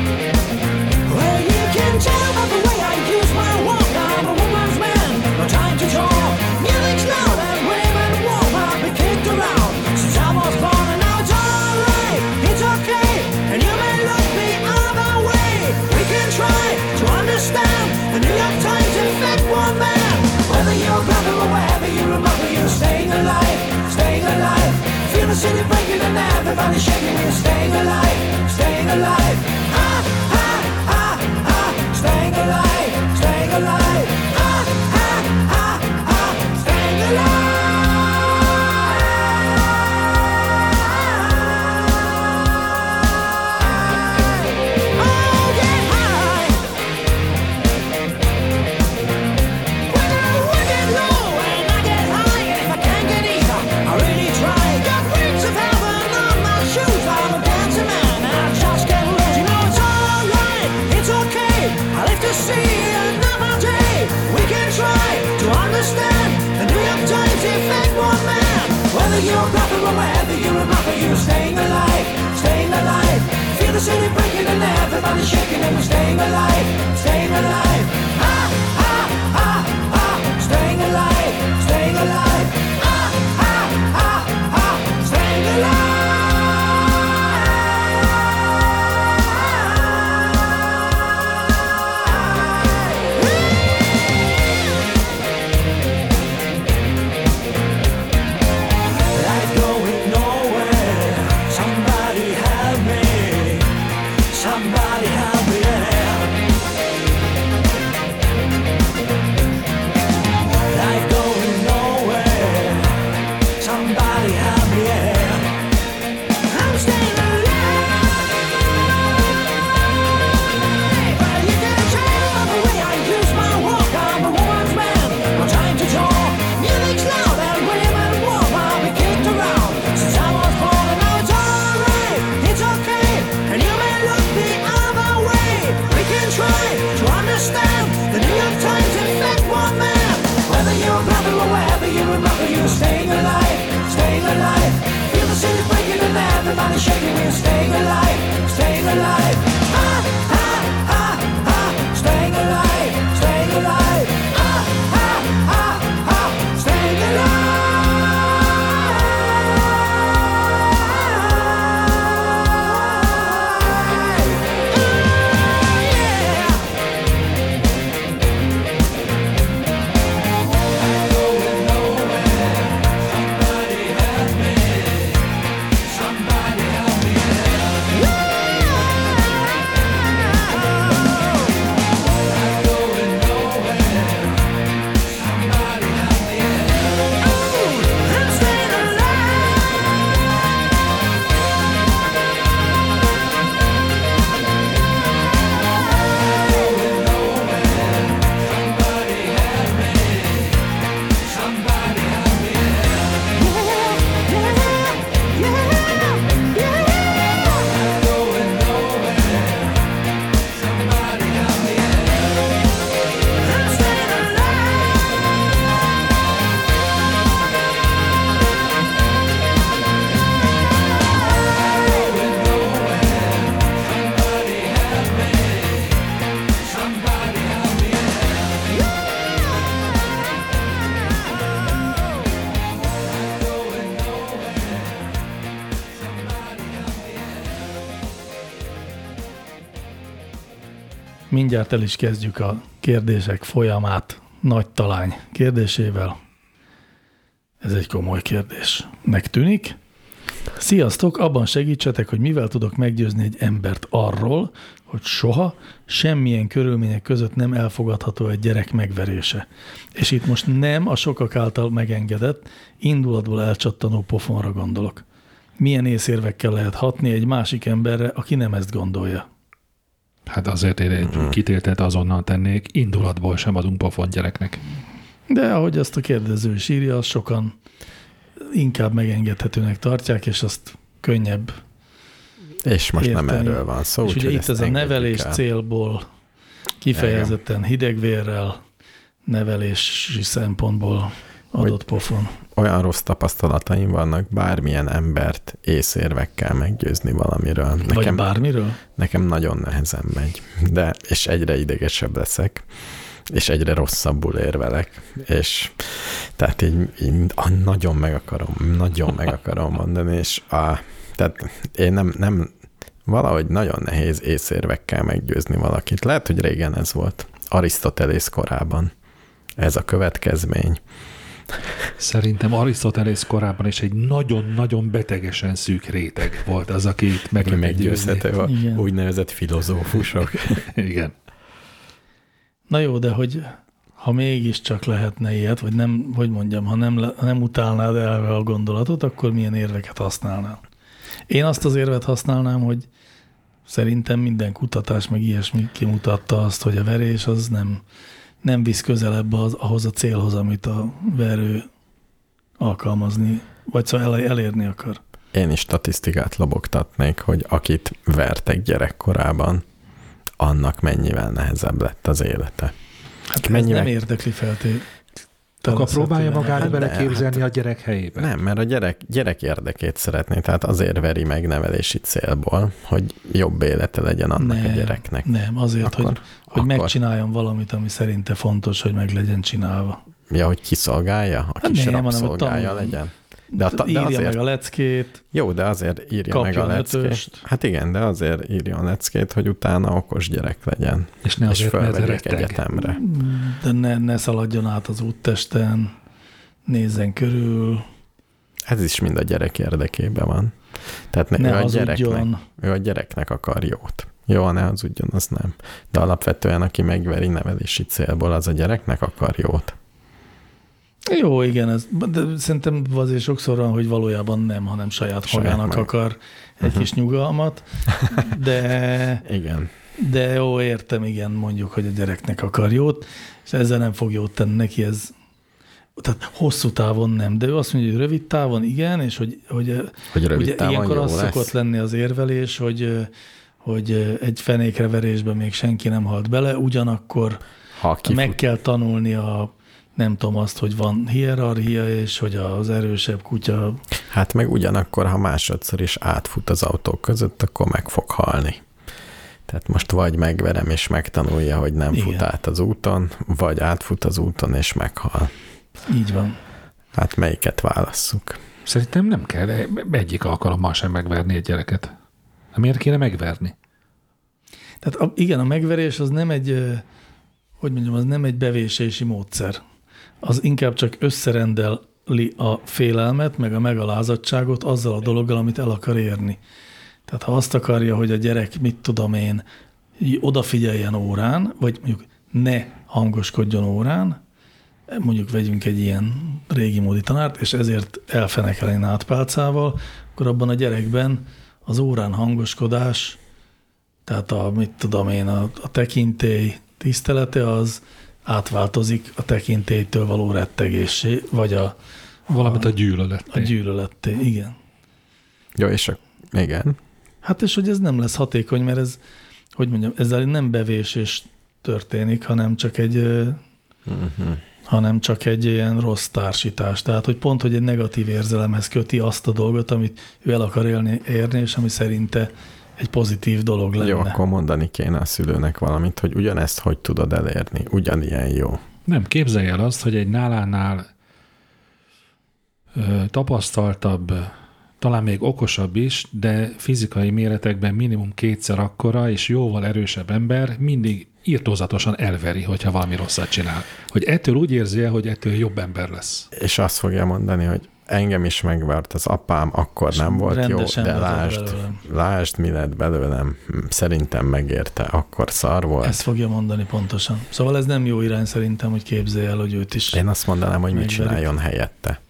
S7: Well, you can tell by the way I use my walk. I'm a woman's man, no time to talk. Music's loud and rave and warm. I've been kicked around since I was born, and now it's alright, it's okay. And you may look the other way. We can try to understand the New York Times in fact one man. Whether you're brother or wherever you remember, you're staying alive, staying alive. Feel the city breaking and everybody shaking. You're staying alive, staying alive. Ah, ah, ah, ah, staying alive, staying alive. Ah, ah, ah, ah, staying alive. Oh, get high. When I wanna get low and I get high, and if I can't get either, I really try. Got wings of heaven on my shoes. I'm a dancing man, and I just get loose. You know it's alright, it's okay. I live to see another day. We can try to understand the New York Times effect, one man. Whether you're black or whether you're a mother, you're staying alive, staying alive. Feel the city breaking and everybody shaking, and we're staying alive, staying alive. Ah, ah, ah, ah, staying alive, staying alive. Ah, ah, ah, ah, staying alive. Life going nowhere. Somebody help me. Somebody help me. Life going nowhere. Somebody help me. I'm staying alive. Well, you can tell by the way I use my walk. I'm a woman's man. No time to talk. Music's loud and women warm. I've been kicked around since I was born, and now it's alright. It's okay, and you may look the other way. We can try to understand the New York Times effect, one man. Whether you're a brother or wherever you remember, you're staying alive, staying alive. Feel the city breaking and everybody shaking. We're staying alive, staying alive. Ah, ah, ah, ah, staying alive, staying alive. Ah, ah, ah, ah, staying alive. Yeah. I'm staying alive. Yeah, yeah, yeah, yeah. I'm staying alive.
S4: Mindjárt el is kezdjük a kérdések folyamát nagy talány kérdésével. Ez egy komoly kérdés. Megtűnik? Sziasztok! Abban segítsetek, hogy mivel tudok meggyőzni egy embert arról, hogy soha semmilyen körülmények között nem elfogadható egy gyerek megverése. És itt most nem a sokak által megengedett, indulatból elcsattanó pofonra gondolok. Milyen észérvekkel lehet hatni egy másik emberre, aki nem ezt gondolja?
S2: Hát azért én egy kitéltet azonnal tennék, indulatból sem adunk pofont gyereknek.
S4: De ahogy azt a kérdező is írja, azt sokan inkább megengedhetőnek tartják, és azt könnyebb
S1: És most
S4: érteni.
S1: nem erről van szó.
S4: és ugye
S1: úgyhogy
S4: itt
S1: ezt
S4: ez a
S1: engedjük
S4: nevelés
S1: el.
S4: célból kifejezetten hidegvérrel, nevelési szempontból adott
S1: Hogy-
S4: pofon.
S1: Olyan rossz tapasztalataim vannak bármilyen embert észérvekkel meggyőzni valamiről.
S4: Vagy
S1: Nekem,
S4: bármiről?
S1: nekem nagyon nehezen megy, de és egyre idegesebb leszek, és egyre rosszabbul érvelek, és tehát így, így ah, nagyon meg akarom, nagyon meg akarom mondani, és a, tehát én nem, nem, valahogy nagyon nehéz észérvekkel meggyőzni valakit. Lehet, hogy régen ez volt, Arisztotelész korában. Ez a következmény.
S2: Szerintem Arisztotelész korában is egy nagyon-nagyon betegesen szűk réteg volt az, aki itt meg lehet győzni.
S1: Meggyőzhető a
S4: Igen.
S1: úgynevezett filozófusok.
S2: Igen.
S4: Na jó, de hogy ha mégiscsak lehetne ilyet, vagy nem, hogy mondjam, ha nem, le- ha nem utálnád elve a gondolatot, akkor milyen érveket használnál? Én azt az érvet használnám, hogy szerintem minden kutatás meg ilyesmi kimutatta azt, hogy a verés az nem, nem visz közelebb az, ahhoz a célhoz, amit a verő alkalmazni, vagy szóval el- elérni akar.
S1: Én is statisztikát lobogtatnék, hogy akit vertek gyerekkorában, annak mennyivel nehezebb lett az élete.
S4: Hát ez
S1: Mennyivel-
S4: nem érdekli feltétlenül.
S2: Akkor próbálja magát
S1: Hát de,
S2: beleképzelni a gyerek helyébe.
S1: Nem, mert a gyerek, gyerek érdekét szeretné, tehát azért veri meg nevelési célból, hogy jobb élete legyen annak nem, a gyereknek.
S4: Nem, azért,
S1: Akkor-
S4: akkor, hogy, hogy
S1: akkor-
S4: megcsináljon valamit, ami szerinte fontos, hogy meg legyen csinálva.
S1: Ja, hogy kiszolgálja, a kis
S4: Hát nem, hanem, hogy
S1: rabszolgája
S4: tanul.
S1: legyen. De, a, ta- de
S4: Írja
S1: azért,
S4: meg a leckét,
S1: jó, de azért írja meg
S4: kapjon
S1: a leckét.
S4: ötöst.
S1: Hát igen, de azért írjon leckét, hogy utána okos gyerek legyen.
S2: És ne
S1: és
S2: azért, mert
S1: fölvegyék
S2: retteg.
S1: egyetemre.
S4: de ne, ne szaladjon át az úttesten, nézzen körül,
S1: Ez is mind a gyerek érdekében van. Tehát ne,
S4: ne,
S1: ő,
S4: ne
S1: a gyereknek,
S4: hazudjon.
S1: ő a gyereknek akar jót. Jó, ne az ugyanaz nem. De alapvetően, aki megveri nevelési célból, az a gyereknek akar jót.
S4: Jó, igen, ez, de szerintem azért sokszor van, hogy valójában nem, hanem saját,
S1: Saját
S4: magának
S1: maga. Mhm.
S4: akar egy kis nyugalmat, de
S1: Igen.
S4: De jó, értem, igen, mondjuk, hogy a gyereknek akar jót, és ezzel nem fog jót tenni neki, ez tehát hosszú távon nem, de ő azt mondja, hogy rövid távon igen, és hogy, hogy eh,
S1: Hogy rövid
S4: ugye
S1: távon
S4: ilyenkor
S1: jó
S4: az
S1: lesz.
S4: szokott lenni az érvelés, hogy eh, hogy eh, egy fenékre verésben még senki nem halt bele, ugyanakkor
S1: Ha kifut,
S4: meg kell tanulni a nem tudom azt, hogy van hierarchia, és hogy az erősebb kutya
S1: Hát meg ugyanakkor, ha másodszor is átfut az autók között, akkor meg fog halni. Tehát most vagy megverem és megtanulja, hogy nem Igen.
S4: Igen.
S1: fut át az úton, vagy átfut az úton és meghal.
S4: így van.
S1: Hát melyiket válasszuk?
S2: Szerintem nem kell e- egyik alkalommal sem megverni egy gyereket. Hát Miért kéne megverni?
S4: Tehát a, igen, a megverés az nem egy, ö, hogy mondjam, az nem egy bevésési módszer. Az inkább csak összerendeli a félelmet, meg a megalázadtságot azzal a dologgal, amit el akar érni. Tehát ha azt akarja, hogy a gyerek, mit tudom én, így odafigyeljen órán, vagy mondjuk ne hangoskodjon órán, mondjuk vegyünk egy ilyen régi módi tanárt, és ezért elfenekeljen átpálcával, akkor abban a gyerekben az órán hangoskodás tehát a, mit tudom én, a, a tekintély tisztelete az átváltozik a tekintélytől való rettegésé, vagy a,
S2: Valamit a
S4: a
S2: gyűlöletté.
S4: gyűlöletté, igen.
S1: Jó, és a... Igen.
S4: Hát és hogy ez nem lesz hatékony, mert ez, hogy mondjam, ezzel nem bevésés történik, hanem csak egy ö,
S1: Uh-huh.
S4: hanem csak egy ilyen rossz társítás. Tehát, hogy pont, hogy egy negatív érzelemhez köti azt a dolgot, amit ő el akar élni, érni, és ami szerinte egy pozitív dolog lenne.
S1: Jó, akkor mondani kéne a szülőnek valamit, hogy ugyanezt hogy tudod elérni, ugyanilyen jó.
S2: Nem, képzelj el azt, hogy egy nálánál ö, tapasztaltabb, talán még okosabb is, de fizikai méretekben minimum kétszer akkora és jóval erősebb ember mindig írtózatosan elveri, hogyha valami rosszat csinál. Hogy ettől úgy érzi el, hogy ettől jobb ember lesz.
S1: És azt fogja mondani, hogy engem is megvart, az apám akkor
S4: És
S1: nem volt jó,
S4: rendesen
S1: de
S4: beteg
S1: lásd,
S4: belőlem.
S1: lásd, mi lett belőlem, Hm, szerintem megérte, akkor szar volt.
S4: Ezt fogja mondani pontosan. Szóval ez nem jó irány szerintem, hogy képzelj el, hogy őt is.
S1: Én azt mondanám, hogy mit
S4: Megverik.
S1: csináljon helyette.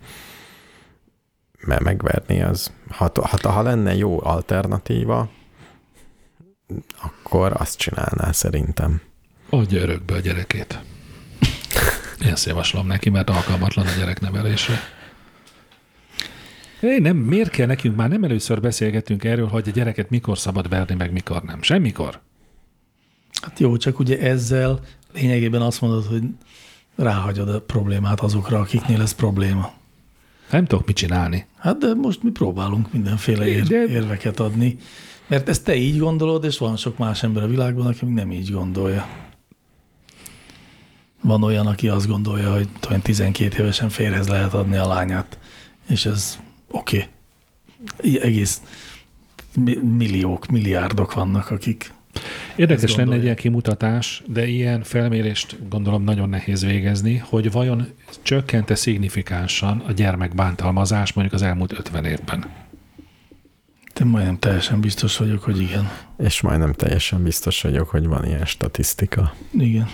S1: Mert megverni az, ha, ha, ha lenne jó alternatíva, akkor azt csinálná szerintem.
S2: Adja örökbe a gyerekét. Én ezt javaslom neki, mert alkalmatlan a gyereknevelésre. Én nem, miért kell nekünk? Már nem először beszélgetünk erről, hogy a gyereket mikor szabad verni, meg mikor nem. Semmikor.
S4: Hát jó, csak ugye ezzel lényegében azt mondod, hogy ráhagyod a problémát azokra, akiknél ez probléma.
S2: Nem tudok mit csinálni.
S4: Hát de most mi próbálunk mindenféle ér-
S2: De-
S4: érveket adni, mert ezt te így gondolod, és van sok más ember a világban, aki még nem így gondolja. Van olyan, aki azt gondolja, hogy talán 12 évesen férhez lehet adni a lányát, és ez oké. Okay. Egész mi- milliók, milliárdok vannak, akik
S2: Érdekes
S4: Ezt
S2: lenne egy
S4: gondolja.
S2: ilyen kimutatás, de ilyen felmérést gondolom nagyon nehéz végezni, hogy vajon csökkente szignifikánsan a gyermekbántalmazás mondjuk az elmúlt 50 évben.
S4: Te majdnem teljesen biztos vagyok, hogy igen.
S1: És majdnem teljesen biztos vagyok, hogy van ilyen statisztika.
S4: Igen.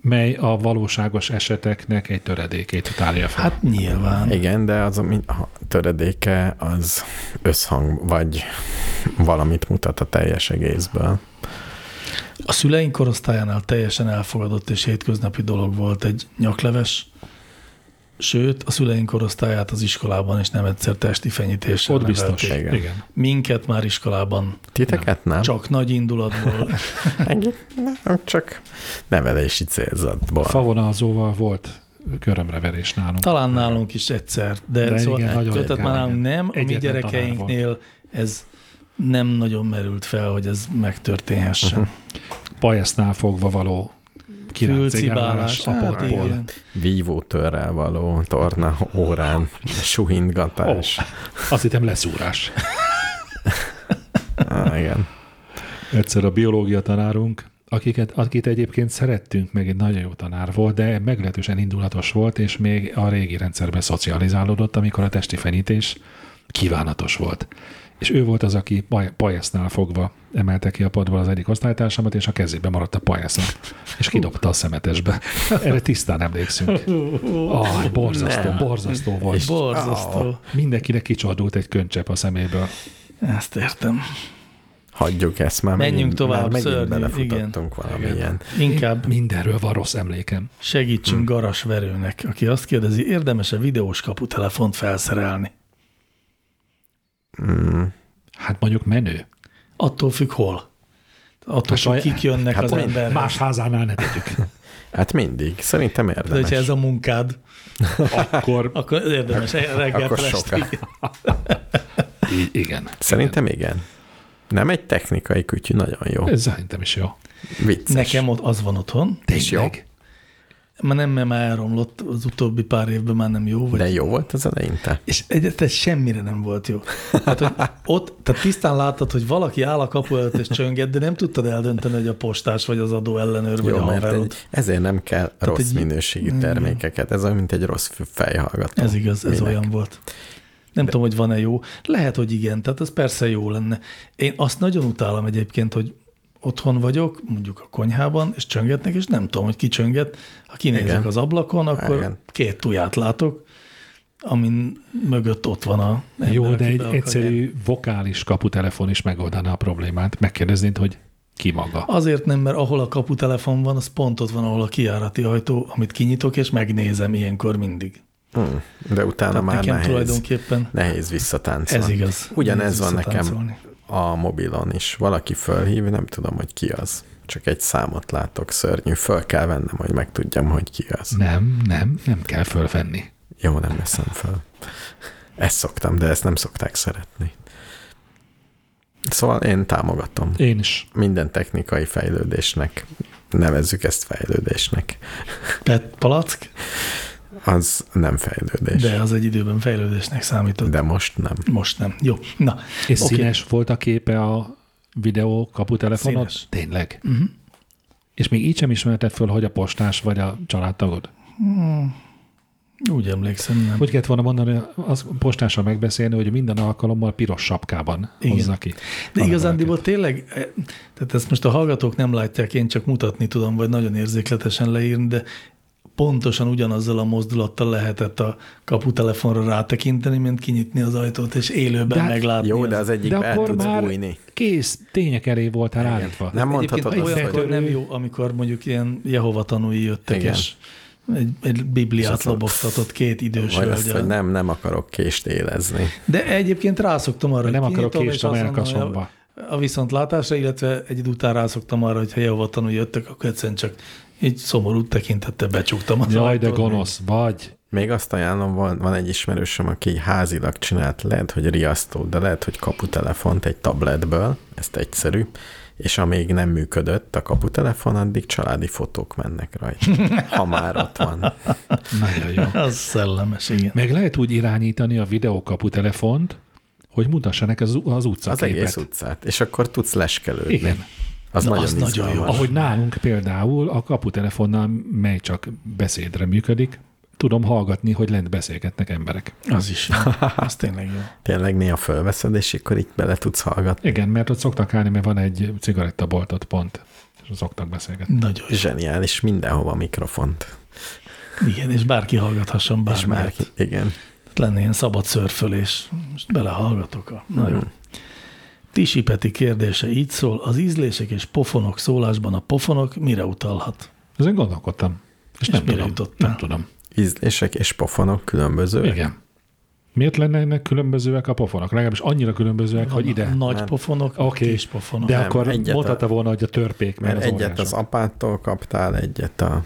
S2: mely a valóságos eseteknek egy töredékét tárja fel. Hát,
S4: Hát nyilván.
S1: Igen, de az ami a töredéke az összhang, vagy valamit mutat a teljes egészből.
S4: A szüleink korosztályánál teljesen elfogadott és hétköznapi dolog volt egy nyakleves, sőt, a szüleink korosztályát az iskolában is nem egyszer testi fenyítéssel
S2: Ott biztos.
S4: nevelték.
S1: igen.
S2: Igen. igen.
S4: Minket már iskolában
S1: Titeket nem?
S4: csak nagy indulatból.
S1: Engem? Nem, csak nevelési célzatból.
S2: Favonalzóval volt körömreverés nálunk.
S4: Talán nálunk is egyszer, de,
S2: De
S4: de szóval,
S2: igen,
S4: igen,
S2: nagyon
S4: tehát
S2: ritkán,
S4: már nálunk
S2: igen.
S4: nem, a mi
S2: Egyetlen tanár
S4: gyerekeinknél ez nem nagyon merült fel, hogy ez megtörténhessen.
S2: Pajasznál fogva való kiráncigálás
S4: Fülcibálás,
S2: a
S4: hát
S2: portból.
S4: igen.
S1: Vívótörrel való torna órán suhintgatás.
S2: Ó, azt hittem leszúrás.
S1: Á, igen.
S2: Egyszer a biológia tanárunk, akiket, akit egyébként szerettünk, meg egy nagyon jó tanár volt, de meglehetősen indulatos volt, és még a régi rendszerbe szocializálódott, amikor a testi fenyítés kívánatos volt. És ő volt az, aki paj- pajásznál fogva emelte ki a padból az egyik osztálytársamat, és a kezébe maradt a pajaszom, és kidobta a szemetesbe. Erre tisztán emlékszünk. Ah, borzasztó, borzasztó volt.
S4: Borzasztó.
S2: Mindenkinek kicsordult egy könycsepp a szeméből.
S4: Ezt értem.
S1: Hagyjuk ezt már.
S4: Menjünk
S1: megint,
S4: tovább,
S1: már megint
S4: szörnyű,
S1: belefutottunk valamilyen.
S4: Inkább
S2: Mindenről van rossz emlékem.
S4: Segítsünk
S1: Hmm.
S4: garasverőnek, aki azt kérdezi, érdemes-e videós kaputelefont felszerelni?
S2: Hát mondjuk menő.
S4: Attól függ hol. Attól
S2: Hát
S4: függ,
S2: saj-
S4: kik jönnek
S1: hát
S4: az
S1: olyan-
S4: emberhez.
S2: Más házánál ne tegyük.
S1: Hát mindig. Szerintem
S4: De
S1: érdemes. Hát
S4: hogyha ez a munkád,
S2: Akkor
S4: akkor érdemes reggel
S1: Akkor soká.
S2: így, igen.
S1: Szerintem igen. Nem egy technikai kütyű, nagyon jó.
S2: Ez szerintem is jó.
S1: Vicces.
S4: Nekem ott az van otthon.
S1: És jó.
S4: Már nem, mert már elromlott az utóbbi pár évben, már nem jó. Vagy
S1: De jó volt az eleinte.
S4: és egyetlen semmire nem volt jó. Tehát, hogy ott, tehát tisztán láttad, hogy valaki áll a kapu előtt és csönget, de nem tudtad eldönteni, hogy a postás vagy az adó ellenőr vagy
S1: Jó,
S4: a
S1: mert
S4: haverod.
S1: egy, ezért nem kell Tehát rossz
S4: hát- egy- Mm.
S1: egy, minőségű termékeket. Ez olyan, mint egy rossz fü- fejhallgató.
S4: Ez igaz, ez
S1: Minek?
S4: olyan volt. Nem tudom, hogy van-e jó. Lehet, hogy igen, tehát ez persze jó lenne. Én azt nagyon utálom egyébként, hogy otthon vagyok, mondjuk a konyhában, és csöngetnek, és nem tudom, hogy ki csönget. Ha kinézek
S1: Igen.
S4: az ablakon, akkor
S1: Igen.
S4: két tuját látok, amin mögött ott van a ember,
S2: Jó,
S4: aki
S2: de egy
S4: be akar nyerni.
S2: egyszerű vokális kaputelefon is megoldaná a problémát. Megkérdeznéd, hogy ki maga.
S4: Azért nem, mert ahol a kaputelefon van, az pont ott van, ahol a kijárati ajtó, amit kinyitok, és megnézem ilyenkor mindig.
S1: Mm. De utána
S4: Tehát
S1: már
S4: nekem
S1: nehéz,
S4: tulajdonképpen
S1: nehéz visszatáncolni.
S4: Ez igaz.
S1: Ugyanez
S4: Nehéz
S1: van nekem
S4: visszatáncolni.
S1: a mobilon is. Valaki fölhív, nem tudom, hogy ki az. Csak egy számot látok, szörnyű. Föl kell vennem, hogy megtudjam, hogy ki az.
S2: Nem, nem, nem kell fölvenni.
S1: Jó, nem veszem fel. Ezt szoktam, de ezt nem szokták szeretni. Szóval én támogatom.
S2: Én is.
S1: Minden technikai fejlődésnek, nevezzük ezt fejlődésnek,
S4: Tehát palack,
S1: az nem fejlődés.
S4: de
S1: De,
S4: az egy időben fejlődésnek számított.
S1: de most nem.
S4: Most nem. Jó. Na,
S2: És
S4: Oké.
S2: okay. színes volt a képe a videó kaputelefonod?
S4: Színes.
S2: Tényleg. Uh-huh. És még így sem ismerted föl, hogy a postás vagy a családtagod?
S4: Úgy emlékszem, nem.
S2: Úgy kellett volna mondani, az postással megbeszélni, hogy minden alkalommal piros sapkában
S4: Igen.
S2: Igen. hozza ki.
S4: De
S2: Arra
S4: igazándiból tényleg, eh, tehát ezt most a hallgatók nem látják, én csak mutatni tudom, vagy nagyon érzékletesen leírni, de pontosan ugyanazzal a mozdulattal lehetett a kaputelefonra rátekinteni, mint kinyitni az ajtót, és élőben
S2: De hát-
S4: meglátni.
S1: Jó,
S4: az-
S1: de az egyik
S2: De
S1: el
S2: akkor
S1: tudsz
S2: már
S1: bújni.
S2: kész tények elé voltál állítva.
S1: Nem
S4: Egyébként
S1: mondhatod azt,
S4: olyan,
S1: hogy
S4: hogy nem jó, amikor mondjuk ilyen Jehova tanúi jöttek,
S1: Igen.
S4: Igen. és egy, egy
S1: És
S4: bibliát
S1: azt mondom,
S4: lobogtatott két idős
S1: vagy azt, hogy
S4: hölgyel.
S1: nem, nem akarok kést élezni.
S4: De egyébként rászoktam arra,
S2: Nem
S4: hogy
S2: akarok
S4: kinyitom, és
S2: kést a
S4: azonnal
S2: melkasomba.
S4: A viszontlátásra, illetve egy idő után rászoktam arra, hogy ha Jehova tanúi jöttek, akkor egyszerűen csak így szomorú tekintettel becsuktam az
S2: Jaj, de
S4: ajtót.
S2: gonosz vagy.
S1: Még azt ajánlom, van, van egy ismerősöm, aki így házilag csinált, lehet, hogy riasztó, de lehet, hogy kaputelefont egy tabletből, ezt egyszerű, és amíg nem működött a kaputelefon, addig családi fotók mennek rajta, ha már ott van.
S2: Nagyon jó.
S4: Az szellemes, igen.
S2: Meg lehet úgy irányítani a videókapu telefont, hogy mutassa neked az, az
S1: Az
S2: utcaképet.
S1: egész utcát, és akkor tudsz leskelődni.
S2: Igen.
S1: Az
S4: Na,
S1: nagyon,
S4: az nagyon jó.
S1: izgalmas.
S2: Ahogy nálunk például a kaputelefonnal, mely csak beszédre működik, tudom hallgatni, hogy lent beszélgetnek emberek.
S4: Az is. jó. Az tényleg jó.
S1: Tényleg néha fölveszed, és akkor így bele tudsz hallgatni.
S2: Igen, mert ott szoktak állni, mert van egy cigarettaboltot pont, és ott szoktak beszélgetni.
S4: Nagyon jó.
S1: Zseniális, mindenhova mikrofont.
S4: Igen, és bárki hallgathasson
S1: És már,
S4: bármelyet.
S1: igen.
S4: Lenne ilyen szabad szörfölés. Most belehallgatok a... Na jó.
S1: Hmm.
S4: Tisi Peti kérdése így szól, az ízlések és pofonok szólásban a pofonok mire utalhat?
S2: Ezen gondolkodtam. És, és nem
S4: mire
S2: tudom.
S4: jutottál?
S2: Nem tudom.
S1: Ízlések és pofonok különböző.
S2: Igen. Miért lennének különbözőek a pofonok? Legalábbis annyira különbözőek, hogy ide.
S4: Nagy
S1: Nem.
S4: pofonok,
S2: Oké.
S4: okay. kis pofonok.
S2: De
S1: Nem,
S2: akkor
S1: egyet a-
S2: mondhatta volna, hogy a törpék, mert,
S1: Mert
S2: az
S1: egyet az apától kaptál, egyet a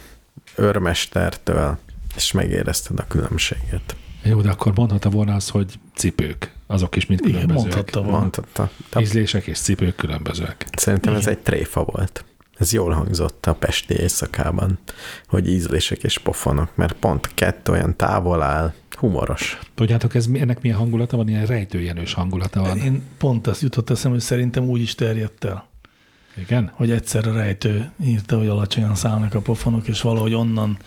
S1: örmestertől, és megérezted a különbséget.
S2: Jó, de akkor mondhatta volna az, hogy cipők. Azok is mind
S4: Igen,
S2: különbözőek.
S4: mondhatta volna.
S1: Mondhatta. De
S2: Ízlések és cipők különbözőek.
S1: Szerintem ez egy tréfa volt. Ez jól hangzott a Pesti éjszakában, hogy ízlések és pofonok, mert pont kettő olyan távol áll, humoros.
S2: Tudjátok, ez, mi- ennek milyen hangulata van? Ilyen rejtőjenős hangulata van.
S4: Én pont azt jutott eszem, hogy szerintem úgy is terjedt el,
S2: Igen?
S4: hogy egyszer a rejtő írta, hogy alacsonyan szállnak a pofonok, és valahogy onnan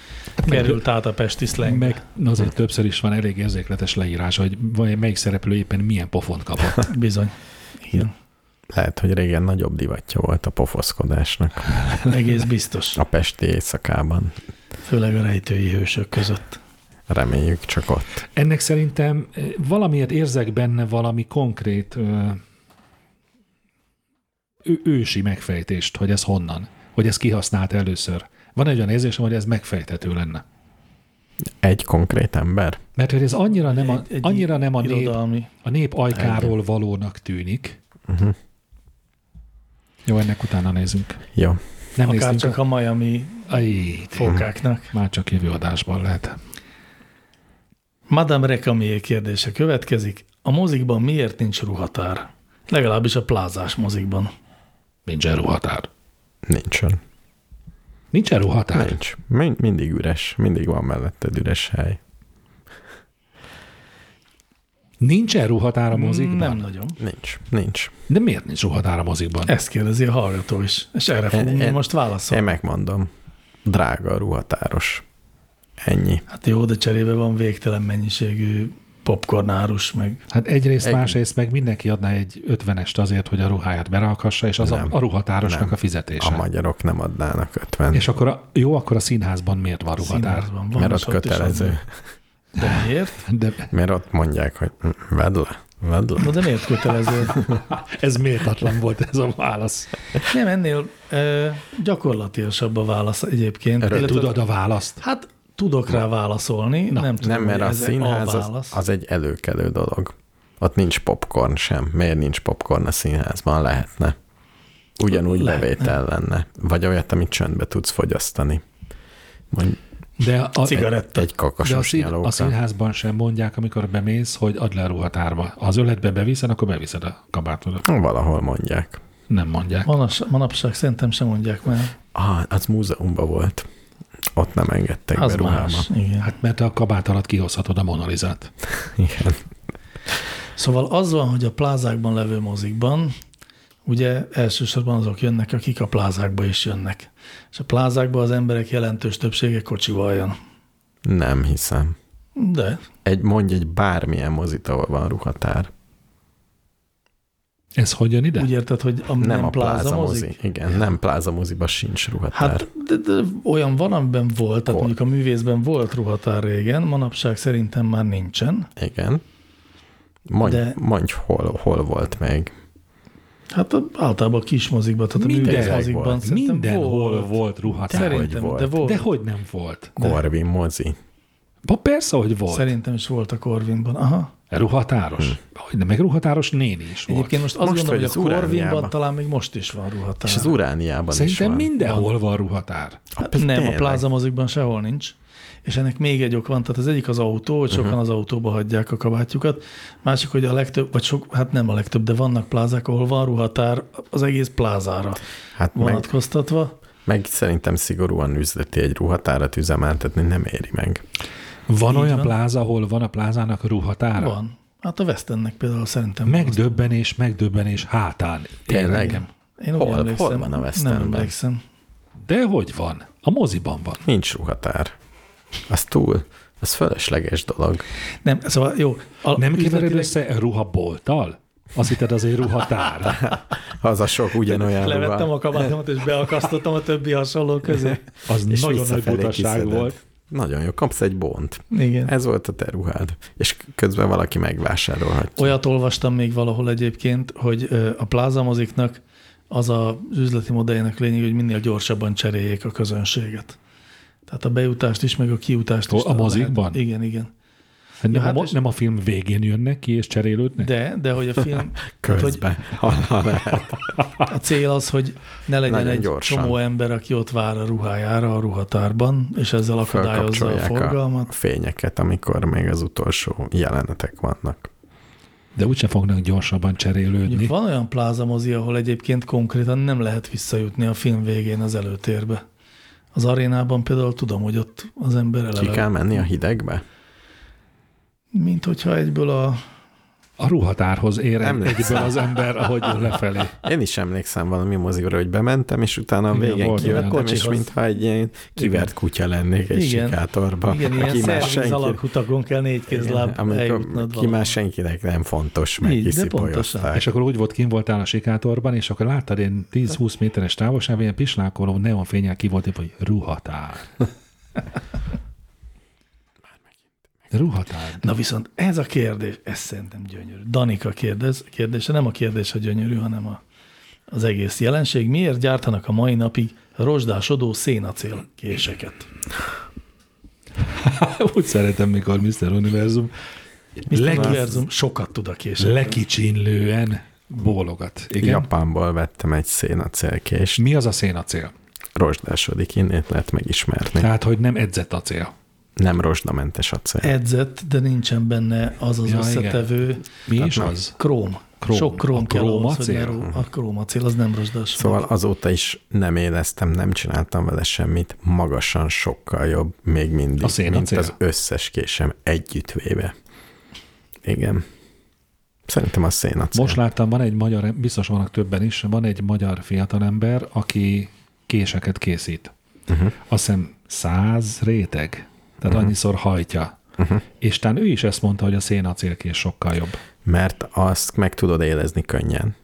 S4: került át a pesti szlengbe.
S2: Meg azért többször is van elég érzékletes leírás, hogy vajon melyik szereplő éppen milyen pofont kapott.
S4: Bizony. Igen.
S1: Lehet, hogy régen nagyobb divatja volt a pofoszkodásnak
S4: Egész biztos.
S1: a Pesti éjszakában.
S4: Főleg a rejtői hősök között.
S1: Reméljük csak ott.
S2: Ennek szerintem eh, valamiért érzek benne valami konkrét ö, ő, ősi megfejtést, hogy ez honnan, hogy ez kihasznált először. Van egy olyan érzésem, hogy ez megfejthető lenne.
S1: Egy konkrét ember?
S2: Mert hogy ez annyira nem a,
S4: Egy- egy
S2: annyira nem a nép,
S4: Irodalmi.
S2: a nép ajkáról valónak tűnik.
S4: Mhm.
S1: Uh-huh.
S2: Jó, ennek utána nézünk.
S1: Jó.
S2: Nem
S4: Akár
S2: néztünk.
S4: csak a Miami
S2: a... Aj,
S4: fókáknak.
S2: már csak jövő adásban lehet.
S4: Madame Recamier kérdése következik. A mozikban miért nincs ruhatár? Legalábbis a plázás mozikban.
S2: Nincsen ruhatár.
S1: Nincsen.
S2: Nincsen ruhatár. Nem.
S1: Nincs. Mind, mindig üres. Mindig van melletted üres hely.
S2: Nincsen ruhatár a mozikban?
S4: Nem
S2: Nem.
S4: nagyon.
S1: Nincs. Nincs.
S2: De miért nincs ruhatár a mozikban?
S4: Ezt kérdezi a hallgató is, és erre fogunk
S2: E-
S4: mi
S1: én-
S4: most
S1: Én
S4: válaszolni.
S1: megmondom. Drága a ruhatáros. Ennyi.
S4: Hát jó, de cserébe van végtelen mennyiségű popcornárus, meg
S2: Hát egyrészt,
S1: Egy-
S2: egy... másrészt meg mindenki adná egy ötvenest azért, hogy a ruháját berakassa, és az
S1: Nem.
S2: nem. a ruhatárosnak
S1: Nem.
S2: a fizetése.
S1: A magyarok nem adnának 50.
S2: hát- És akkor a, jó, akkor a színházban miért van ruhatár?
S4: színházban van.
S1: hát mert
S4: és
S1: ott
S4: is
S1: kötelező.
S4: adnak. De miért?
S2: De
S1: Mert ott mondják, hogy "Mm, vedd le, vedd le.
S4: Na de miért kötelező?
S2: ez méltatlan volt ez a válasz.
S4: Nem, ennél ö, gyakorlatilasabb a válasz egyébként.
S1: Erről
S4: Illetve-
S2: Tudod a választ?
S4: Hát tudok rá válaszolni, Na, nem tudom,
S1: Nem, mert
S4: hogy
S1: a
S4: ez
S1: színház
S4: a
S1: az,
S4: válasz.
S1: az egy előkelő dolog. Ott nincs popcorn sem. Miért nincs popcorn a színházban? Lehetne. Ugyanúgy
S4: Lehetne.
S1: bevétel lenne. Vagy olyat, amit csöndbe tudsz fogyasztani. Mondj
S2: De a,
S4: Cigaretta.
S1: egy
S2: de a,
S1: kakasos
S2: szín,
S1: nyalóka.
S2: a színházban sem mondják, amikor bemész, hogy add le a ruhatárba. Ha az öletbe beviszed, akkor beviszed a kabátodat.
S1: Valahol mondják.
S2: Nem mondják.
S4: Manas, manapság szerintem sem mondják már.
S1: Ah, az múzeumban volt. Ott nem engedtek
S4: Az
S1: be ruhába.
S4: más. Igen. Hát,
S2: Hát mert a kabát alatt kihozhatod a monalizát.
S1: Igen.
S4: szóval az van, hogy a plázákban levő mozikban ugye elsősorban azok jönnek, akik a plázákba is jönnek. És a plázákba az emberek jelentős többsége kocsival jön.
S1: Nem hiszem.
S4: De
S1: Egy, mondj egy bármilyen mozit, ahol van ruhatár.
S2: Ez hogy jön ide?
S4: úgy érted, hogy a, nem,
S1: Nem, nem a
S4: pláza
S1: pláza
S4: mozik?
S1: mozi. Igen, nem pláza moziba sincs ruhatár.
S4: Hát de, de olyan van, amiben volt,
S1: Volt.
S4: tehát mondjuk a művészben volt ruhatár régen, manapság szerintem már nincsen.
S1: Igen. Mondj,
S4: De-
S1: De... mondj hol, hol volt még.
S4: Hát a- általában a kis mozikban, tehát a
S2: Mindenhol
S4: művészmozikban
S1: volt.
S4: szerintem
S2: Mindenhol volt ruhatár.
S1: Szerint-
S4: Szerintem,
S1: volt.
S4: de volt.
S2: De hogy nem volt?
S1: Corvin mozi.
S2: Pa persze, hogy volt.
S4: Szerintem is volt a Corvinban. Aha.
S2: Ruhatáros. Hogy nem, meg ruhatáros néni is volt.
S4: Egyébként most azt
S1: Most,
S4: gondolom,
S1: hogy
S4: hogy,
S1: az
S4: a Corvinban
S1: Urániában.
S4: talán még most is van ruhatár.
S1: És az Urániában is
S2: Szerintem
S1: van.
S2: mindenhol van ruhatár.
S4: Hát
S1: Ez
S4: nem,
S1: tényleg.
S4: a plázamozikban sehol nincs. És ennek még egy ok van, tehát az egyik az autó, hogy
S1: Mhm.
S4: sokan az autóba hagyják a kabátjukat, másik, hogy a legtöbb, vagy sok, hát nem a legtöbb, de vannak plázák, ahol van ruhatár az egész plázára
S1: Hát meg,
S4: vonatkoztatva.
S1: meg szerintem szigorúan üzleti egy ruhatárat üzemeltetni nem éri meg.
S2: Van olyan
S4: van.
S2: pláza, ahol van a plázának ruhatára?
S4: Van. Hát a Westennek például szerintem.
S2: Megdöbbenés, megdöbbenés hátán.
S1: Tényleg?
S4: Én úgy
S1: Hol- hol
S4: emlékszem,
S1: van a
S4: Nem
S1: Westenben?
S4: emlékszem.
S2: De hogy van? A moziban van.
S1: Nincs ruhatár. Az túl. Az fölösleges dolog.
S4: Nem, szóval jó. A
S2: Nem kevered
S4: üzletileg-
S2: össze ruhabolttal? Azt hitted azért ruhatár.
S1: Az a sok ugyanolyan
S4: Levettem
S1: ruha.
S4: a kabátomat, és beakasztottam a többi hasonló közé.
S2: Az
S1: És
S2: nagyon nagy
S1: visszafelé
S2: butaság
S1: kiszeded.
S2: volt.
S1: Nagyon jó, kapsz egy bont.
S4: Igen.
S1: Ez volt a te ruhád. És közben valaki megvásárolhatja.
S4: Olyat olvastam még valahol egyébként, hogy ö, a plázamoziknak az a üzleti modelljének lényeg, hogy minél gyorsabban cseréljék a közönséget. Tehát a bejutást is, meg a kijutást is.
S2: A mozikban?
S4: Lehet. Igen, igen.
S2: Hát nem,
S4: hát
S2: a,
S4: és-
S2: mo- nem a film végén jönnek ki és cserélődnek?
S4: De, de hogy a film, tehát, hát, hogy
S1: Közben. Ha- ha lehet.
S4: a cél az, hogy ne legyen
S1: Nagyon
S4: egy
S1: gyorsan.
S4: csomó ember, aki ott vár a ruhájára a ruhatárban, és ezzel akadályozza a
S1: Fölkapcsolják a
S4: forgalmat.
S1: fényeket, amikor még az utolsó jelenetek vannak.
S2: De úgyse fognak gyorsabban cserélődni.
S4: Mondjuk van olyan plázamozi, ahol egyébként konkrétan nem lehet visszajutni a film végén az előtérbe. Az arénában például tudom, hogy ott az ember eleve.
S1: Ki kell menni a hidegbe?
S4: Mint hogyha egyből a...
S2: A ruhatárhoz ér
S1: Emlékszem.
S2: egyből az ember, ahogy jön lefelé.
S1: Én is emlékszem valami mozivra, hogy bementem, és utána a
S2: Igen,
S1: végén
S2: volt olyan.
S1: kijöttem, és
S4: Kocsihoz.
S1: mintha egy ilyen kivert kutya lennék egy
S4: Igen.
S1: sikátorba.
S4: Igen, ilyen
S1: Aki már
S4: szerviz
S1: senki-
S4: alakhutakon kell négy kézláb
S1: Igen, amikor
S4: eljutnod
S1: ki
S4: valahol.
S1: már senkinek nem fontos,
S4: Így,
S1: meg
S4: de
S1: kiszipolyozták.
S2: És akkor úgy volt, kim voltál a sikátorban, és akkor láttad én 10-20 méteres távolságban ilyen pislákoló neonfényel ki volt, hogy ruhatár. ruhatár.
S4: Na viszont ez a kérdés, ez szerintem gyönyörű. Danika kérdez, kérdése nem a kérdés a gyönyörű, hanem a, az egész jelenség. Miért gyártanak a mai napig rozsdásodó szénacél késeket?
S2: úgy szeretem, mikor Mr. Univerzum leki-
S4: Univerzum sokat tud a kések.
S2: lekicsinlően bólogat. Igen?
S1: Japánból vettem egy szénacélkést,
S2: Mi az a szénacél?
S1: rozsdásodik, innét lehet megismerni.
S2: Tehát, hogy nem edzett acél.
S1: Nem rozsdamentes acél.
S4: edzett, de nincsen benne az az
S2: Ja,
S4: ja, összetevő
S2: Mi
S1: Hát
S2: is
S1: nem.
S2: az?
S4: króm.
S2: Króm.
S4: króm. Sok króm
S2: A
S4: kell
S2: króm
S4: ahhoz, hogy ne
S2: acél?
S4: ró- a krómacél, az nem rozsdás.
S1: Szóval azóta is nem éleztem, nem csináltam vele semmit, magasan sokkal jobb még mindig,
S2: A szén
S1: mint
S2: acél.
S1: az összes késem együttvéve. Igen. Szerintem a szén acél.
S2: Most láttam, van egy magyar, biztos vannak többen is, van egy magyar fiatalember, aki késeket készít. Uh-huh. Azt hiszem száz réteg, tehát uh-huh. annyiszor hajtja. Uh-huh. És tán ő is ezt mondta, hogy a szénacélkés sokkal jobb.
S1: Mert azt meg tudod élezni könnyen.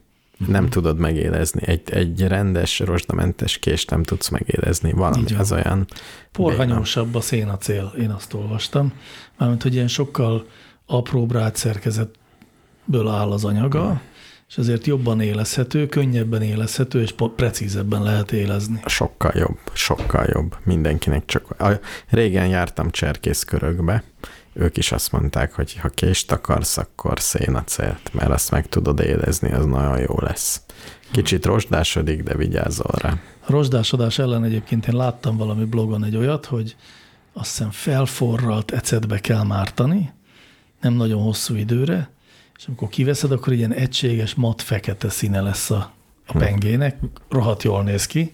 S1: Nem tudod megélezni. Egy, egy rendes, rozsdamentes kést nem tudsz megélezni. Valami
S4: Így van.
S1: az olyan.
S4: Porhanyósabb a szénacél, én azt olvastam. Mármint, hogy ilyen sokkal apróbb rágyszerkezetből áll az anyaga, és ezért jobban élezhető, könnyebben élezhető, és po- precízebben lehet élezni.
S1: Sokkal jobb, sokkal jobb. Mindenkinek csak... A, régen jártam cserkészkörökbe, ők is azt mondták, hogy ha kést akarsz, akkor szénacélt, mert azt meg tudod élezni, az nagyon jó lesz. Kicsit rozsdásodik, de vigyázol rá.
S4: A rozsdásodás ellen egyébként én láttam valami blogon egy olyat, hogy azt hiszem felforralt ecetbe kell mártani, nem nagyon hosszú időre, és amikor kiveszed, akkor ilyen egységes, mat fekete színe lesz a,
S1: Hm.
S4: a pengének, rohadt jól néz ki,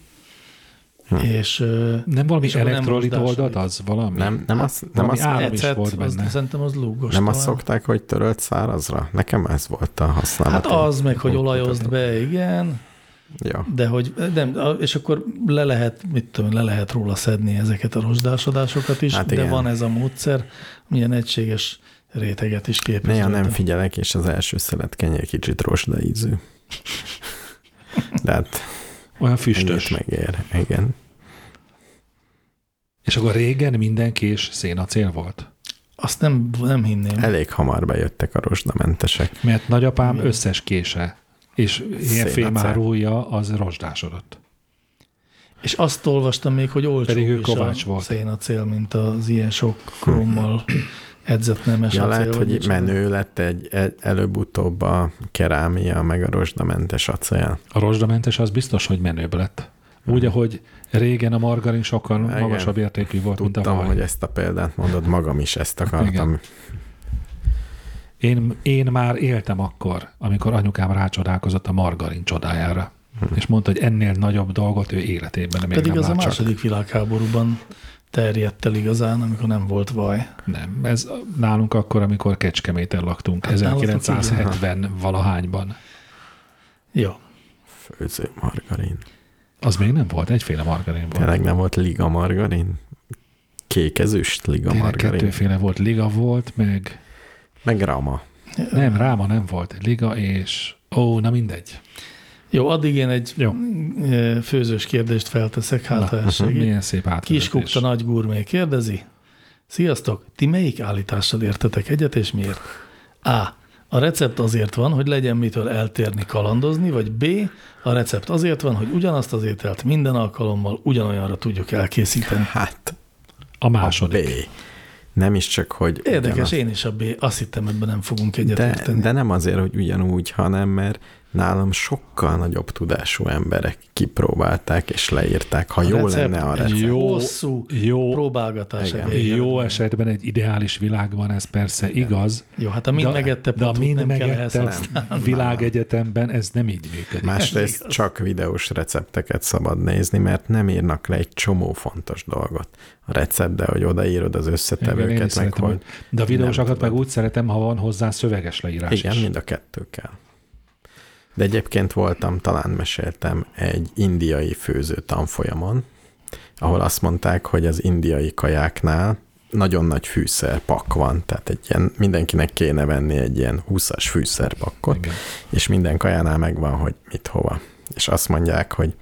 S1: Hm.
S4: és ö,
S2: Nem valami
S4: És akkor nem
S2: elektrolit
S4: rozsdás
S2: oldat
S4: vagy.
S2: az valami?
S1: Nem, nem, azt, nem,
S2: valami
S1: azt,
S2: áram is
S4: ecet,
S2: volt
S4: az,
S2: benne.
S4: szerintem az lúgos.
S1: nem azt
S4: talán.
S1: szokták, hogy törölt szárazra? Nekem ez volt a használat.
S4: Hát az meg, hogy olajozd be, igen,
S1: Ja.
S4: De hogy, nem, a- és akkor le lehet, mit tudom, én, le lehet róla szedni ezeket a rozsdásodásokat is,
S1: Hát
S4: hát de
S1: igen.
S4: van ez a módszer, milyen egységes réteget is képes.
S1: Néha nem
S4: rajta.
S1: figyelek, és az első szelet kenyér kicsit rosda ízű. De hát
S2: Olyan
S1: ennyit
S2: füstös.
S1: megér, igen.
S2: És akkor régen minden kés szénacél volt.
S4: Azt nem, nem hinném.
S1: Elég hamar bejöttek a rozsdamentesek.
S2: Mert nagyapám összes kése és ilyen
S1: Szénacél.
S2: fémárója az rozsdásodott.
S4: És azt olvastam még, hogy olcsó
S2: Pedig ő
S4: is
S2: Kovács
S4: a
S2: volt.
S4: szénacél, mint az ilyen sok krommal edzett nemes
S1: Ja,
S4: acél,
S1: lehet,
S4: vagy
S1: hogy
S4: micsoda.
S1: menő lett egy, egy előbb-utóbb a kerámia, meg a rozsdamentes acél.
S2: A rozsdamentes az biztos, hogy menőbb lett. Úgy, ahogy régen a margarin sokkal
S1: Hmm. Igen.
S2: magasabb értékű volt, mint a
S1: Tudtam,
S2: vaj.
S1: hogy ezt a példát mondod, magam is ezt akartam.
S2: Igen. Én, én már éltem akkor, amikor anyukám rácsodálkozott a margarin csodájára.
S1: Hmm.
S2: És mondta, hogy ennél nagyobb dolgot ő életében még
S4: Pedig
S2: nem
S4: az a
S2: lát csak.
S4: második világháborúban terjedt el igazán, amikor nem volt vaj.
S2: Nem, ez nálunk akkor, amikor Kecskeméten laktunk,
S4: Hát nálatok igen.
S2: 1970 valahányban.
S4: Ja,
S1: Főző margarin.
S2: Az még nem volt, egyféle margarin volt.
S1: Tényleg nem volt liga margarin? Kékezüst liga
S2: Tényleg
S1: margarin.
S2: kettőféle volt, liga volt, meg
S1: Meg rama.
S2: nem, ráma nem volt, liga és ó, na mindegy.
S4: Jó, addig én egy
S2: Jó.
S4: ö, főzős kérdést felteszek, hát ha ez segít.
S2: Milyen szép átvezetés.
S4: Kiskukta nagy gurmé kérdezi. Sziasztok, ti melyik állítással értetek egyet, és miért? A. A recept azért van, hogy legyen mitől eltérni, kalandozni, vagy B. A recept azért van, hogy ugyanazt az ételt minden alkalommal ugyanolyanra tudjuk elkészíteni.
S1: Hát,
S2: A
S1: a B.
S2: második.
S1: Nem is csak, hogy...
S4: Érdekes,
S1: ugyanaz-
S4: én is a B. Azt hittem, ebben nem fogunk egyet
S1: de,
S4: érteni.
S1: de nem azért, hogy ugyanúgy, hanem mert nálam sokkal nagyobb tudású emberek kipróbálták és leírták, ha jó
S4: recept
S1: lenne a
S4: egy
S1: recept.
S4: Jó,
S2: Jó,
S4: hosszú jó,
S2: jó,
S4: próbálgatás.
S1: igen.
S4: ebből.
S2: Jó esetben egy ideális világban ez persze igaz,
S4: Jó, hát a mind
S2: de,
S4: megette
S2: de a
S4: pontot
S2: mind
S4: nem kell ehhez
S2: megette
S4: használni.
S2: világegyetemben ez nem így működik.
S1: Másrészt csak videós recepteket szabad nézni, mert nem írnak le egy csomó fontos dolgot a receptbe, hogy odaírod az
S2: Igen, én is
S1: összetevőket, meg
S2: szeretem,
S1: hogy...
S2: hogy- De a videósakat
S1: tudod.
S2: meg úgy szeretem, ha van hozzá szöveges leírás
S1: Igen,
S2: is.
S1: mind a kettő kell. De egyébként voltam, talán meséltem, egy indiai főző tanfolyamon, ahol azt mondták, hogy az indiai kajáknál nagyon nagy fűszerpak van, tehát egy ilyen, mindenkinek kéne venni egy ilyen 20-as fűszerpakot,
S2: Igen.
S1: és minden kajánál megvan, hogy mit hova. És azt mondják, hogy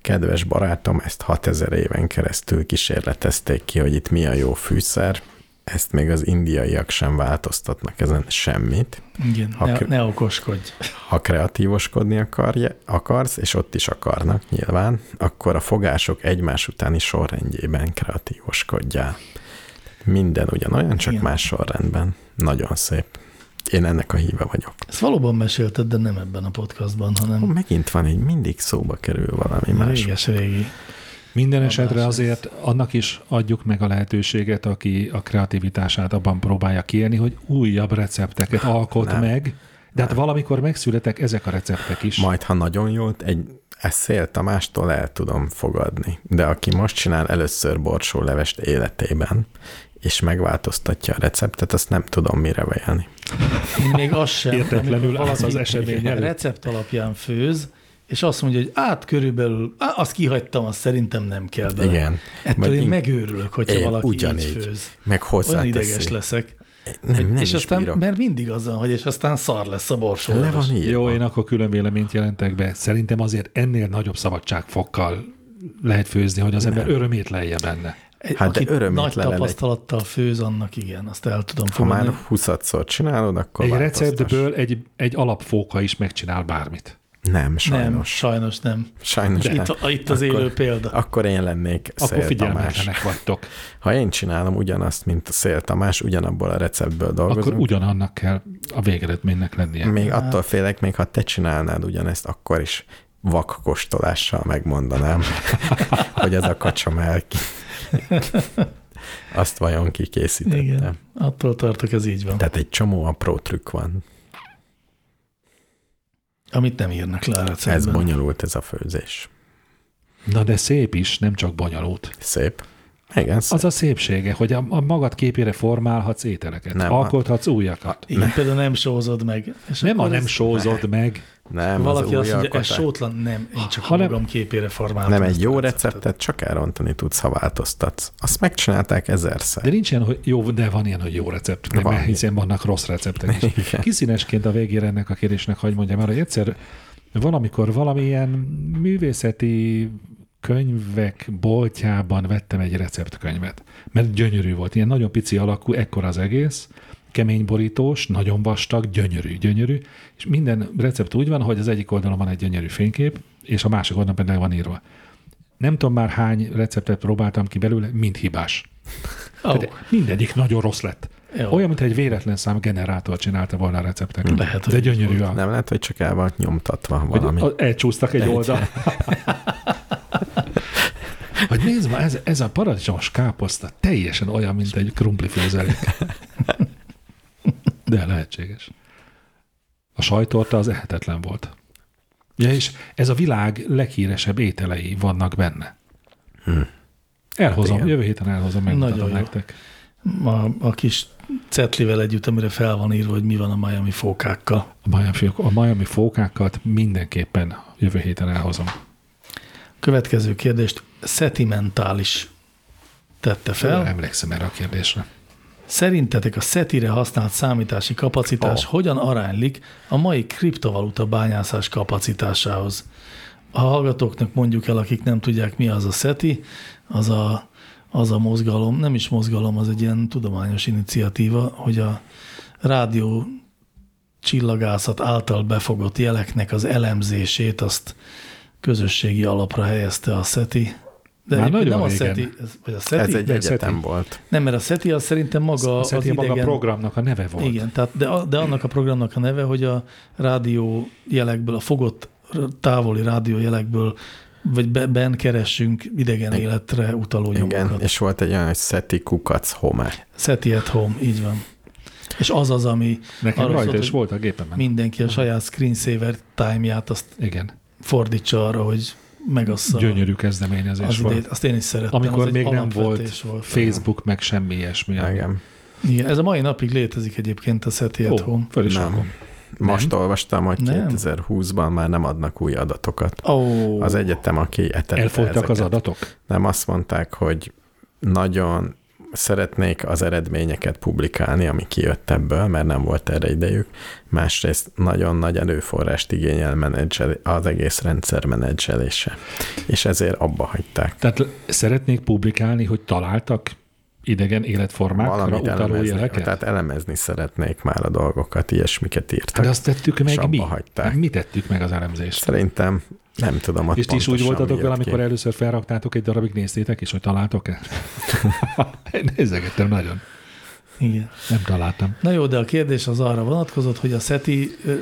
S1: kedves barátom, ezt 6000 éven keresztül kísérletezték ki, hogy itt mi a jó fűszer, ezt még az indiaiak sem változtatnak ezen semmit.
S4: Igen,
S1: Ha
S4: ne,
S1: kö-
S4: ne okoskodj.
S1: Ha kreatívoskodni akarja, akarsz, és ott is akarnak nyilván, akkor a fogások egymás utáni sorrendjében kreatívoskodjál. Minden ugyanolyan, csak
S4: Igen.
S1: más sorrendben. Nagyon szép. Én ennek a híve vagyok.
S4: Ezt valóban mesélted, de nem ebben a podcastban,
S1: Ó,
S4: hanem
S1: Megint van egy, mindig szóba kerül valami más.
S4: réges régi.
S2: Minden esetre azért annak is adjuk meg a lehetőséget, aki a kreativitását abban próbálja kiélni, hogy újabb recepteket alkot
S1: nem.
S2: meg, de hát valamikor megszületek ezek a receptek is.
S1: Majd, ha nagyon jót, egy eszél Tamástól el tudom fogadni. De aki most csinál először borsólevest életében, és megváltoztatja a receptet, azt nem tudom mire vejeni.
S4: Én még az sem.
S2: Értetlenül
S4: amikor
S2: állsz
S4: valaki
S2: az esemény
S4: a
S2: előtt.
S4: recept alapján főz, és azt mondja, hogy át körülbelül, á, azt kihagytam, azt szerintem nem kell bele.
S1: Igen.
S4: Ettől
S1: Vagy
S4: én
S1: ink-
S4: megőrülök, hogyha
S1: Én
S4: valaki
S1: ugyanígy.
S4: így főz.
S1: Meg
S4: Olyan
S1: hozzáteszi.
S4: ideges leszek.
S1: Nem, nem
S4: és
S1: is
S4: aztán,
S1: bírok.
S4: mert mindig azzal, hogy és aztán szar lesz a borsó.
S1: Le van írva.
S2: Jó, én akkor külön véleményt jelentek be. Szerintem azért ennél nagyobb szabadságfokkal lehet főzni, hogy az ember örömét lejje benne.
S1: Hát de
S4: Aki
S1: örömét
S4: nagy
S1: lelel egy-
S4: tapasztalattal főz, annak igen, azt el tudom
S1: ha már
S4: fogadni.
S1: 20-szor csinálod, akkor
S2: Egy
S1: változtass.
S2: receptből egy, egy alapfóka is megcsinál bármit.
S1: Nem,
S4: Nem,
S1: sajnos.
S4: sajnos nem.
S1: Nem. Sajnos
S4: De
S1: nem.
S4: itt, itt az
S1: Akkor-
S4: élő példa.
S1: Akkor én lennék
S2: Akkor
S1: Szél
S2: figyelmetlenek
S1: Tamás.
S2: vagytok.
S1: Ha én csinálom ugyanazt, mint a Szél Tamás, ugyanabból a receptből dolgozunk, Mm.
S2: Akkor ugyanannak kell a végeredménynek lennie.
S1: Még attól félek, még ha te csinálnád ugyanezt, akkor is vakkostolással megmondanám, hogy ez a kacsa már ki. Azt vajon kikészítette.
S4: Igen, attól tartok, ez így van.
S1: Tehát egy csomó apró trükk van.
S4: Amit nem írnak le a receptben.
S1: Ez bonyolult ez a főzés.
S2: Na de szép is, nem csak bonyolult.
S1: Szép. Igen, szép.
S2: Az a szépsége, hogy a, a magad képére formálhatsz ételeket,
S1: Nem, hát-
S2: nem, alkothatsz újakat.
S4: Igen, például nem sózod meg.
S1: Hát
S4: És
S2: Nem a
S4: akkor
S2: nem
S4: ez-
S2: sózod meg,
S1: Nem,
S4: Valaki
S1: az
S4: azt
S1: új
S2: "E
S4: mondja, ez
S1: alkotás.
S4: sótlan, nem, én csak
S2: Ha
S4: ha
S2: nem-
S4: magam képére formáltam.
S1: Nem egy
S4: ezt
S1: jó
S4: a
S1: receptet csak elrontani tudsz, ha változtatsz. Azt megcsinálták ezerszer.
S2: De nincs ilyen, hogy jó, de van ilyen, hogy jó recept, de
S1: Van.
S2: mert hiszen vannak rossz receptek is.
S1: Igen.
S2: Kiszínesként a végére ennek a kérdésnek hagyd mondjam el, hogy egyszer valamikor valamilyen művészeti könyvek boltjában vettem egy receptkönyvet, mert gyönyörű volt, ilyen nagyon pici alakú, ekkora az egész, kemény borítós, nagyon vastag, gyönyörű, gyönyörű, és minden recept úgy van, hogy az egyik oldalon van egy gyönyörű fénykép, és a másik oldalon pedig van írva. Nem tudom már hány receptet próbáltam ki belőle, mind hibás.
S4: Ó,
S2: Tehát mindegyik nagyon rossz lett.
S4: Jó.
S2: Olyan, mintha egy véletlen szám generátor csinálta volna a recepteket.
S4: Lehet, hogy
S2: De
S4: így
S2: gyönyörű a...
S1: Nem lehet, hogy csak el volt nyomtatva
S2: Hogy
S1: valami.
S2: a- elcsúsztak egy oldal. Hogy nézd már, ez, ez a paradicsomos káposzta teljesen olyan, mint egy krumpli főzelék. De lehetséges. A sajtorta az ehetetlen volt. Ja, és ez a világ leghíresebb ételei vannak benne. Elhozom,
S1: Hm. Hát Igen.
S2: jövő héten elhozom,
S4: Nagyon
S2: megmutatom
S4: jó.
S2: nektek.
S4: A, a kis cetlivel együtt, amire fel van írva, hogy mi van a Miami fókákkal.
S2: A Miami, a Miami fókákat mindenképpen jövő héten elhozom.
S4: Következő kérdést szetimentális tette fel.
S2: Emlékszem erre a kérdésre.
S4: Szerintetek a SETI-re használt számítási kapacitás oh. hogyan aránylik a mai kriptovaluta bányászás kapacitásához? A hallgatóknak mondjuk el, akik nem tudják, mi az a SETI, az a, az a mozgalom, nem is mozgalom, az egy ilyen tudományos iniciatíva, hogy a rádió csillagászat által befogott jeleknek az elemzését azt közösségi alapra helyezte a SETI. De
S2: Már
S4: egyébként
S2: nagyon
S4: nem a
S2: régen.
S4: SETI, ez- vagy a SETI,
S1: Ez egy
S2: de
S1: egyetem
S2: Szeti.
S1: volt.
S4: nem, mert a SETI az szerintem maga
S2: A,
S4: az
S2: Szerintem maga a
S4: idegen...
S2: programnak a neve volt.
S4: Igen, tehát de, a- de annak a programnak a neve, hogy a rádió jelekből, a fogott r- távoli rádió jelekből, vagy be- ben keressünk idegen életre utaló
S1: Igen,
S4: nyomokat.
S1: és volt egy olyan, hogy Szeti Kukac Home.
S4: SETI at home, így van. És az az, ami
S2: Nekem
S4: arra
S2: rajta
S4: szólt,
S2: is
S4: hogy
S2: volt a gépemen.
S4: mindenki a saját screensaver time-ját azt
S2: Igen,
S4: fordítsa arra, hogy megassza
S2: gyönyörű kezdeményezés
S4: Szóval az
S2: volt.
S4: idejét. Azt én is szerettem. az
S2: Amikor
S4: egy
S2: még nem volt,
S4: alapvetés volt
S2: Facebook, meg semmi ilyesmi.
S1: Igen.
S4: Igen, ez a mai napig létezik egyébként a SETI at
S2: Ó,
S4: home.
S2: föl is
S1: Nem.
S2: rakom.
S1: Most olvastam, hogy
S4: Nem.
S1: 2020-ban már nem adnak új adatokat.
S4: Oh.
S1: Az egyetem, aki etette
S2: Elfogytak az
S1: ezeket.
S2: adatok?
S1: nem azt mondták, hogy nagyon szeretnék az eredményeket publikálni, ami kijött ebből, mert nem volt erre idejük. Másrészt nagyon nagy előforrást igényel menedzsel, az egész rendszer menedzselése. És ezért abba hagyták.
S2: Tehát l- szeretnék publikálni, hogy találtak idegen életformákra
S1: Valamit
S2: utaló
S1: elemezni,
S2: jeleket?
S1: tehát elemezni szeretnék már a dolgokat, ilyesmiket írtak.
S2: Hát De azt tettük
S1: és
S2: meg mi?
S1: abba hagyták.
S2: Mi tettük meg az elemzést?
S1: Szerintem nem tudom, ott
S2: És ti is úgy
S1: pontosan
S2: voltatok
S1: mi
S2: vele,
S1: jött ki.
S2: amikor először felraktátok egy darabig, néztétek is, hogy találtok-e? Én Nézegettem nagyon.
S4: Igen.
S2: Nem találtam.
S4: Na jó, de a kérdés az arra vonatkozott, hogy a SETI ö,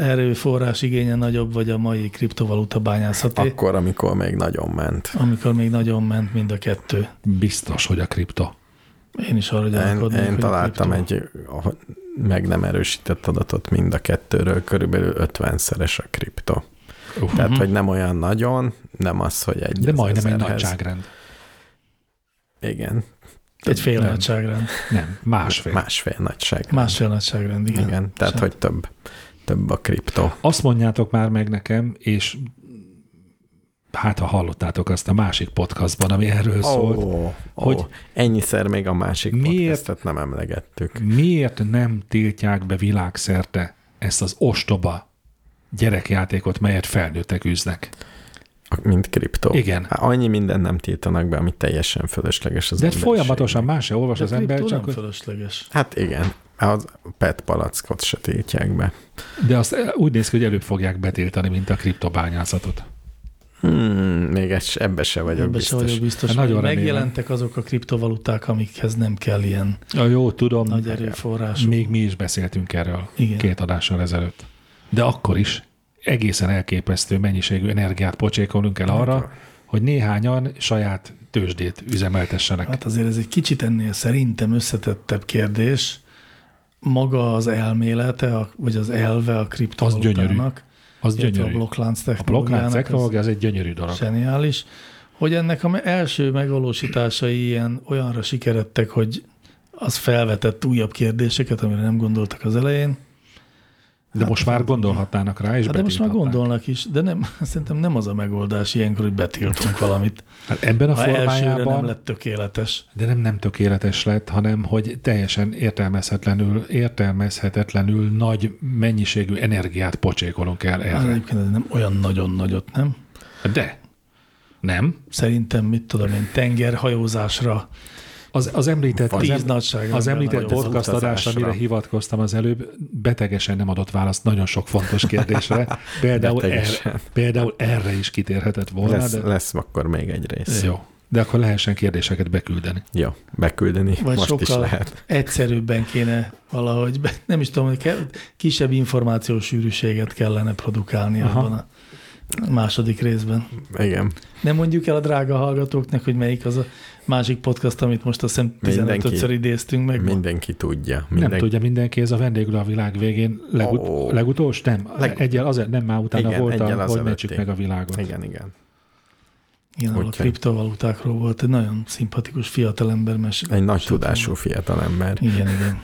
S4: erőforrás igénye nagyobb, vagy a mai kriptovaluta bányászati, Ak-
S1: Akkor, amikor még nagyon ment.
S4: amikor még nagyon ment mind a kettő.
S2: Biztos, hogy a kripto.
S4: Én is arra
S1: Én,
S4: gyanakodnék,
S1: én
S4: hogy a
S1: találtam
S4: kripto.
S1: egy ahogy meg nem erősített adatot mind a kettőről, körülbelül 50-szeres a kripto.
S2: Uh,
S1: Tehát, hogy nem olyan nagyon, nem az, hogy egy
S2: De
S1: az
S2: majdnem egy
S1: ezerhez.
S2: nagyságrend.
S1: Igen,
S4: Egy fél
S2: Nem.
S4: nagyságrend.
S2: Nem, másfél.
S1: másfél nagyság.
S4: Másfél nagyságrend, igen.
S1: Igen, tehát,
S4: Sem.
S1: hogy több, több a kripto.
S2: Azt mondjátok már meg nekem, és hát ha hallottátok azt a másik podcastban, ami erről szólt,
S1: ó,
S2: hogy-
S1: hogy ennyiszer még a másik
S2: Miért-
S1: podcastet nem emlegettük.
S2: miért nem tiltják be világszerte ezt az ostoba gyerekjátékot, melyet felnőttek űznek?
S1: A- Mint kriptó.
S2: Igen.
S1: Hát annyi mindent nem tiltanak be, ami teljesen fölösleges az
S2: De hát
S1: emberiségnek.
S2: folyamatosan más se olvas
S4: De
S2: az ember,
S4: kriptó
S2: csak
S4: nem
S2: hogy-
S4: fölösleges.
S1: Hát igen, az PET palackot se tiltják be.
S2: de azt eh, úgy néz ki, hogy előbb fogják betiltani, mint a kriptobányászatot.
S1: Hmm, még ez, ebbe se vagyok
S4: Ebben
S1: biztos.
S4: sem vagyok biztos.
S2: Hát nagyon
S4: hogy
S2: remélem.
S4: megjelentek azok a kriptovaluták, amikhez nem kell ilyen
S2: Ja, jó, tudom,
S4: nagy erőforrású.
S2: Még mi is beszéltünk erről Igen.
S4: Igen.
S2: két adással ezelőtt. De akkor is egészen elképesztő mennyiségű energiát pocsékolunk el arra,
S4: Hát,
S2: hogy néhányan saját tőzsdét üzemeltessenek. Hát,
S4: Hát azért ez egy kicsit ennél szerintem összetettebb kérdés. Maga az elmélete, a- vagy az elve a kriptovalutának,
S2: az
S4: illetve a
S2: gyönyörű.
S4: blokklánc
S2: A blokklánc
S4: technológiának,
S2: technológia az egy gyönyörű dolog.
S4: az zseniális, hogy ennek a me- első megvalósításai ilyen olyanra sikeredtek, hogy az felvetett újabb kérdéseket, amire nem gondoltak az elején,
S2: De most már gondolhatnának rá, és
S4: Hát de most már
S2: betilthatnák.
S4: gondolnak is, de nem, szerintem nem az a megoldás ilyenkor, hogy betiltunk valamit.
S2: Hát ebben a
S4: Ha elsőre
S2: formájában,
S4: nem lett tökéletes.
S2: de nem nem tökéletes lett, hanem hogy teljesen értelmezhetetlenül, értelmezhetetlenül nagy mennyiségű energiát pocsékolunk el
S4: Hát
S2: erre.
S4: Egyébként ez nem olyan nagyon nagyot, nem?
S2: De nem.
S4: Szerintem, mit tudom én, tengerhajózásra
S2: Az, az említett,
S4: Tíz
S2: az,
S4: nagyságrendben
S2: az említett
S4: nagyobb az
S2: podcast adás,
S1: utazásra.
S2: amire hivatkoztam az előbb, betegesen nem adott választ nagyon sok fontos kérdésre. Például,
S1: Betegesen.
S2: erre, például erre is kitérhetett volna,
S1: Lesz,
S2: de
S1: lesz akkor még egy rész.
S2: jó. De akkor lehessen kérdéseket beküldeni.
S1: Jó, beküldeni
S4: Vagy
S1: most is
S4: sokkal
S1: lehet.
S4: egyszerűbben kéne valahogy, be- nem is tudom, hogy kell, kisebb információs sűrűséget kellene produkálni Aha. abban a második részben.
S1: Igen,
S4: Nem mondjuk el a drága hallgatóknak, hogy melyik az a másik podcast, amit most azt hiszem
S1: Mindenki.
S4: 15-ször idéztünk meg.
S1: mindenki tudja.
S2: Minden... Nem
S1: Mindenki,
S2: tudja mindenki, ez a vendégül a világ végén legut-
S1: Ó.
S2: oh. legutolsó? Nem,
S1: Legut-
S2: Leg... egyel azért nem már utána
S1: Igen,
S2: igen, volt,
S1: egyel
S2: a, hogy
S1: azelőtti.
S2: mentsük meg a világot.
S1: Igen, igen.
S4: Igen, ahol a
S1: Úgyhogy.
S4: kriptovalutákról volt egy nagyon szimpatikus fiatalember mesél.
S1: Egy nagy tudású fiatalember.
S4: Igen, igen.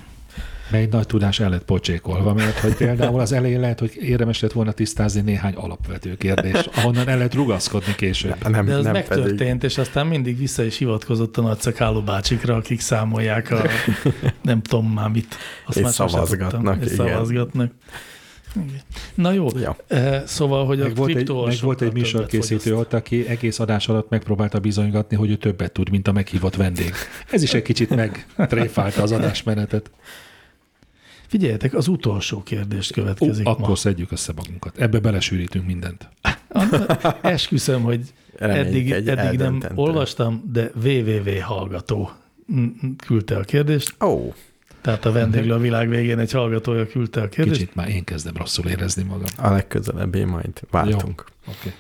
S2: Mely nagy tudás el lett pocsékolva, mert hogy például az elején lehet, hogy érdemes lett volna tisztázni néhány alapvető kérdést, ahonnan el lehet rugaszkodni később.
S1: Nem,
S4: De az
S1: nem
S4: megtörtént,
S1: pedig
S4: és aztán mindig vissza is hivatkozott a nagyszakáló bácsikra, akik számolják a nem tudom már mit. Azt
S1: És
S4: már sosem
S1: szavazgatnak,
S4: tudtam. és
S1: igen.
S4: szavazgatnak. Igen. Na jó,
S1: Ja.
S4: ja. szóval, hogy
S2: Meg
S4: a
S2: volt, egy,
S4: kriptó
S2: meg volt
S4: sokkal
S2: egy
S4: többet
S2: műsorkészítő
S4: fogyaszt.
S2: ott, aki egész adás alatt megpróbálta bizonygatni, hogy ő többet tud, mint a meghívott vendég. Ez is egy kicsit megtréfálta az adásmenetet.
S4: Figyeljetek, az utolsó kérdés
S2: Ó,
S4: következik
S2: akkor
S4: ma.
S2: szedjük össze magunkat. Ebbe belesűrítünk mindent.
S4: Anna, Esküszöm, hogy
S1: Reméljük,
S4: eddig,
S1: egy
S4: eddig nem
S1: eldöntendő.
S4: olvastam, de www hallgató mm, küldte a kérdést.
S1: Ó,
S4: Tehát a vendéglő a világ végén egy hallgatója küldte a kérdést.
S2: Kicsit már én kezdem rosszul érezni magam.
S1: a legközelebbé majd váltunk.
S2: Oké. Okay.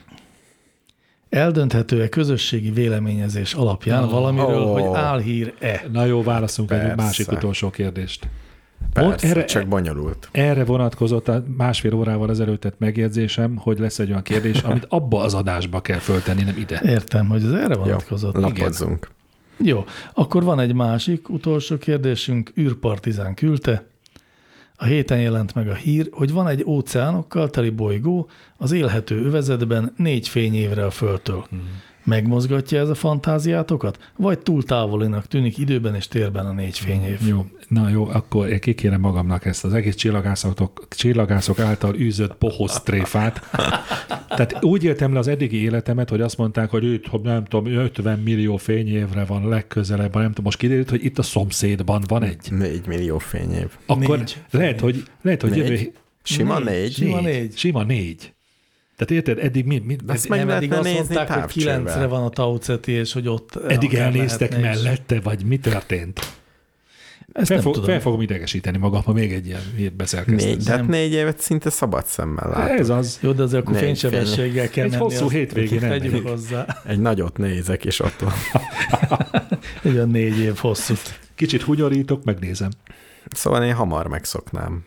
S4: Eldönthető-e közösségi véleményezés alapján valamiről,
S1: Ah, Ó.
S4: hogy álhír-e?
S2: Na jó, válaszunk egy
S1: Persze.
S2: másik utolsó kérdést.
S1: Persze,
S2: erre-
S1: csak bonyolult.
S2: Erre vonatkozott a másfél órával ezelőtt tett megjegyzésem, hogy lesz egy olyan kérdés, amit abba az adásba kell föltenni, nem ide.
S4: Értem, hogy ez erre
S1: Jó,
S4: vonatkozott.
S1: lapozzunk.
S4: Jó, akkor van egy másik utolsó kérdésünk, űrpartizán küldte. A héten jelent meg a hír, hogy van egy óceánokkal teli bolygó az élhető övezetben négy fényévre a Földtől.
S1: Hmm.
S4: Megmozgatja ez a fantáziátokat, vagy túl távolinak tűnik időben és térben a
S1: Hmm.
S4: négy fényév?
S2: Jó, na jó, akkor én kikérem magamnak ezt az egész csillagászatok, csillagászok által űzött pohoz tréfát. Tehát úgy éltem le az eddigi életemet, hogy azt mondták, hogy őt, hogy nem tudom, 50 millió fényévre van legközelebb, nem tudom, most kiderült, hogy itt a szomszédban van egy.
S1: 4 millió fényév.
S2: Akkor
S4: Négy.
S2: lehet, hogy, lehet, hogy jövő,
S1: Négy? Sima négy?
S4: Sima négy.
S2: Sima négy. Tehát érted, eddig mi, mi
S1: Azt
S4: Meg
S1: meg
S4: nem, eddig
S1: lehetne
S4: azt
S1: nézni
S4: mondták, hogy
S1: távcsővel.
S4: 9-re van a Tauceti, és hogy ott...
S2: eddig
S4: akár
S2: elnéztek
S4: lehetne is.
S2: mellette, vagy mi történt?
S4: Ezt
S2: Fel,
S4: nem
S2: fog,
S4: tudom.
S2: fel fogom idegesíteni magam, ha még egy ilyen hírt
S1: Négy,
S2: beszerkeztem.
S1: de hát négy évet szinte szabad szemmel lát.
S2: Ez az.
S4: Jó, de azért akkor
S1: Négy
S4: fénysebességgel kell
S2: Egy
S4: menni,
S2: hosszú
S4: azt
S2: hétvégén
S4: Tegyük
S2: elmegyünk.
S4: hozzá.
S1: Egy nagyot nézek, és ott van.
S4: Egy olyan négy év hosszút.
S2: Kicsit hunyorítok, megnézem.
S1: Szóval én hamar megszoknám.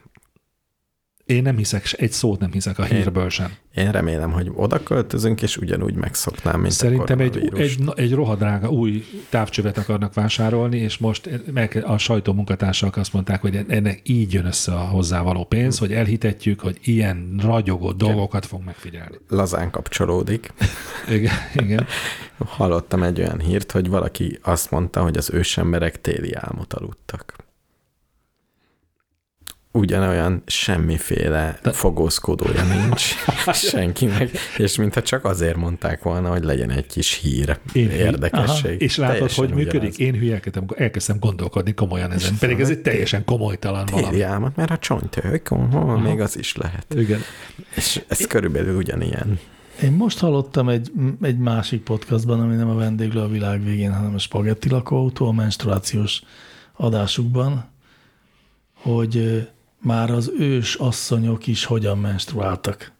S2: Én nem hiszek, se- egy szót nem hiszek a hírből sem.
S1: Én remélem, hogy oda költözünk, és ugyanúgy megszoknám, mint
S2: Szerintem
S1: a
S2: egy,
S1: koronavírust.
S2: egy, na- egy rohadrága új távcsövet akarnak vásárolni, és most meg a sajtó munkatársak azt mondták, hogy ennek így jön össze a hozzávaló pénz,
S1: Hm.
S2: hogy elhitetjük, hogy ilyen ragyogó dolgokat fog megfigyelni.
S1: lazán kapcsolódik.
S2: Igen, igen.
S1: Hallottam egy olyan hírt, hogy valaki azt mondta, hogy az ősemberek téli álmot aludtak. Ugyanolyan semmiféle De... fogózkodója nincs senkinek, és mintha csak azért mondták volna, hogy legyen egy kis hír,
S2: Én-
S1: érdekesség. Aha,
S2: És látod, hogy működik? Én hülyelkedem, amikor elkezdtem gondolkodni komolyan ezen. Pedig ez egy teljesen komolytalan
S1: Téli
S2: valami.
S1: álmot, mert a csontők, oh, még az is lehet.
S2: Igen.
S1: És ez körülbelül ugyanilyen.
S4: Én most hallottam egy, egy másik podcastban, ami nem a vendéglő a világ végén, hanem a spagetti lakóautó, a menstruációs adásukban, hogy ö, már az ős asszonyok is hogyan menstruáltak.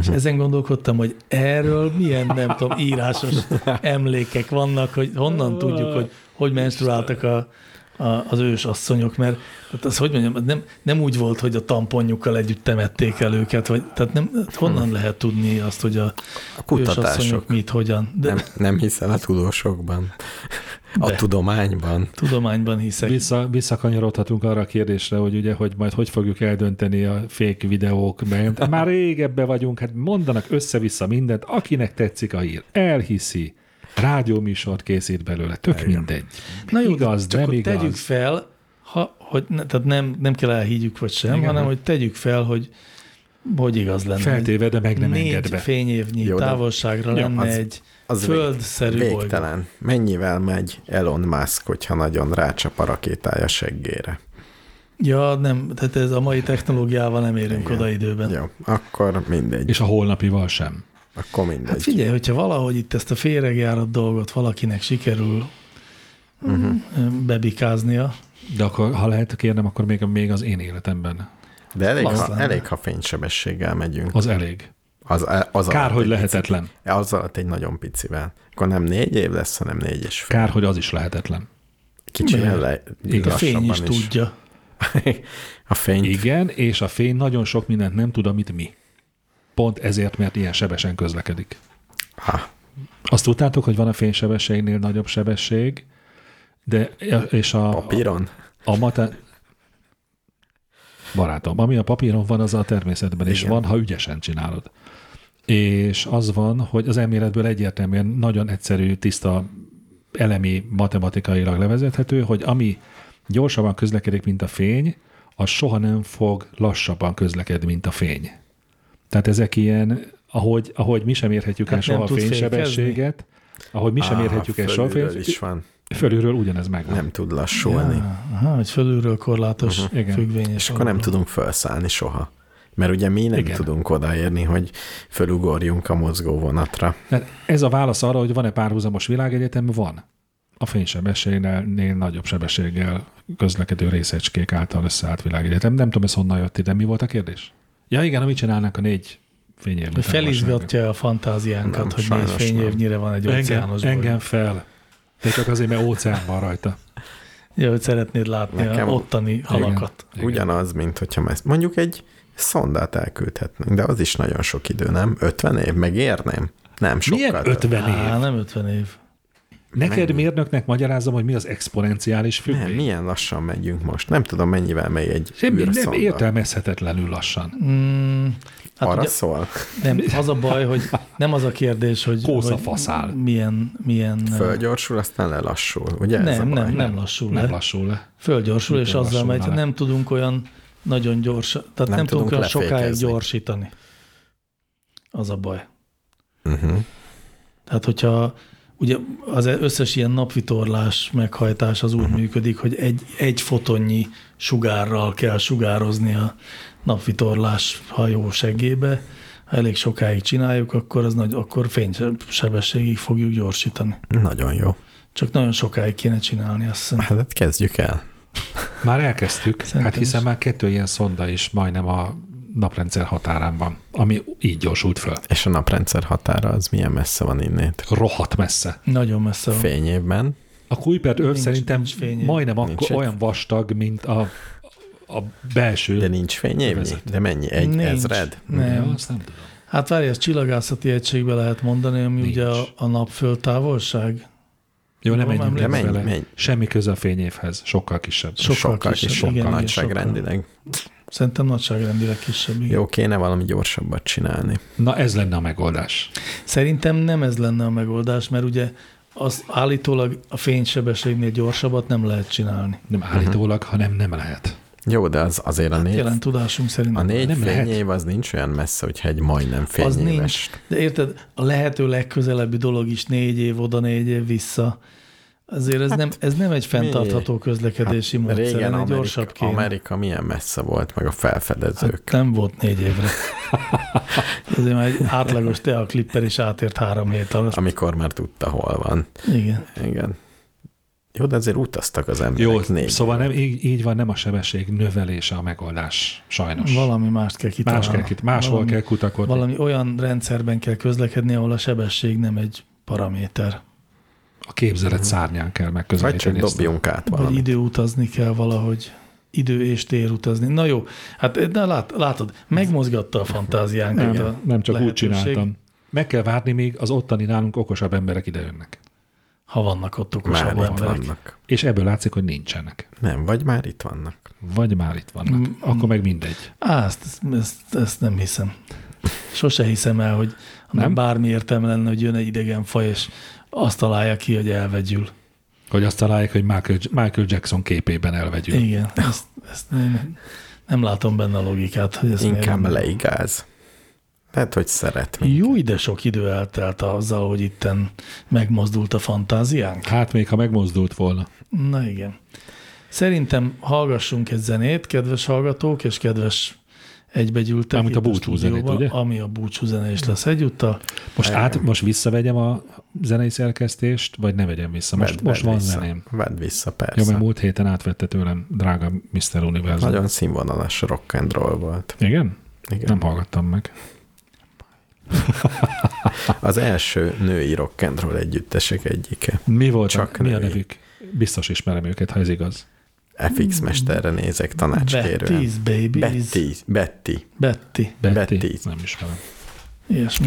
S4: És ezen gondolkodtam, hogy erről milyen, nem tudom, írásos emlékek vannak, hogy honnan tudjuk, hogy hogy menstruáltak a, a, az ős asszonyok, mert tehát az, hogy mondjam, nem, nem úgy volt, hogy a tamponjukkal együtt temették el őket, vagy, tehát nem, hát honnan lehet tudni azt, hogy a,
S1: A
S4: ősasszonyok
S1: Hm. kutatások.
S4: mit, hogyan, de
S1: Nem,
S4: nem.
S1: nem hiszel a tudósokban, a
S4: De.
S1: tudományban.
S4: tudományban hiszek.
S2: Vissza, visszakanyarodhatunk arra a kérdésre, hogy ugye, hogy majd hogy fogjuk eldönteni a fake videók bent. Már rég ebbe vagyunk, hát mondanak össze-vissza mindent, akinek tetszik a hír, elhiszi, rádióműsort készít belőle, tök Igen. mindegy.
S4: Na jó, de
S2: igaz,
S4: csak
S2: nem
S4: akkor
S2: igaz.
S4: tegyük fel, ha, hogy ne, tehát nem, nem kell elhiggyük vagy sem, Igen. hanem hogy tegyük fel, hogy hogy igaz lenne.
S2: Feltéve, de meg nem enged
S4: Négy
S2: be.
S4: fényévnyi
S1: Jó, de-
S4: távolságra
S1: Jó,
S4: lenne
S1: az-
S4: egy
S1: az vég-
S4: földszerű bolygó.
S1: Végtelen. Mennyivel megy Elon Musk, hogyha nagyon rácsap a rakétája seggére?
S4: Ja, nem, tehát ez a mai technológiával nem érünk Igen. oda időben.
S1: Jó, akkor mindegy.
S2: És a holnapival sem.
S1: Akkor mindegy.
S4: Hát figyelj, hogyha valahogy itt ezt a féregjárat dolgot valakinek sikerül
S1: Mhm.
S4: uh-huh. bebikáznia,
S2: De akkor, ha lehet kérnem, akkor még, még az én életemben.
S1: De elég,
S4: klassz
S1: ha,
S4: lenne.
S1: elég, ha fénysebességgel megyünk.
S2: Az elég.
S1: Az, az
S2: Kár,
S1: alatt
S2: hogy
S1: egy
S2: lehetetlen.
S1: Pici, az alatt egy nagyon picivel. Akkor nem négy év lesz, hanem négy és fél.
S2: Kár, hogy az is lehetetlen.
S1: Kicsivel le,
S4: a fény is,
S1: lassabban
S4: is tudja.
S1: A fényt.
S2: Igen, és a fény nagyon sok mindent nem tud, amit mi. Pont ezért, mert ilyen sebesen közlekedik.
S1: Ha,
S2: Azt tudtátok, hogy van a fénysebességnél nagyobb sebesség, de és a,
S1: papíron?
S2: a mata... Barátom, ami a papíron van, az a természetben is
S1: Igen.
S2: van, ha ügyesen csinálod. És az van, hogy az elméletből egyértelműen nagyon egyszerű, tiszta, elemi matematikailag levezethető, hogy ami gyorsabban közlekedik, mint a fény, az soha nem fog lassabban közlekedni, mint a fény. Tehát ezek ilyen, ahogy, ahogy mi sem érhetjük el
S4: Hát nem
S2: soha a
S4: tud fékezni.
S2: fénysebességet, ahogy mi sem
S1: Ah,
S2: érhetjük el soha a
S1: fölülről is
S2: fény,
S1: van.
S2: fölülről ugyanez megvan.
S1: Nem tud lassulni. Ja,
S4: Aha, hogy fölülről korlátos
S2: Mhm. Igen.
S4: uh-huh. függvényes.
S1: és akkor nem tudunk felszállni soha. Mert ugye mi nem
S2: Igen.
S1: Igen. tudunk odaérni, hogy fölugorjunk a mozgó vonatra.
S2: Mert ez a válasz arra, hogy van-e párhuzamos világegyetem, van. A fénysebességnél nagyobb sebességgel közlekedő részecskék által összeállt világegyetem. Nem tudom, ez honnan jött ide. Mi volt a kérdés? Ja igen, amit csinálnak a négy fényévnyi távolságra.
S4: Felizgatja a fantáziánkat,
S1: Nem,
S4: hogy négy
S1: sajnos
S4: fényévnyire van egy
S2: Engem,
S4: óceános
S2: engem
S4: engem.
S2: fel. De csak azért, mert óceán van rajta.
S4: Ja, hogy szeretnéd látni
S1: Nekem-
S4: a ottani halakat.
S2: Igen.
S1: Ugyanaz, mint hogyha mes- mondjuk egy szondát elküldhetnénk, de az is nagyon sok idő, nem? 50 év, megérném? Nem, sokkal
S2: Milyen
S1: több.
S2: 50 év?
S4: Á, nem 50 év.
S2: Neked
S1: mennyi?
S2: mérnöknek magyarázom, hogy mi az exponenciális
S1: Nem,
S2: függvény.
S1: milyen lassan megyünk most. Nem tudom, mennyivel megy egy
S2: Semmi, nem
S1: űrszonda.
S2: értelmezhetetlenül lassan.
S4: Mm, hát
S1: Arra
S4: ugye,
S1: szól?
S4: nem, az a baj, hogy nem az a kérdés, hogy,
S2: Kósza
S4: hogy
S2: faszál.
S4: milyen, milyen
S1: Fölgyorsul, aztán lelassul. Ugye ez a
S4: nem,
S1: baj?
S4: nem, nem lassul
S2: Nem
S4: le.
S2: lassul le.
S4: Fölgyorsul, és
S2: Mitől
S4: azzal
S2: lassulna
S4: megy,
S2: le?
S4: nem tudunk olyan nagyon gyors, tehát nem, nem tudunk
S1: tudunk
S4: olyan sokáig
S1: lefékezni.
S4: gyorsítani. Az a baj. Mhm.
S1: Uh-huh.
S4: Tehát, hogyha ugye az összes ilyen napvitorlás meghajtás az úgy működik, hogy egy, egy fotonnyi sugárral kell sugározni a napvitorlás hajó seggébe. Ha elég sokáig csináljuk, akkor, az nagy, akkor fénysebességig fogjuk gyorsítani.
S1: Nagyon jó.
S4: Csak nagyon sokáig kéne csinálni, azt hiszem.
S1: Hát kezdjük el.
S2: Már elkezdtük, hát
S4: Szerintem
S2: hiszen
S4: is.
S2: már kettő ilyen szonda is majdnem a naprendszer határán van, ami így gyorsult föl.
S1: És a naprendszer határa az milyen messze van innét?
S2: Rohadt messze.
S4: Nagyon messze van.
S1: Fényévben.
S2: A Kuiper öv
S4: Nincs-
S2: szerintem
S4: nincs fényév.
S2: majdnem akkor
S1: Nincs egy-
S2: olyan vastag, mint a, a belső.
S1: De nincs fényévnyi?
S2: Vezet.
S1: De mennyi? Egy
S4: Nincs.
S1: ezred?
S2: Ja,
S4: Nem.
S2: azt nem tudom.
S4: Hát várj, ezt csillagászati egységbe lehet mondani, ami
S2: Nincs.
S4: ugye a, a napföld távolság.
S2: Jó, nem
S4: Jól
S2: menjünk
S4: emlékszem.
S2: ebbe
S1: De menj,
S2: bele.
S1: menj.
S2: Semmi köze a fényévhez, sokkal kisebb.
S4: Sokkal kisebb,
S1: és sokkal
S4: igen, igen,
S1: nagyságrendileg.
S4: Szerintem nagyságrendileg kisebb. Igen.
S1: Jó, kéne valami gyorsabbat csinálni.
S2: Na ez lenne a megoldás.
S4: Szerintem nem ez lenne a megoldás, mert ugye az állítólag a fénysebességnél gyorsabbat nem lehet csinálni.
S2: Nem
S1: Mhm.
S2: állítólag, hanem nem lehet.
S1: Jó, de az azért a négy,
S4: Hát Jelen tudásunk szerint.
S1: a négy
S2: nem lehet.
S1: fényév az nincs olyan messze, hogyha egy majdnem
S4: az
S1: fényéves.
S4: nincs. De érted, a lehető legközelebbi dolog is négy év oda, négy év vissza. Azért ez, nem, ez nem egy fenntartható közlekedési hát, módszer,
S1: Régen
S4: régen egy
S1: Amerika,
S4: gyorsabb kéne.
S1: Amerika milyen messze volt, meg a felfedezők.
S4: Hát nem volt négy évre. Azért már egy átlagos Tea Clipper is átért három hét alatt.
S1: amikor már tudta, hol van.
S4: Igen.
S1: Igen. Jó, de azért utaztak az emberek.
S2: Jó,
S1: négy.
S2: szóval nem, így, így van, nem a sebesség növelése a megoldás, sajnos.
S4: Valami mást kell kitalálni.
S2: Más kell, kit- máshol
S4: Valami-
S2: kell kutakodni.
S4: Valami olyan rendszerben kell közlekedni, ahol a sebesség nem egy paraméter.
S2: a képzelet szárnyán kell
S1: Vagy csak
S2: megközelíteni. ezt.
S1: dobjunk át
S4: Vagy
S1: valamit.
S4: időutazni kell valahogy. Idő és tér utazni. Na jó, hát de lát, látod, megmozgatta a fantáziánkat. a
S2: Nem, nem csak úgy
S4: lehetőség,
S2: csináltam. Meg kell várni, még az ottani nálunk okosabb emberek idejönnek.
S4: Ha vannak ott
S1: Már
S4: okosabb
S1: itt
S4: emberek.
S1: vannak.
S2: És ebből látszik, hogy nincsenek.
S1: Nem, vagy már itt vannak.
S2: Vagy már itt vannak. Akkor meg mindegy.
S4: Á, ezt, ezt, ezt nem hiszem. Sose hiszem el, hogy
S2: Nem?
S4: nem? bármi értelme lenne, hogy jön egy idegen faj, és azt találja ki, hogy elvegyül.
S2: Hogy azt találják, hogy Michael, Michael Jackson képében elvegyül.
S4: Igen, ezt, ezt nem, nem látom benne a logikát, hogy ez
S1: Inkább
S4: miért-
S1: leigáz. Tehát, hogy szeretni.
S4: Jó ide sok idő eltelt azzal, hogy itten megmozdult a fantáziánk.
S2: Hát még, ha megmozdult volna.
S4: Na igen. Szerintem hallgassunk egy zenét, kedves hallgatók, és kedves egybegyűltek.
S2: Mármint a
S4: itt
S2: búcsú zenét,
S4: stúdióban,
S2: ugye?
S4: Ami a búcsú zene is lesz egyúttal.
S2: Most át, most visszavegyem a zenei szerkesztést, vagy ne vegyem vissza? Most, most van
S1: vissza.
S2: zeném.
S1: Vedd vissza,
S2: Jó,
S1: persze.
S2: mert múlt héten átvette tőlem drága Mr. Univerzum.
S1: Nagyon színvonalas rock and roll volt.
S2: Igen?
S1: Igen.
S2: Nem hallgattam meg.
S1: Az első női rock and roll együttesek egyike.
S2: Mi volt?
S1: Csak
S2: Csak mi a
S1: női.
S2: nevük? Biztos ismerem őket, ha ez igaz.
S1: FX
S2: Hmm.
S1: mesterre nézek tanácskérően.
S4: Betty's Babies.
S1: Betty. Betty.
S4: Betty.
S1: Betty.
S2: Nem ismerem.
S4: Ilyesmi.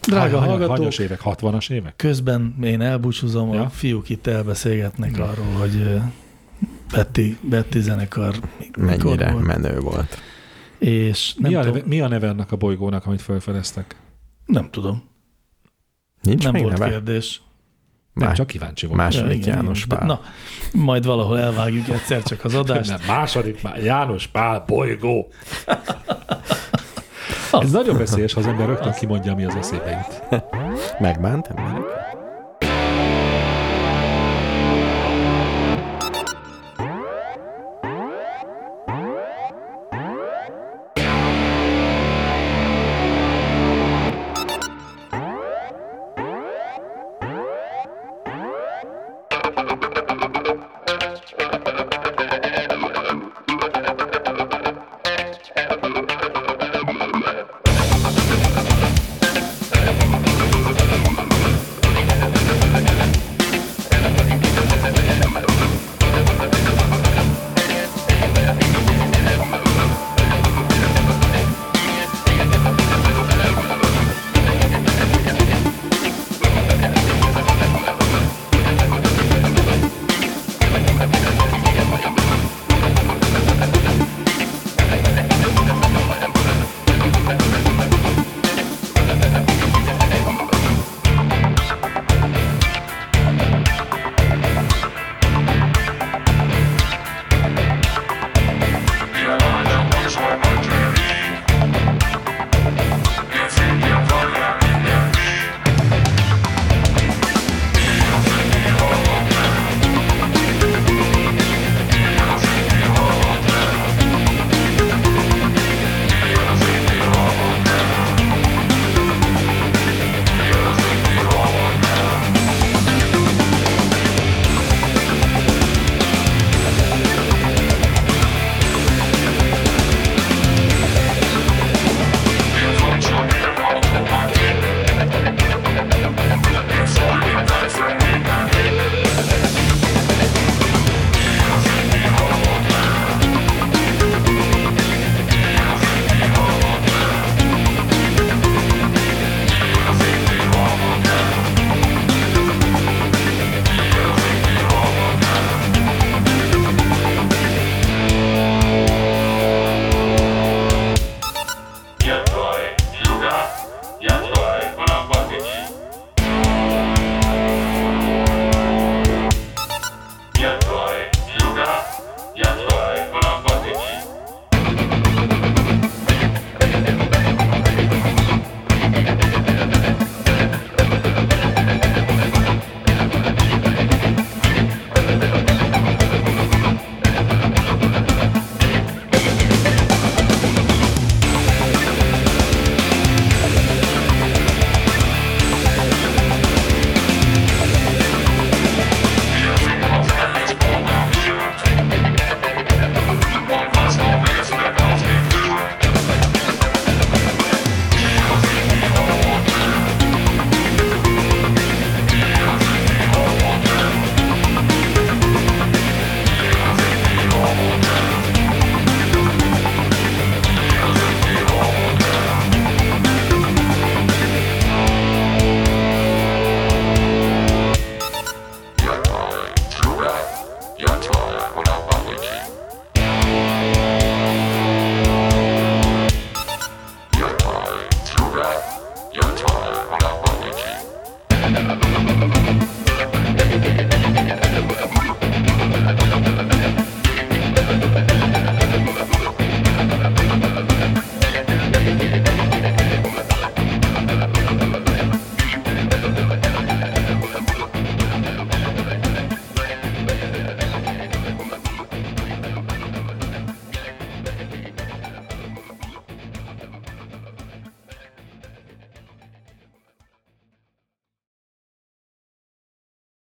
S4: Drága
S2: Hany-
S4: hallgatók,
S2: Hanyas évek, 60-as évek?
S4: közben én elbúcsúzom,
S2: Ja.
S4: a fiúk itt elbeszélgetnek arról, hogy ö, Betty, Betty zenekar mi- mikor
S1: Mennyire
S4: volt.
S1: menő volt.
S4: És nem,
S2: Mi a, neve,
S4: tudom,
S2: mi a neve ennek a bolygónak, amit felfedeztek?
S4: nem tudom,
S1: Nincs
S4: nem
S1: még
S4: volt
S1: neve?
S4: kérdés.
S2: Nem,
S1: Má-
S2: csak kíváncsi volt.
S1: Második
S4: Ja, igen,
S1: János
S4: igen.
S1: Pál.
S4: Na, majd valahol elvágjuk egyszer csak az adást.
S2: Nem, második már. János Pál bolygó. Ez nagyon veszélyes, ha az ember rögtön kimondja, mi az eszébe jut.
S1: Megbánt ember?